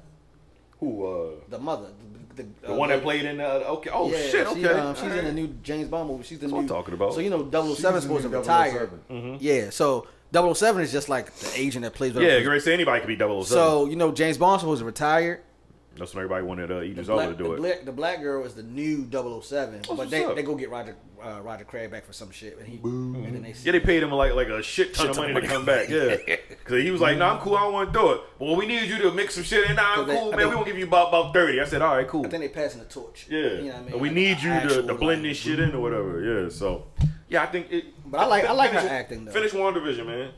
S3: who? Uh,
S4: the mother, the, the,
S3: the
S4: uh,
S3: one that
S4: lady-
S3: played in. Uh, okay. Oh
S4: yeah,
S3: shit. Okay.
S4: She, um, she's
S3: All
S4: in
S3: right.
S4: the new James Bond movie. She's the
S3: That's
S4: new.
S3: what I'm talking about.
S4: So you know,
S7: She's
S4: 007
S7: the
S4: is supposed to
S7: new
S3: oh
S4: retire.
S7: 007.
S4: Yeah. So 007 is just like the agent that plays.
S3: Mm-hmm. Yeah,
S4: whatever-
S3: you ready to say anybody could be 007.
S4: So you know, James Bond's supposed to retire.
S3: that's when everybody wanted uh, Idris
S4: Black-
S3: Elba to do
S4: the,
S3: it.
S4: Black, the black girl is the new 007,
S3: what's
S4: but they,
S3: up.
S4: they go get Roger uh, Roger Craig back for some shit, and he and then they
S3: Yeah, they paid him like like a shit ton of money to come back. [laughs] Yeah, because he was like, "Nah, I'm cool. I don't want to do it." Well, we need you to mix some shit. And nah, I'm
S4: So they-
S3: cool,
S4: I
S3: man.
S4: think-
S3: we won't give you about about thirty. I said, "All right, cool."
S4: I think they passing the torch.
S3: yeah,
S4: You know what I mean?
S3: we
S4: Like,
S3: need you to,
S4: actual,
S3: to blend
S4: like-
S3: this shit in or whatever. Yeah, so yeah, I think it.
S4: But I like- I like her
S3: finish-
S4: acting, though.
S3: Finish one division, man.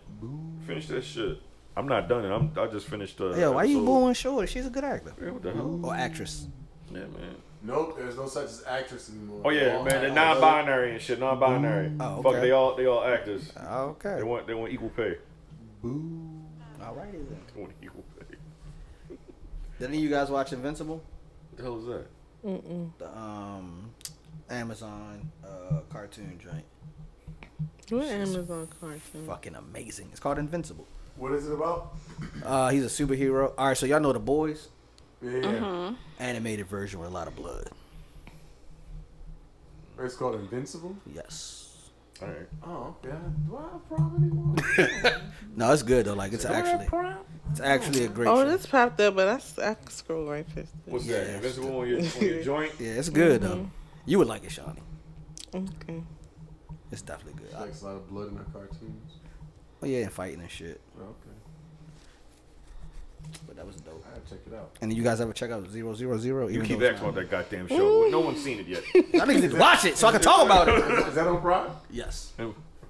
S3: Finish that shit. I'm not done. And I'm I just finished. Uh,
S4: Yo, why you
S3: episode-
S4: booing Shorty? She's a good actor
S3: Yeah, what the hell?
S4: or actress.
S3: Yeah, man.
S7: Nope, there's no such as actress anymore.
S3: Oh yeah,
S7: All
S3: man. They're
S7: I-
S3: non-binary and shit. Non-binary.
S4: Oh,
S3: Fuck.
S4: okay.
S3: They all they all actors.
S4: Okay.
S3: They want they want equal pay.
S4: All righty then.
S3: They want equal pay.
S4: Didn't you guys watch Invincible?
S3: What the hell is that?
S4: The um, Amazon uh, cartoon joint.
S8: What Amazon cartoon?
S4: Fucking amazing. It's called Invincible.
S7: What is it about?
S4: Uh, he's a superhero. All right, so y'all know the boys
S7: Yeah,
S4: Mm-hmm. animated version with a lot of blood.
S7: it's called Invincible.
S4: Yes.
S3: All right.
S7: Oh, yeah. Do I have problem anymore?
S4: No, it's good though. Like it's actually, it's actually a great.
S8: Oh,
S4: show.
S8: this popped up, but I, s- I scroll right past it.
S3: What's that?
S4: Yes.
S3: Invincible on your, on your joint.
S4: yeah, it's good though. You would like it, Shawnee.
S8: Okay.
S4: It's definitely good.
S7: Like a lot of blood in our cartoons.
S4: oh yeah, and fighting and shit.
S7: Oh, okay,
S4: But that was dope.
S7: I gotta check it out.
S4: And you guys ever check out Zero Zero Zero?
S3: You keep asking about that goddamn show. No one's seen it yet.
S4: I need to watch it so I can talk about it.
S3: [laughs]
S7: Is that on Prime?
S4: Yes.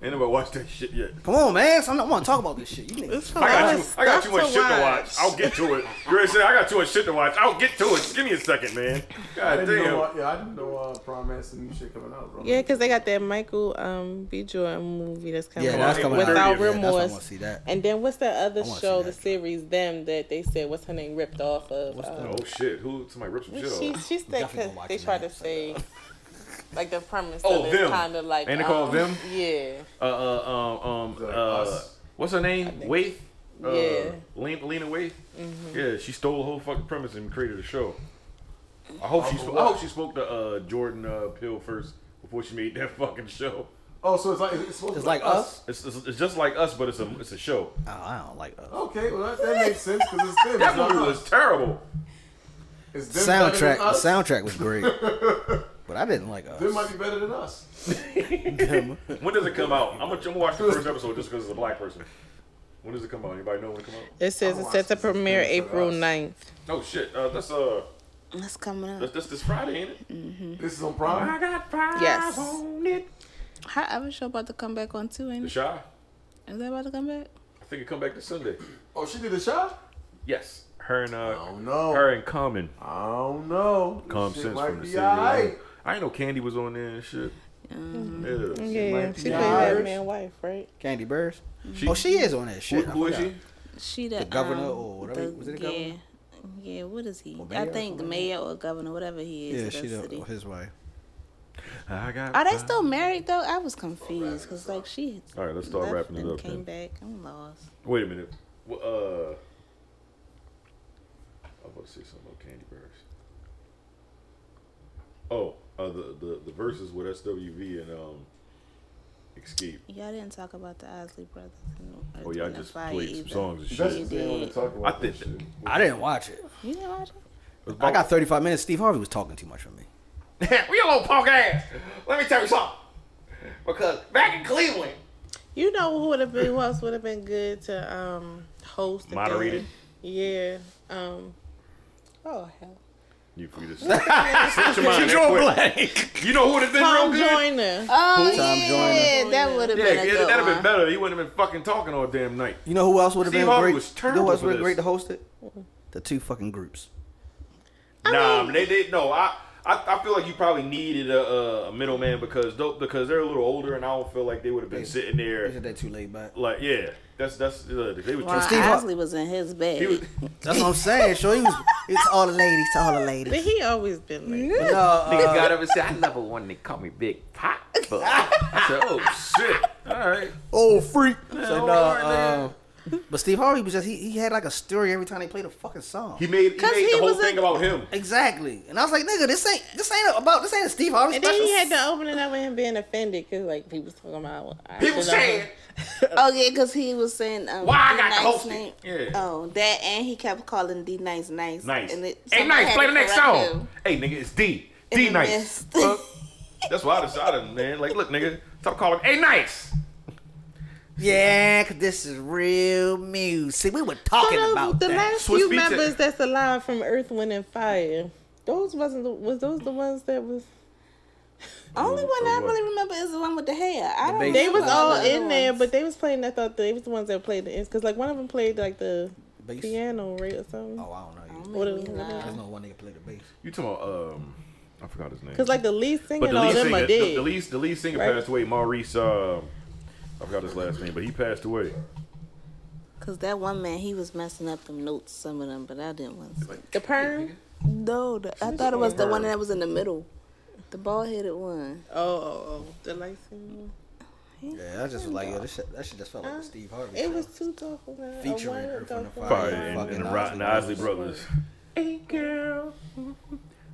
S3: Ain't nobody watched that shit yet.
S4: Come on, man. So I'm not, I want to talk about this shit. You niggas.
S8: It's
S3: I got, too, I got too much shit to watch. I'll get to it. You already said I got too much shit to watch. I'll get to it. Give me a second, man.
S7: I
S3: God
S7: didn't know.
S3: damn.
S7: Uh, yeah, I didn't know uh, Prime had some new shit coming out, bro.
S8: Yeah, because they got that Michael um, B. Jordan movie that's coming
S4: Yeah,
S8: out.
S4: that's coming out.
S8: Without
S3: Yeah, that's
S4: That's why I want
S8: Remorse.
S4: to see that.
S8: and then what's that other
S4: I wanna
S8: show,
S4: see
S8: the
S4: that.
S8: series, them, that they said, what's her name, ripped off of? um,
S3: Oh shit! Who somebody ripped some shit
S8: She,
S3: off?
S8: she's that
S4: definitely
S8: because
S4: gonna watch
S8: they
S4: it,
S8: tried
S4: man.
S8: to say, like the premise.
S3: Oh,
S8: of it
S3: them.
S8: Kind of like.
S3: Ain't it called
S8: um,
S3: them?
S8: Yeah.
S3: Uh, uh, um, um,
S7: Like
S3: uh,
S7: Us?
S3: what's her name? Waith. Uh,
S8: Yeah. Mm-hmm.
S3: Lena, Lena Waith. Yeah, she stole the whole fucking premise and created a show. I hope she. Sp- I hope she spoke to uh, Jordan uh, Pill first before she made that [laughs] fucking show.
S7: Oh, so it's like it's supposed
S4: It's
S7: to be
S4: like us.
S3: It's, it's, it's just like us, but it's a it's a show.
S4: Oh, I don't like us.
S7: Okay, well that, that makes sense because it's them.
S3: That
S7: it's not
S3: movie
S7: us.
S3: was terrible.
S7: It's them better than
S4: soundtrack. The
S7: us.
S4: soundtrack was
S3: [laughs]
S4: great, but I didn't like us.
S7: Them might be better than us.
S3: When does it come out? I'm gonna, I'm gonna watch the first episode just because it's a black person. When does it come out? Anybody know when it come out?
S8: It
S7: I
S8: says it's
S7: watched
S8: set to
S7: this thing
S8: premiere
S7: for
S8: April
S7: us.
S8: 9th.
S3: Oh shit! Uh, that's uh,
S5: That's coming
S3: that's,
S5: up.
S3: that's this Friday, ain't it?
S7: This is on Prime.
S3: got five
S8: Yes.
S3: it.
S5: Her other show about to come back on too, ain't
S3: The
S5: it?
S3: Shy.
S5: Is that about to come back?
S3: I think it come back this Sunday.
S7: Oh, she did a shot.
S3: Yes. Her and uh,
S7: I don't know.
S3: her and Common.
S7: I don't know. This
S3: Common
S7: Oh. shit
S3: Sense
S7: might
S3: from the
S7: be
S3: city.
S7: alright.
S3: I ain't know Candy was on there and shit. Yeah.
S8: Yeah,
S7: might
S8: she
S7: be
S8: played
S7: Irish.
S8: that man wife, right?
S4: Candy Burrs.
S3: She,
S4: Oh, she is on that
S3: Who,
S4: shit. I
S3: who is
S4: forgot.
S3: she?
S5: She the,
S4: The governor
S5: um,
S4: or whatever- was it a governor?
S5: Yeah, yeah. What is he?
S4: mayor
S5: I
S4: or
S5: think
S4: something like
S5: mayor or governor, whatever he is.
S4: Yeah,
S5: of
S4: she
S5: that
S4: the,
S5: city.
S4: his wife.
S3: I got.
S5: Are they still married though? I was confused because like she
S3: All right, let's start
S5: left
S3: wrapping it
S5: and
S3: up.
S5: came
S3: Then.
S5: back. I'm lost.
S3: Wait a minute. Wh- Uh, I want to say something about Candy Bars. Oh, uh, the the the verses with SWV and um, Escape.
S5: Y'all didn't talk about the Osley brothers. and
S3: Oh yeah, I
S5: Earth, Wind, and
S3: just
S5: Fire
S3: played some
S5: either.
S3: songs and
S7: That's the [laughs]
S3: shit.
S7: thing I want to talk about.
S3: I think
S7: that shit.
S4: I didn't watch it.
S5: You didn't watch it?
S4: I got 35 minutes. Steve Harvey was talking too much for me.
S9: we a little punk ass. Let me tell you something. Because back in Cleveland,
S8: You know who would have been, who else would have been good to um, host? the
S3: Moderate
S8: thing? Yeah. Um, oh, hell.
S3: You free to switch your mind. that
S4: [laughs]
S3: quick. You know who would have been real
S8: Tom
S3: good?
S8: Joyner.
S5: Oh
S4: Tom
S5: yeah,
S4: Joyner.
S5: that would have
S3: Yeah,
S5: been a
S3: yeah,
S5: good
S3: that'd have been
S5: one.
S3: better. He wouldn't have been fucking talking all damn night.
S4: You know who else would have
S3: Steve
S4: been
S3: Harvey
S4: great?
S3: was
S4: you know
S3: terrible
S4: who else
S3: for
S4: would have been
S3: this.
S4: great to host it? The two fucking groups.
S3: nah, but they did. No, I, I, I feel like you probably needed a, a middleman because though because they're a little older, and I don't feel like they would have been sitting
S4: Isn't
S3: there
S4: that too laid back?
S3: like yeah. That's that's uh, they were
S5: Ron
S3: too.
S4: Steve Har-
S5: Osley was in his
S3: [laughs]
S5: bag.
S3: He was,
S4: That's what I'm saying. Sure, he was. It's all the ladies. To all the
S8: But
S4: ladies.
S8: he always been like.
S4: No, uh,
S9: got up and said, "I never wanted to call me Big Pop."
S3: [laughs]
S9: But I said, "Oh
S3: shit. All right.
S4: oh freak. So,
S3: all
S4: no,
S3: right,
S4: uh, but Steve Harvey was just he, he had like a story every time they played a fucking song.
S3: He made he made
S8: he
S3: the whole
S8: was a-
S3: thing about him.
S4: Exactly. And I was like, nigga, this ain't this ain't about this ain't a Steve Harvey
S8: And
S4: special.
S8: then he had to open it up with him being offended because, like, people was talking about. I
S9: People
S8: should have-
S9: saying
S5: Oh yeah, because he was saying um,
S9: Why I
S5: D
S9: got
S5: Nice
S9: hosted?
S5: name-
S3: Yeah.
S5: Oh, that and he kept calling D nice nice.
S3: Nice.
S5: And it,
S9: Hey,
S5: somebody
S9: nice.
S5: had
S9: Play
S5: to
S9: the next
S5: correct
S9: song.
S5: him
S3: Hey nigga, it's D.
S5: in
S3: D
S5: the
S3: nice.
S5: midst.
S3: Fuck. That's why I decided, man. Like, look, nigga, stop calling. Hey, nice.
S4: Yeah, cause this is real music. We were talking
S8: So
S4: about
S8: the
S4: that.
S8: last
S3: Swiss
S8: few
S3: Beats-
S8: members that's alive from Earth, Wind, and Fire, those wasn't the, was those the ones that was
S5: [laughs] Only one I really remember is the one with the hair. I don't.
S4: baby.
S5: remember
S8: They was
S5: the
S8: all
S5: other
S8: in there,
S5: ones.
S8: but they was playing. I thought they was the ones that played the because like one of them played like the
S4: Bass.
S8: piano, right, or something.
S4: Oh, I don't know.
S8: What
S5: Maybe
S8: is-
S5: not.
S4: There's no one nigga play the bass.
S3: You talking about um? I forgot his name.
S8: Because like the lead singer
S3: But
S8: and
S3: the
S8: all
S3: lead
S8: them
S3: singer,
S8: are
S3: the,
S8: dead.
S3: the lead, the lead singer
S8: Right.
S3: passed away. Maurice, um, I forgot his last name, but he passed away.
S5: Cause that one man, he was messing up them notes, some of them, but I didn't want to.
S8: the perm.
S5: No, the, I thought it was the one that was in the middle, the bald headed one.
S8: Oh, oh, oh, the light singer.
S4: Yeah, I just was like, yo, this shit, that shit just felt like a Steve Harvey.
S8: Uh, It
S4: show.
S8: was too thoughtful, man. A
S4: Featuring
S8: wild
S4: her from the
S8: thoughtful-
S3: Fire
S4: Fire
S3: and,
S4: fucking
S3: and the Rotten Osley
S4: Osley
S3: brothers. Hey girl,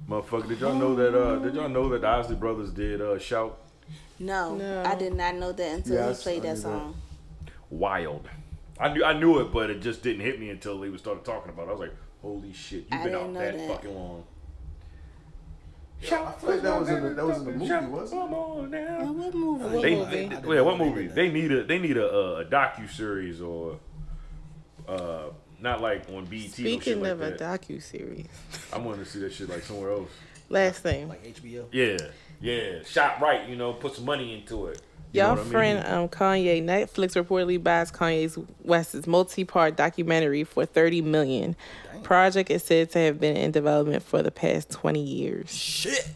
S3: motherfucker, did y'all know that? Uh, did y'all know that the Osley brothers did uh, shout
S5: No,
S8: No.
S5: I did not know that until
S7: Yes,
S5: he played
S7: I
S5: that
S7: knew that.
S5: song.
S3: wild? I knew I knew it, but it just didn't hit me until they was started talking about it. I was like, holy shit, you've
S5: I
S3: been
S5: didn't
S3: out
S5: know
S3: that,
S5: that.
S3: fucking long.
S7: I feel like that was in the, that was in the movie, wasn't it?
S3: Come on now.
S5: Now, what movie?
S3: They,
S8: movie?
S3: they, yeah, what movie? They need a they need a, uh, a docu series or uh not like on BET. or shit
S8: Speaking
S3: like
S8: of a
S3: that.
S8: docu series,
S3: I wanted to see that shit like somewhere else.
S8: [laughs] last thing,
S4: Like HBO.
S3: Yeah, yeah, shot right. You know, put some money into it. You know
S8: y'all
S3: what I mean?
S8: friend um Kanye, Netflix reportedly buys Kanye's West's multi-part documentary for thirty million. Project is said to have been in development for the past twenty years.
S4: Shit.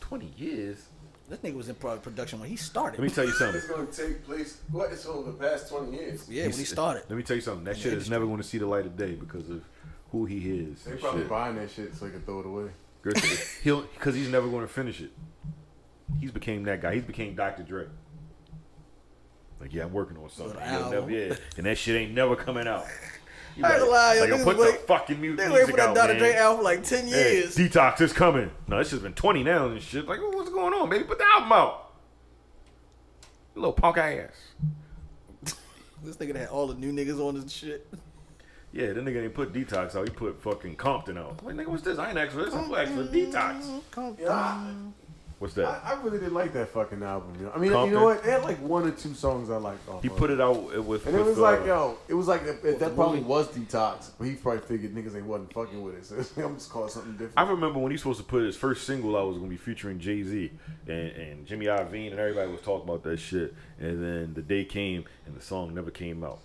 S3: twenty years.
S4: This nigga was in pro- production when he
S3: Let me
S4: started.
S3: tell you something.
S7: It's gonna take place. What? It's over the past twenty years.
S4: Yeah, when he started.
S3: Let me tell you something. That shit is never going to see the light of day because of who he is.
S7: They
S3: and
S7: probably
S3: shit.
S7: buying that shit so they can throw it away.
S3: Gertrude. He'll because he's never going to finish it. He's became that guy. He's became Dr. Dre. Like yeah, I'm working on something.
S4: Little
S3: He'll
S4: album.
S3: never, yeah, and that shit ain't never coming
S4: [laughs]
S3: out. You
S4: I ain't
S3: like-
S4: lie, yo,
S3: like, yo,
S4: niggas
S3: put
S4: wait-
S3: the fucking mu-
S4: They
S3: music
S4: waited for that
S3: out,
S4: Dr.
S3: man.
S4: Dre album for like 10
S3: Yeah,
S4: years.
S3: Detox is coming. No, this shit's been 20 now and shit. Like, what's going on, baby? Put the album out. You little punk ass.
S4: This nigga had all the new niggas on his shit.
S3: Yeah, that nigga ain't put detox out. He put fucking Compton out. Like, nigga, what's this? I ain't asked for this. I'm asked for detox.
S7: Yeah, I,
S3: What's
S7: I
S3: that?
S7: I really didn't like that fucking album. You know? I mean, you
S3: Compton.
S7: know what? They had like one or two songs I liked. Off
S3: He
S7: of
S3: put it out with.
S7: And it
S3: with,
S7: was
S3: uh,
S7: like, yo, it was like that,
S4: the
S7: that probably
S4: movie?
S7: was detox, but he probably figured niggas ain't wasn't fucking with it. So [laughs] I'm just calling something different.
S3: I remember when he was supposed to put his first single out was gonna be featuring Jay Z and, and Jimmy Iovine and everybody was talking about that shit. And then the day came and the song never came out.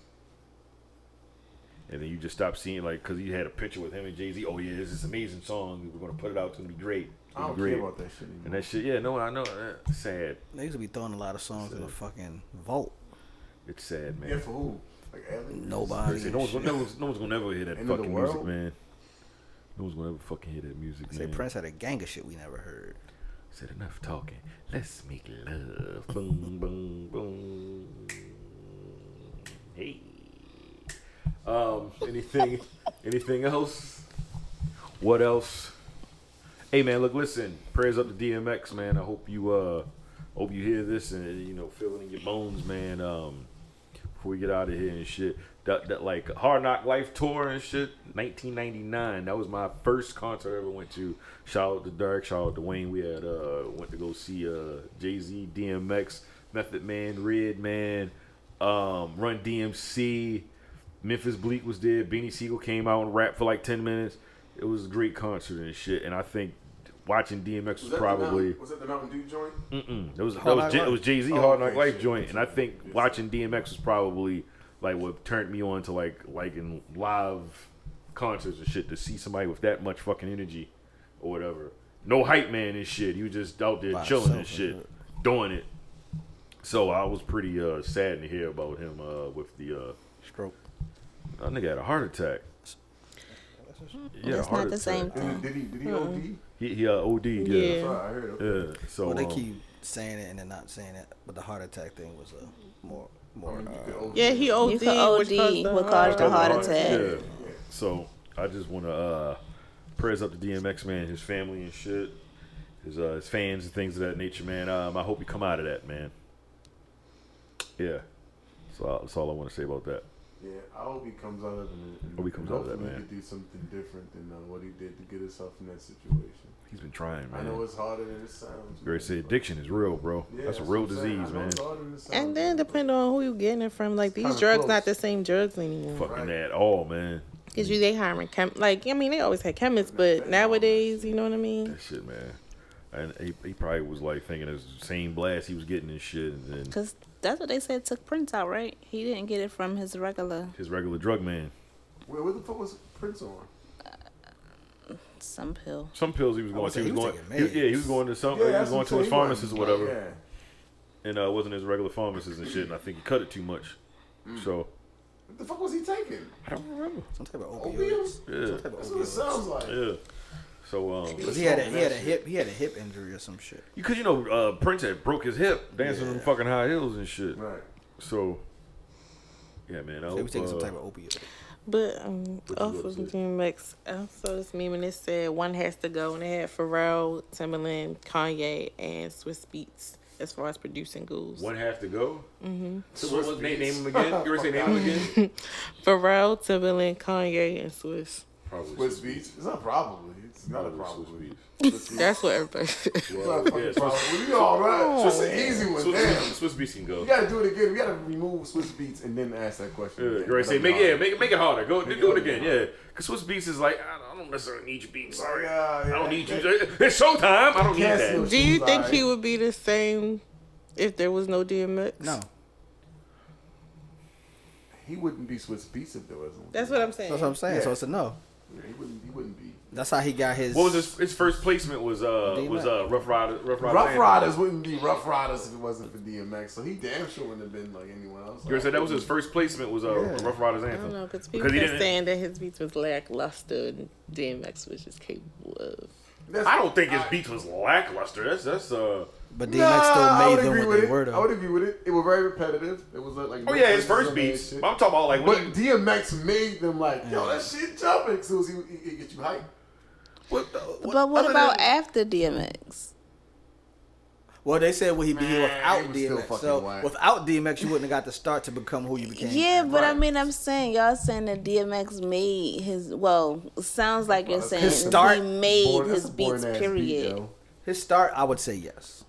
S3: And then you just stopped seeing like because he had a picture with him and Jay Z. Oh yeah, this is an amazing song. We're gonna put it out. It's gonna be great. It's
S7: I
S3: gonna
S7: don't
S3: be great.
S7: care about that shit anymore.
S3: And that shit, yeah, no, I know. uh, Sad.
S4: Niggas be throwing a lot of songs in the fucking vault.
S3: It's sad, man.
S7: yeah, for who? Like aliens?
S4: Nobody.
S3: Say, no, one's gonna, no, one's, no one's gonna ever hear that
S7: End of the
S3: fucking music,
S7: world?
S3: man. No one's gonna ever fucking hear that music,
S4: Say
S7: Mm.
S3: man.
S4: Prince had a gang of shit we never heard.
S3: Said enough talking. Let's make love. boom, boom, boom. Hey. Um. Anything? anything else? What else? Hey man, look, listen. Prayers up to DMX, man. I hope you uh, hope you hear this and you know feel it in your bones, man. Um, before we get out of here and shit. That, that like Hard Knock Life tour and shit, 1999. That was my first concert I ever went to. Shout out to Dirk, shout out to Wayne. We had uh went to go see uh Jay Z, DMX, Method Man, Red Man, um, Run DMC. Memphis Bleak was there. Beanie Siegel came out and rapped for like 10 minutes. It was a great concert and shit. And I think watching DMX was,
S7: Was that the
S3: probably.
S7: Mountain- was that the Mountain Dew joint?
S3: It was that
S7: Hard
S3: was,
S7: Knock
S3: Jay,
S7: Life?
S3: it was Jay-Z
S7: Oh,
S3: Hard
S7: okay,
S3: Knock Life
S7: shit,
S3: joint,
S7: shit,
S3: and I think
S7: shit.
S3: watching DMX was probably like what turned me on to like liking live concerts and shit to see somebody with that much fucking energy or whatever. No hype man and shit. You just out there
S4: By
S3: chilling and
S4: himself
S3: shit,
S4: and
S3: doing it. So I was pretty uh, sad to hear about him uh, with the uh,
S4: Stroke.
S3: that nigga had a heart attack. Yeah,
S5: That's not the same
S7: Did, he-
S5: thing.
S7: did he? Did he OD?
S3: He, he uh, OD'd.
S8: Yeah.
S3: Yeah.
S7: Sorry, I heard.
S3: yeah.
S7: Okay.
S3: So
S7: Oh,
S4: Well, they
S3: um,
S4: keep saying it and then not saying it, but the heart attack thing was a more more.
S7: You
S4: Uh,
S7: could OD.
S8: Yeah, he OD.
S5: You could
S8: which
S5: OD,
S8: caused the
S5: what caused the heart
S3: Yeah.
S5: attack.
S3: Yeah. So I just want to uh, prayers up to DMX man, his family and shit, his uh, his fans and things of that nature, man. Um, I hope you come out of that, man. Yeah. So I, that's all I want to say about that.
S7: Yeah, I hope he comes out of it. And, and
S3: Hope he comes out of that,
S7: hopefully he
S3: man.
S7: could do something different than uh, what he did to get himself in that situation.
S3: He's been trying,
S7: I know
S3: man.
S7: it's harder than it sounds.
S3: Great
S7: man,
S3: say
S7: but-
S3: addiction is real, bro.
S7: Yeah,
S3: that's a
S7: what
S3: real
S7: I'm saying. I
S3: disease,
S7: know
S3: man.
S7: it's harder than it sounds,
S8: And then
S7: but-
S8: depending on who you getting it from, like these
S7: kinda
S8: drugs
S7: close.
S8: not the same drugs anymore.
S3: Fucking
S7: Right.
S3: at all, man.
S8: Cause you they hiring chem like I mean they always had chemists, but nowadays you know what I mean.
S3: That shit, man. and he, he probably was like thinking it's the same blast he was getting and shit, and then
S5: Cause that's what they said took Prince out, right? He didn't get it from his regular
S3: his regular drug man.
S7: Wait, what the fuck was Prince on?
S3: Oh,
S5: some pill.
S3: Some pills he was going.
S4: was
S3: to. He
S4: saying
S3: was
S4: he
S3: going.
S4: was taking
S3: he- yeah, he was going to some. he was
S7: that's
S3: going
S7: what
S3: to
S7: I'm
S3: his
S7: saying,
S3: pharmacist or
S7: he
S3: whatever,
S7: wasn't-
S3: and uh, wasn't his regular pharmacist and shit. And I think he cut it too much. So
S7: Yeah. What the fuck was he taking?
S4: Some type of opioid.
S7: Opiates?
S4: Some
S3: yeah,
S4: type of
S7: That's what it
S4: opioid.
S7: sounds like.
S3: yeah. So um,
S4: Cause he had a he had a hip he had a hip injury or some shit.
S3: because you know uh, Prince had broke his hip dancing in
S4: Yeah.
S3: fucking high heels and shit.
S7: Right.
S3: So yeah, man. I
S4: They were
S3: hope,
S4: taking some
S3: uh,
S4: type of opioid.
S8: But um, off of DMX, I saw uh, this meme and it said one has to go, and it had Pharrell, Timbaland, Kanye, and Swiss Beats as far as producing goals.
S9: One has to go. Mm-hmm. So what was name, name him again? You were saying name him again?
S8: Pharrell, Timbaland, Kanye, and Swiss.
S9: Probably.
S7: Swiss Beach? It's not probably. It's not a
S9: Probably
S7: problem.
S9: Swiss Beats.
S8: That's what everybody [laughs] said.
S7: It's not a fucking
S9: Yeah, Swiss-
S7: problem. We all right. It's an easy one.
S9: Swiss,
S7: Damn.
S9: Swiss, Swiss Beats can go.
S7: We gotta do it again. We gotta remove Swiss Beats and then ask that question.
S3: Yeah,
S7: again.
S3: you already say
S7: That'd
S3: make
S7: be
S3: yeah,
S7: hard.
S9: make it make it harder. Go do it
S7: harder.
S9: again. Yeah, because Swiss Beats is like I don't- I don't necessarily need your beat. Sorry,
S7: Yeah,
S9: I don't
S7: yeah.
S9: need you. It's showtime. I don't need
S7: Cancel.
S9: that.
S8: Do you
S7: She's
S8: think
S7: alright.
S8: he would be the same if there was no DMX?
S4: No,
S7: He wouldn't be Swiss Beats if there wasn't.
S8: That's what I'm saying.
S4: that's what I'm saying. So
S7: Yeah.
S4: it's a no.
S7: He wouldn't. He wouldn't be.
S4: That's how he got his.
S3: What was his his first placement was uh
S4: DMX.
S3: was uh Rough Rider Rough Rider.
S7: Rough
S3: Sanders.
S7: Riders wouldn't be Rough Riders if it wasn't for DMX. So he damn sure wouldn't have been like anyone else.
S3: You already said that was his first placement was uh Rough Riders
S8: I
S3: anthem.
S8: don't know, cause people
S3: Because he
S8: kept
S3: didn't-
S8: saying that his beats was lackluster and DMX was just capable of.
S7: That's-
S9: I don't think his beats was lackluster. That's that's uh.
S4: But DMX
S7: Nah, I would
S4: still made
S7: agree
S4: them
S7: with
S4: what they
S7: it.
S4: were
S7: I would
S4: though.
S7: agree with it. It was very repetitive. It was like
S9: Oh yeah, his first beats.
S7: Shit.
S9: But I'm talking about like
S7: But
S9: what? do you-
S7: DMX made them like, yo, that shit jumping. So he, he, he get you hyped.
S9: what the- what-
S5: But what
S9: other
S5: about
S9: than-
S5: after DMX?
S4: Well, they said would he be
S7: Man,
S4: without
S7: he was still
S4: DMX.
S7: fucking
S4: So
S7: whack.
S4: without DMX, you wouldn't have got the start to become who you became.
S5: Yeah, but I
S7: Right.
S5: mean, I'm saying y'all saying that DMX made his. Well, it sounds like you're saying
S4: His start-
S5: he made
S7: Boy, that's
S5: his
S7: a boring
S5: beats.
S7: ass beat,
S5: Period.
S7: yo.
S4: His start, I would say yes.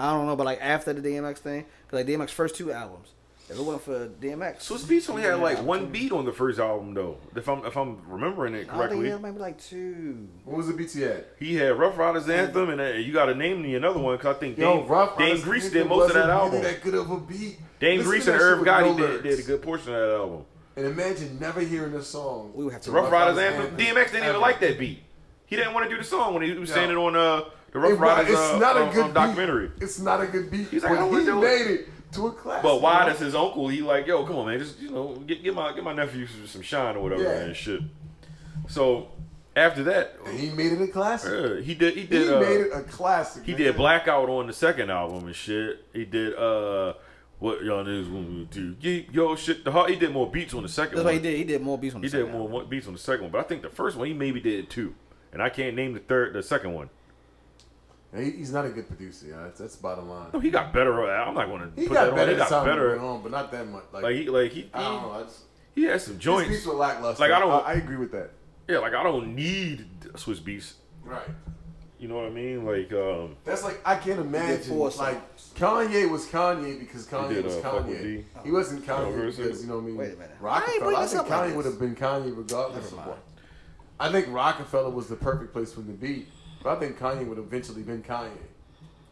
S4: I don't know, but like after the DMX thing, 'cause, like DMX first two albums, if it wasn't for DMX,
S3: Swiss Beats only had like one beat on the first album though. If I'm if I'm remembering it
S4: I don't think
S3: correctly,
S4: he had maybe like two.
S7: What was the beats he had?
S3: he had Rough Riders anthem and uh, you got to name me another one because I think
S7: Yo,
S3: Dane,
S7: Rough
S3: Dane
S7: Riders
S3: Grease
S7: Anthem
S3: did most of that
S7: wasn't
S3: album.
S7: Really that good of a beat.
S3: Dane
S7: Listen to
S3: Grease
S7: that
S3: and
S7: shit
S3: Irv
S7: with no
S3: Gotti did,
S7: lyrics.
S3: did a good portion of that album.
S7: And imagine never hearing this song.
S4: We would have to
S3: Rough Riders anthem. DMX didn't
S7: Ever.
S3: even like that beat. He didn't want to do the song when he was
S7: No.
S3: saying it on uh, the
S7: It
S3: Rough
S7: wa-
S3: Riders
S7: it's
S3: uh,
S7: not a
S3: um,
S7: good
S3: um, documentary.
S7: Beat. It's not a good beat.
S3: He's like, I
S7: but
S3: don't wanna
S7: he
S3: do it.
S7: made it to a classic.
S3: But why
S7: yo.
S3: does his uncle? He like, yo, come on, man, just you know, get, get my get my nephew some some shine or whatever
S7: Yeah.
S3: and shit. So after that,
S7: And he made it a classic.
S3: uh, he did he
S7: He
S3: did uh,
S7: made it a classic.
S3: he
S7: man.
S3: did blackout on the second album and shit. He did uh. What y'all niggas want me to do? Ye- Yo, shit, the heart. He did more beats on the second.
S4: That's
S3: one.
S4: what he did. He did more beats on. The
S3: He did
S4: second
S3: more
S4: album.
S3: one, beats on the second one, but I think the first one he maybe did two, and I can't name the third, the second one.
S7: Yeah, he- He's not a good producer. Yeah, that's, that's bottom line.
S3: No, he got better. at- I'm not going to
S7: He
S3: put
S7: got
S3: that on. He
S7: better.
S3: got
S7: as time went
S3: better.
S7: on, but not that much. Like,
S3: Like he, like he,
S7: I don't know. I just,
S3: he had some
S7: his
S3: joints.
S7: beats were lackluster.
S3: Like, I don't-
S7: I, I agree with that.
S3: Yeah, like I don't need Swiss Beats.
S7: Right.
S3: You know what I mean? Like, um,
S7: That's like I can't imagine.
S4: four
S7: Like Kanye was Kanye because Kanye
S3: He did,
S7: was
S3: uh, fuck with
S7: Kanye.
S3: D.
S7: He wasn't
S3: Oh,
S7: Kanye
S3: really?
S7: because you know what I mean.
S4: Wait a minute. I ain't
S7: Rockefeller.
S4: bring
S7: I,
S4: this
S7: think
S4: up like
S7: Kanye
S4: this.
S7: would have been Kanye regardless of what. I think Rockefeller was the perfect place for him to be, but I think Kanye would eventually been Kanye.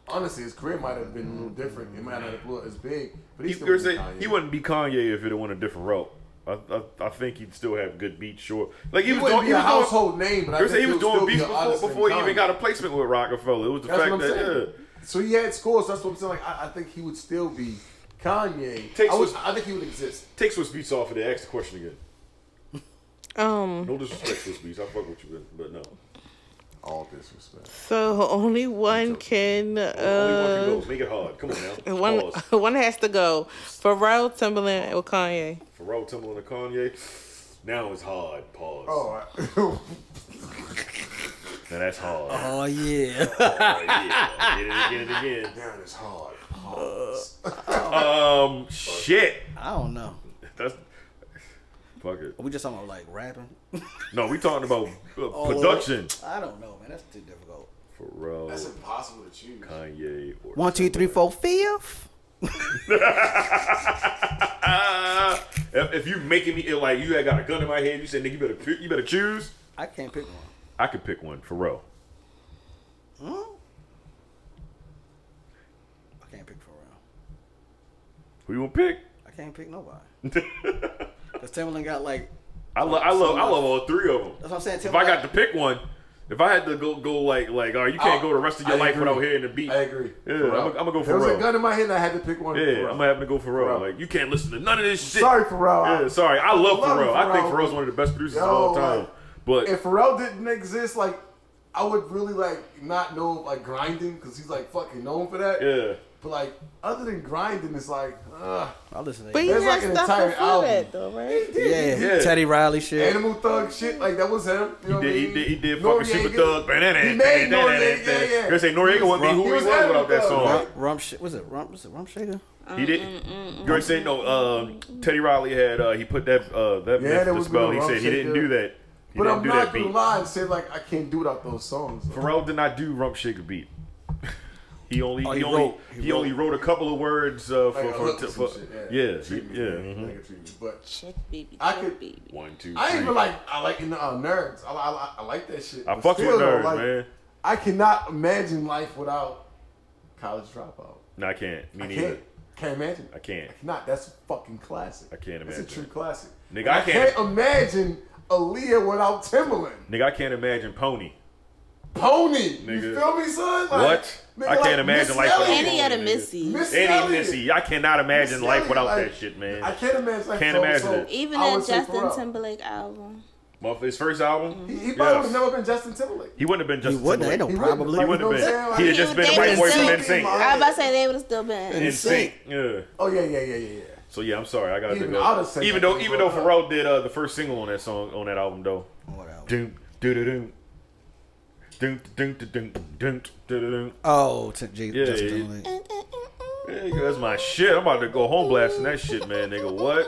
S7: Honestly, his career might have been a little different. It might not have blew up as big, but he
S3: he,
S7: still
S3: you're
S7: was
S3: saying
S7: Kanye.
S3: he wouldn't be Kanye if it went a different route. I, I, I think he'd still have good beats. Sure, like he,
S7: He,
S3: was
S7: wouldn't
S3: doing. He
S7: be
S3: was
S7: a
S3: doing-
S7: household name, but I
S3: you're
S7: think
S3: saying he was doing beats before,
S7: beats
S3: before he even got a placement with Rockefeller. It was the
S7: That's
S3: fact
S7: what I'm
S3: that
S7: saying.
S3: yeah.
S7: So he had scores. That's what I'm saying. Like I, I think he would still be Kanye.
S3: Takes
S7: I, would,
S3: what-
S7: I think he would exist.
S3: take Swiss Beats off of there. Ask the question again.
S8: Um,
S3: No disrespect, Swiss Beats. I fuck with you, but, but no.
S7: All disrespect.
S8: so only one can. Uh,
S3: Only one can go. Make it hard. Come on now.
S8: [laughs] one,
S3: Pause.
S8: one has to go. Pharrell, Timberland, or Kanye.
S3: Pharrell Timberland and Kanye. Now it's hard. Pause.
S7: Oh,
S3: Now that's hard.
S4: Oh yeah.
S3: Oh, yeah. Get it again, it again.
S7: [laughs] damn, it's hard.
S3: Um, shit.
S4: [laughs] I don't know.
S3: That's fuck it.
S4: Are we just talking about like rapping? [laughs]
S3: No, we talking about uh, production.
S4: I don't know, man. That's too difficult.
S7: That's
S3: Pharrell,
S7: impossible to choose.
S3: Kanye, or
S4: One, two, three, four, fifth.
S3: Ah, if, if you making me it like you had got a gun in my head, you said nigga, you better pick- you better choose.
S4: I can't pick one. Hmm?
S3: I could pick one. Pharrell.
S4: pick for real.
S10: Who you gonna pick?
S4: I can't pick nobody.
S3: [laughs]
S4: Cause Timberland got like
S3: I, lo- I love I love all three of them.
S4: that's what I'm saying.
S3: If I
S4: Timberland
S3: got to pick one, if I had to go go like like all right, you can't
S7: Oh,
S3: go the rest of your
S7: I
S3: life
S7: agree.
S3: without hearing the beat.
S7: I agree.
S3: Yeah, I'm gonna go
S7: There was a
S3: Pharrell.
S7: gun in my hand. and I had to pick one.
S3: Yeah,
S7: Pharrell.
S3: I'm gonna have to go Pharrell.
S7: Pharrell.
S3: Like you can't listen to none of this shit.
S7: Sorry, Pharrell.
S3: Yeah, sorry. I love,
S7: Love
S3: Pharrell. I think
S7: Pharrell.
S3: Pharrell's one of the best producers of
S7: Yo,
S3: all time.
S7: like,
S3: But
S7: If Pharrell didn't exist, like I would really like not know like grinding because he's like fucking known for that.
S3: yeah,
S7: But like other than grinding, it's like uh,
S4: I listen to
S8: But he
S7: There's
S8: had
S7: like an
S8: stuff
S7: entire
S8: before
S7: album.
S8: that though, right?
S4: yeah,
S3: Yeah.
S4: Teddy Riley shit.
S7: Animal Thug shit. Like that was him. You know
S3: he did,
S7: what I
S3: he
S7: mean?
S3: did he did
S7: Noriega-
S3: fucking super thug.
S7: He made Noriega. Yeah, yeah.
S3: They say Noriega wouldn't be who he was
S7: Animal
S3: without that
S7: Thug,
S3: song.
S7: right?
S4: Rump, rump shit. Was it rump? Was it rump shaker?
S3: He did. You already said no. Um, Teddy Riley had uh, he put that uh, that
S7: Yeah,
S3: myth
S7: that
S3: to
S7: was
S3: spell.
S7: with
S3: He
S7: the
S3: said he
S7: Rump
S3: didn't
S7: Shaker.
S3: do that. He
S7: But
S3: didn't
S7: I'm
S3: do
S7: not
S3: that beat.
S7: gonna lie and say like I can't do without those songs. though.
S3: Pharrell did not do Rump Shaker beat. [laughs] He only
S4: Oh,
S3: he,
S4: he
S3: only
S4: wrote-
S3: he,
S4: he
S3: only wrote a couple of words uh, for,
S7: Like, I
S3: for,
S7: looked
S3: to,
S7: at some
S3: for
S7: shit,
S3: yeah he-
S7: Treatment,
S3: yeah.
S7: yeah,
S3: mhm.
S7: like a treatment. But
S5: Check baby,
S7: I
S5: check
S7: could-
S5: baby.
S3: One two.
S7: Mm-hmm. I
S3: three.
S7: even like I like you know, uh, nerds. I, I, I- I like that shit.
S3: I
S7: But
S3: fuck with
S7: still, though,
S3: nerds,
S7: like,
S3: man.
S7: I cannot imagine life without college dropout.
S3: No, I can't. Me
S7: I
S3: neither.
S7: can't. Can't imagine. it.
S3: I can't.
S7: I cannot. That's a fucking classic.
S3: I can't
S7: That's
S3: imagine
S7: a true
S3: it.
S7: classic.
S3: Nigga, I
S7: I
S3: can't-
S7: can't, imagine Aaliyah without Timbaland.
S3: Nigga, I can't imagine Pony.
S7: Pony.
S3: Nigga.
S7: You feel me, son? Like,
S3: What?
S7: nigga,
S3: I can't
S7: like
S3: imagine
S7: Missy
S3: life without
S7: Elliott.
S3: Pony,
S5: Any other
S3: nigga.
S5: Missy.
S7: Miss
S3: Any
S7: Elliott.
S3: Missy. I cannot
S7: Miss
S3: imagine life
S7: Elliott,
S3: without
S7: like,
S3: that shit, man.
S7: I can't imagine. Like,
S3: Can't
S7: so,
S3: imagine
S7: so
S3: it.
S5: Even
S7: I
S5: that
S7: would say
S5: Justin
S7: Pharrell.
S5: Timberlake album.
S3: Well, his first album,
S7: He, he
S3: Yeah.
S7: probably would have never been Justin Timberlake.
S3: he wouldn't have been just.
S4: He wouldn't. They
S7: He
S4: don't
S7: wouldn't have.
S4: probably.
S7: He
S3: He
S7: You
S3: wouldn't have
S7: know what I'm
S3: been.
S7: saying? Like,
S3: He'd have just been a white
S5: they
S3: boy
S5: would
S3: from
S5: still-
S3: NSYNC.
S5: I was about to say they would have still been.
S4: And-
S3: NSYNC.
S4: NSYNC.
S3: Yeah.
S7: Oh yeah, yeah, yeah, yeah, yeah.
S3: So yeah, I'm sorry. I got to
S7: Even
S3: go.
S7: I'd have said
S3: even
S7: that
S3: though
S7: thing
S3: even though
S7: growing
S3: Pharrell did uh, the first single on that song on that album though.
S4: Whatever.
S3: Doom do do doom. Doom doom doom doom doom do do doom.
S4: Oh, T- J-
S3: Yeah,
S4: Justin
S3: yeah.
S4: Timberlake.
S3: Nigga, that's my shit. I'm about to go home blasting that shit, man. Nigga, what?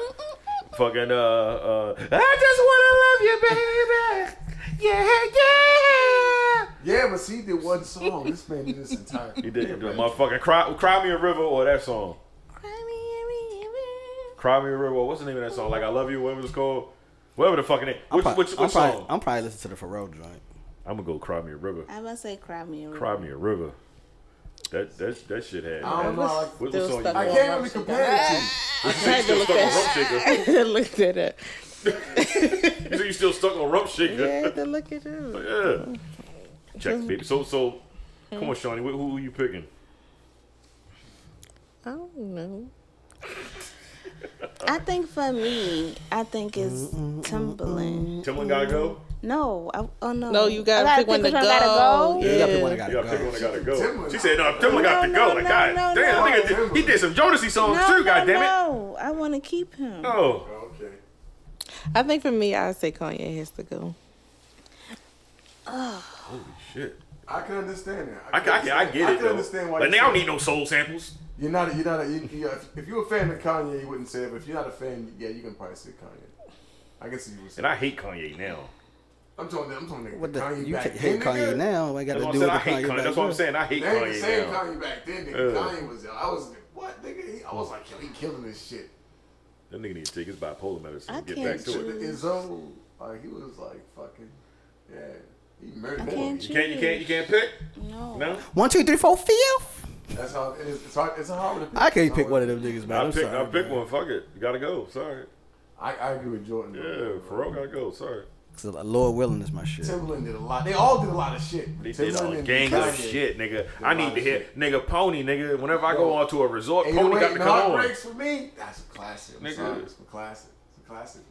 S3: Fucking uh uh. I just wanna love you, baby. Yeah, yeah.
S7: Yeah, but see, he did one song. This man did this entire.
S3: [laughs] He did the motherfucking cry, cry me a river or that song. Cry me a river. What's the name of that song? Like I love you, whatever it's called. Whatever the fucking name. Which
S4: I'm, prob-
S3: which
S4: I'm
S3: which
S4: probably,
S3: song?
S4: I'm probably listening to the Pharrell joint.
S3: I'm gonna go cry me a river.
S5: I was say cry me a
S8: [laughs]
S3: Cry me a river. That that that shit had.
S7: I don't know. I like,
S3: What, what
S8: Still
S3: song you
S8: stuck
S7: I
S3: want?
S8: on-
S7: can't really compare it to. you.
S8: I had to
S3: Still
S8: look
S3: stuck on Rump
S8: at
S3: Shaker.
S8: it. look that up.
S3: You
S8: [laughs]
S3: say you still stuck on Rump
S8: Yeah, I
S3: Shaker?
S8: had to look it up.
S3: Yeah. Check baby. So so. Come on, Shawnee. Who, who are you picking?
S8: I don't know.
S5: I think for me, I think it's Timberland.
S3: Timbaland gotta go.
S5: No, I, oh no.
S8: No, you gotta
S5: I
S8: pick one to
S5: which gotta
S8: go.
S5: go.
S4: You gotta pick
S8: Yeah.
S4: one that
S3: You
S4: gotta
S3: gotta pick
S4: go.
S3: one that gotta go.
S7: Timbaland.
S3: She said, "No, Timbaland got to
S5: No,
S3: go."
S5: no,
S3: Like,
S5: no,
S3: God
S5: no,
S3: damn,
S5: no.
S3: nigga, did- he did some Jodeci songs
S5: No,
S3: too.
S5: no,
S3: God damn it.
S5: no. I want to keep him.
S3: Oh,
S7: Okay.
S8: I think for me, I'd say Kanye has to go.
S3: shit.
S7: I can understand that.
S3: I, I, I, I
S7: understand-
S3: get it.
S7: I can
S3: though.
S7: understand why.
S3: Like,
S7: you
S3: nigga, I don't
S7: say
S3: need no soul samples.
S7: it. You're not. A, you're not. A, you, you, if- if you're a fan of Kanye, you wouldn't say it. But if you're not a fan, yeah, you can probably say Kanye. I guess you would. Say
S3: And I hate Kanye now.
S7: I'm talking. I'm talking.
S4: What the?
S7: Kanye
S4: You
S7: back
S4: can't
S7: then,
S4: hate Kanye
S7: nigga.
S4: now. I got
S3: That's
S4: to
S3: what
S4: do
S3: I'm
S4: with
S3: saying.
S4: the
S3: I hate
S4: Kanye.
S3: Kanye.
S4: back
S3: That's what I'm
S4: then.
S3: saying. I hate
S7: They ain't the
S3: Kanye
S7: same
S3: now.
S7: Kanye back then. Nigga.
S3: Ugh.
S7: Kanye was. I was. What nigga? He, I was like, yo, he killing this shit.
S3: That nigga need to take his bipolar medicine
S5: I
S3: and get
S5: can't
S3: back to it.
S5: choose.
S7: Izzo, like he was like fucking. Yeah, he murdered.
S5: I can't
S7: that.
S3: You can't, you can't, you can't pick.
S5: No.
S3: No,
S4: One, two, three, four, fifth.
S7: That's how it is. It's hard. It's hard to pick.
S4: I can't pick one of them niggas, man.
S3: I
S4: I'm
S3: pick,
S4: sorry,
S3: I pick
S4: man.
S3: one. Fuck it, you gotta go. Sorry.
S7: I, I agree with Jordan.
S3: Yeah,
S7: though.
S3: Pharrell gotta go. Sorry.
S4: 'Cause Lord willing is my shit.
S7: Timberland did a lot. They all did a lot of shit.
S3: They did
S7: Timberland
S3: a
S7: and
S3: gang of
S7: Kanye.
S3: shit, nigga. I need
S7: lot
S3: to
S7: of
S3: hear, nigga, Pony, nigga. Whenever I go
S7: Yo.
S3: on to a resort,
S7: Ain't
S3: Pony got
S7: no
S3: to
S7: waiting
S3: come on.
S7: heartbreaks for me. That's a classic. I'm
S3: Nigga.
S7: sorry, it's a classic. It's a classic for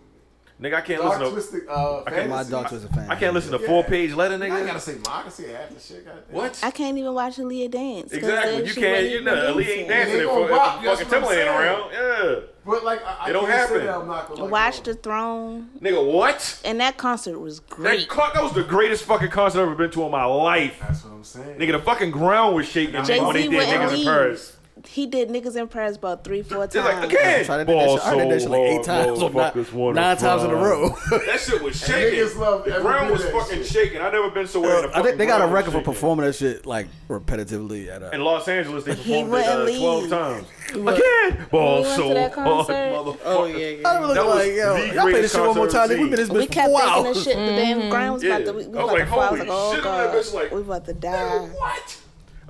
S3: Nigga, I can't
S7: me. Dark
S3: listen
S7: twisted. Uh,
S3: I can't-
S7: fantasy.
S4: My daughter was a fan.
S3: to, I can't listen to
S7: Yeah.
S3: four page letter,
S7: I ain't gotta
S3: nigga.
S7: say mine. I can say half the shit. Goddamn.
S3: What?
S5: I can't even watch Aaliyah dance. 'cause
S3: Exactly.
S5: then
S3: You
S5: she
S3: can't.
S5: wasn't
S3: You
S5: even
S3: know, Aaliyah ain't
S5: dancing.
S3: dancing
S7: They
S3: if
S7: gonna
S3: if
S7: rock,
S3: the
S7: that's
S3: fucking
S7: what I'm
S3: Timberland ain't around. Yeah.
S7: But like, I, I
S3: It don't
S7: can't
S3: happen.
S7: Say that I'm not gonna
S5: Watch
S7: the.
S5: the throne,
S3: Nigga, what?
S5: and that concert was great.
S3: That, con- that was the greatest fucking concert I've ever been to in my life.
S7: That's what I'm saying.
S3: Nigga, the fucking ground was shaking
S7: Jay-Z
S3: when they did
S7: wouldn't
S3: niggas in
S5: leave.
S3: Paris.
S5: He did niggas in Paris about three, four
S3: They're like,
S5: times.
S3: again,
S4: Try to do
S3: ball
S4: that shit. I did that shit like eight
S3: so hard,
S4: times, or
S3: motherfuckers
S4: nine,
S3: wanna
S4: nine times in a
S3: fly.
S4: row.
S3: That shit was
S7: niggas
S3: shaking.
S7: love
S3: The
S7: every
S3: ground
S7: bit
S3: was
S7: of that
S3: fucking
S7: shit.
S3: shaking. I never been so where the
S4: [laughs] I think
S3: fucking
S4: they got a
S3: ground was
S4: record for
S3: shaking.
S4: performing that shit like repetitively at
S3: In
S4: a.
S3: Los Angeles,
S5: [laughs]
S3: they performed it
S5: wouldn't
S3: uh,
S5: leave.
S3: twelve times. Again, ball
S5: we went to
S3: so hard,
S5: that concert.
S3: motherfucker.
S8: Oh yeah, yeah.
S4: I remember
S3: That
S4: looking
S3: was
S4: like, yo,
S3: the
S4: y'all play
S3: greatest
S4: this shit one more
S3: concert I've
S4: time. Nigga, We've
S3: seen.
S4: been this
S5: We
S4: bitch for
S5: kept
S4: four
S5: thinking this
S4: hours.
S5: shit.
S8: Mm-hmm.
S5: The damn ground was about
S3: Yeah.
S5: to. We, we
S3: I was
S5: about
S3: like,
S5: to fall. I
S3: holy
S5: was like, oh
S3: shit, I'm
S5: god,
S3: that bitch like-
S5: we about to die.
S3: What?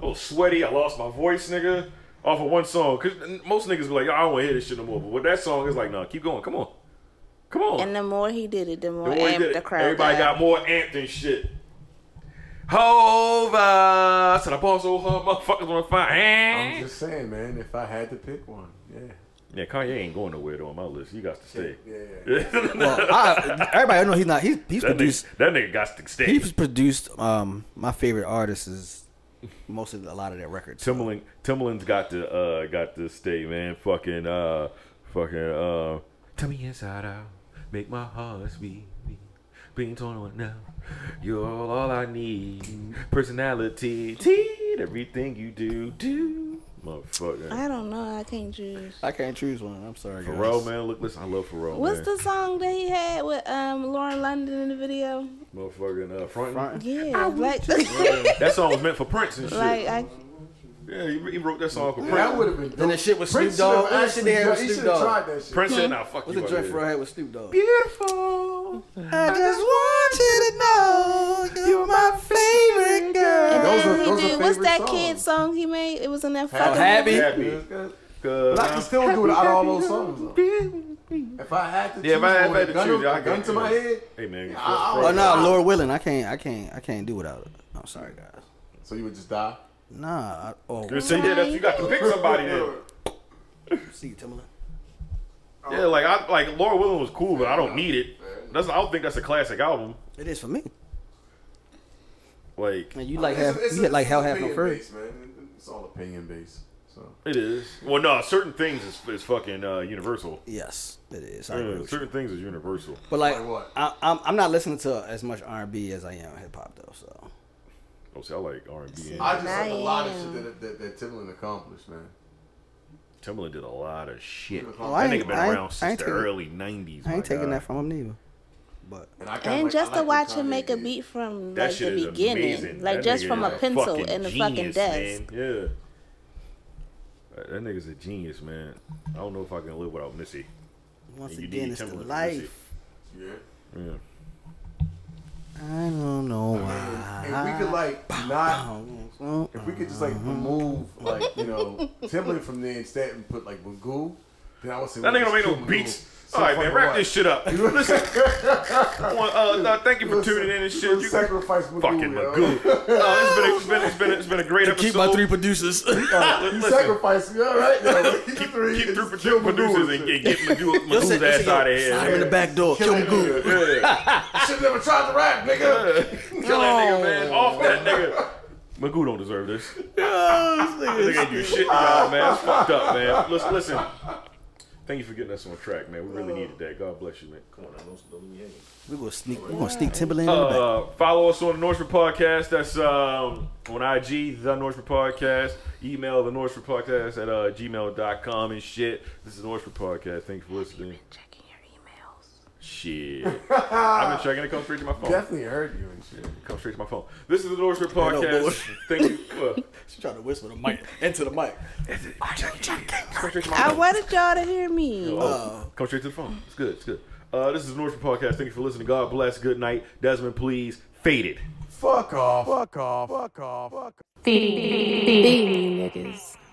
S3: I was sweaty. I lost my voice, nigga. off of one song. Cause most niggas be like, "Yo, I don't want to hear this shit no more. But with that song, it's like, nah, keep going. Come on, come on.
S5: And the more he did it, the more
S3: The way he did
S5: amped
S3: it,
S5: the crowd
S3: Everybody got more amped and shit. Hova, I said I bought so hard, motherfuckers wanna
S7: I'm
S3: fight. Eh?
S7: just saying, man. If I had to pick one, yeah.
S3: Yeah, Kanye ain't going nowhere though on my list. He got to stay.
S7: Yeah,
S4: Well, I, everybody know he's not. He's he's
S3: That
S4: produced.
S3: nigga, that nigga got to stay.
S4: He's produced. Um, my favorite artist is most of a lot of their records.
S3: Timbaland, Timbaland's got to uh, got to stay, man. Fucking uh, fucking uh,
S9: Tell me inside out, make my heart beat. beat. Being torn on now, you're all I need.
S3: personality, teed, everything you do, do, motherfucker.
S5: I don't know. I can't choose.
S4: I can't choose one. I'm sorry, guys.
S3: Pharrell, man, look, listen, I love Pharrell,
S5: What's
S3: man.
S5: the song that he had with um Lauren London in the video?
S3: Motherfucking uh, front.
S4: Front.
S5: Yeah, like, [laughs]
S3: That song was meant for Prince and shit.
S5: like I,
S3: yeah, he, he wrote that song for
S7: yeah.
S3: Prince.
S7: That would have been dope.
S4: the shit with
S7: Prince
S4: Snoop Dogg.
S7: should've
S4: What was the shit
S7: actually
S4: they had
S7: done-
S4: with
S7: He
S4: Snoop
S7: should have
S4: Dogg?
S7: tried that shit.
S3: Prince said, "Nah, fuck
S4: What's
S3: you."
S4: the
S3: out
S4: joint
S3: here."
S4: Pharrell had with Snoop Dogg?
S3: Beautiful.
S4: I just want you to know you're my favorite girl.
S5: and
S7: Those
S5: then
S7: are-
S5: he
S7: those are
S5: did what's
S7: favorite
S5: that
S7: songs.
S5: kid song he made? It was in that
S4: How
S5: fucking
S4: happy?
S5: movie.
S7: Yeah,
S3: Happy.
S7: it's good.
S3: Cause
S7: But I can still do it out of all those songs. though. If I had to choose,
S3: Yeah, if I had
S7: one,
S3: to
S7: gun,
S3: choose, I
S7: gun,
S3: can't
S7: to my
S3: choose.
S7: head.
S3: Hey man,
S7: I- I
S3: Pharrell-
S4: Oh
S7: would-
S4: no, Lord willing, I can't. I can't. I can't do without it. I'm sorry, guys.
S7: So you would just die.
S4: Nah. I, oh,
S3: You see, yeah, that's, you got to pick somebody
S7: [laughs]
S3: then.
S4: see you, Timbaland.
S3: Yeah, like I like Laura Willing was cool, but I don't need it. That's I don't think that's a classic album.
S4: It is for me.
S3: Like
S4: And you like have you like hell have no fur.
S7: based, man. It's all opinion based. So
S3: it is. Well, no, certain things is, is fucking uh, universal.
S4: Yes, it is. I agree
S3: Yeah,
S4: with you.
S3: certain things is universal.
S4: But like,
S7: Like what?
S4: I, I'm I'm not listening to as much R&B as I am hip hop though. So
S3: Oh, see, I like R and B.
S7: I just like a lot of
S5: Damn.
S7: shit that that, that Timbaland accomplished, man.
S3: Timbaland did a lot of shit.
S7: Oh,
S4: I
S3: that nigga
S4: ain't-
S3: been
S4: I ain't-
S3: around
S4: I
S3: since
S4: ain't
S3: the
S4: taking-
S3: early '90s.
S4: I ain't
S3: my
S4: taking
S3: God.
S4: that from him neither. But
S7: And, I kinda
S5: And
S7: like-
S5: just
S7: I
S5: to
S7: like
S5: watch
S7: what
S5: him make a
S7: Kanye
S5: beat from
S3: That
S5: like
S3: shit
S5: the
S3: is
S5: beginning,
S3: amazing.
S5: like
S3: That
S5: just
S3: nigga
S5: from
S3: is
S5: a pencil
S3: fucking
S5: in the fucking
S3: genius,
S5: desk.
S3: man. Yeah. That- That nigga's a genius, man. I don't know if I can live without Missy.
S4: once
S3: You
S4: again,
S3: need
S4: it's the
S3: Timbaland for
S4: life.
S7: did. Yeah.
S3: Yeah.
S4: I don't know
S7: And if we
S4: why.
S7: could like not,
S4: Well,
S7: if we could just like remove like you know Timbaland from there instead and put like Magoo, then I would say
S3: That
S7: we
S3: nigga don't make
S7: just
S3: no
S7: kill Magoo.
S3: beats.
S7: So
S3: All right, man,
S7: fucking
S3: wrap
S7: what?
S3: this shit up. Listen,
S7: [laughs]
S3: well, uh, no, thank you for
S7: Listen,
S3: tuning in and
S7: you
S3: shit. You
S7: sacrifice Magoo,
S3: fucking
S7: yo. [laughs]
S3: Magoo. Oh, it's been, a- it's been, it's been, it's been a
S4: uh,
S3: great episode. Ah,
S4: producers.
S7: You
S3: Listen,
S7: sacrifice, you all
S3: [laughs]
S7: right? No, keep,
S3: keep,
S7: three,
S3: keep
S7: and
S3: through
S7: just kill
S3: produ-
S7: Magoo
S3: producers and
S7: shit.
S3: get, get
S7: [laughs]
S3: Magoo, Magoo's ass out of here.
S4: I'm in the back door. Kill him, good.
S7: Should [laughs] have never tried to rap, nigga. [laughs]
S3: Kill that nigga, man. Off that nigga. Magoo don't deserve [laughs] this. This nigga ain't do shit to y'all, man. It's fucked up,
S7: [laughs]
S3: man. Listen, listen. Thank you for getting us on track, man. We really needed that. God bless you, man. Come on, now, don't, don't leave me hanging.
S4: We're gonna sneak. We're gonna sneak Timberland in the back.
S3: Uh, follow us on the Northford Podcast. That's um, on IG, The Northford Podcast. Email The Northford Podcast at uh, gmail.com and shit. This is The Northford Podcast. Thanks for listening.
S5: Checking your emails.
S3: Shit. I've been checking. It comes straight to my phone.
S7: Definitely heard you and shit.
S3: It comes straight to my phone. This is The Northford
S4: know,
S3: Podcast.
S4: boy.
S3: Thank you. Well,
S4: She's trying to whisper the mic into the mic.
S3: comes straight to my
S5: I
S3: phone.
S5: wanted y'all to hear me.
S3: Oh, come straight to the phone. It's good. It's good. Uh, this is the Northford Podcast. Thank you for listening. God bless. Good night. Desmond, please. Faded.
S7: Fuck off. Fuck off. Fuck off. Fuck off.
S1: Feed me niggas.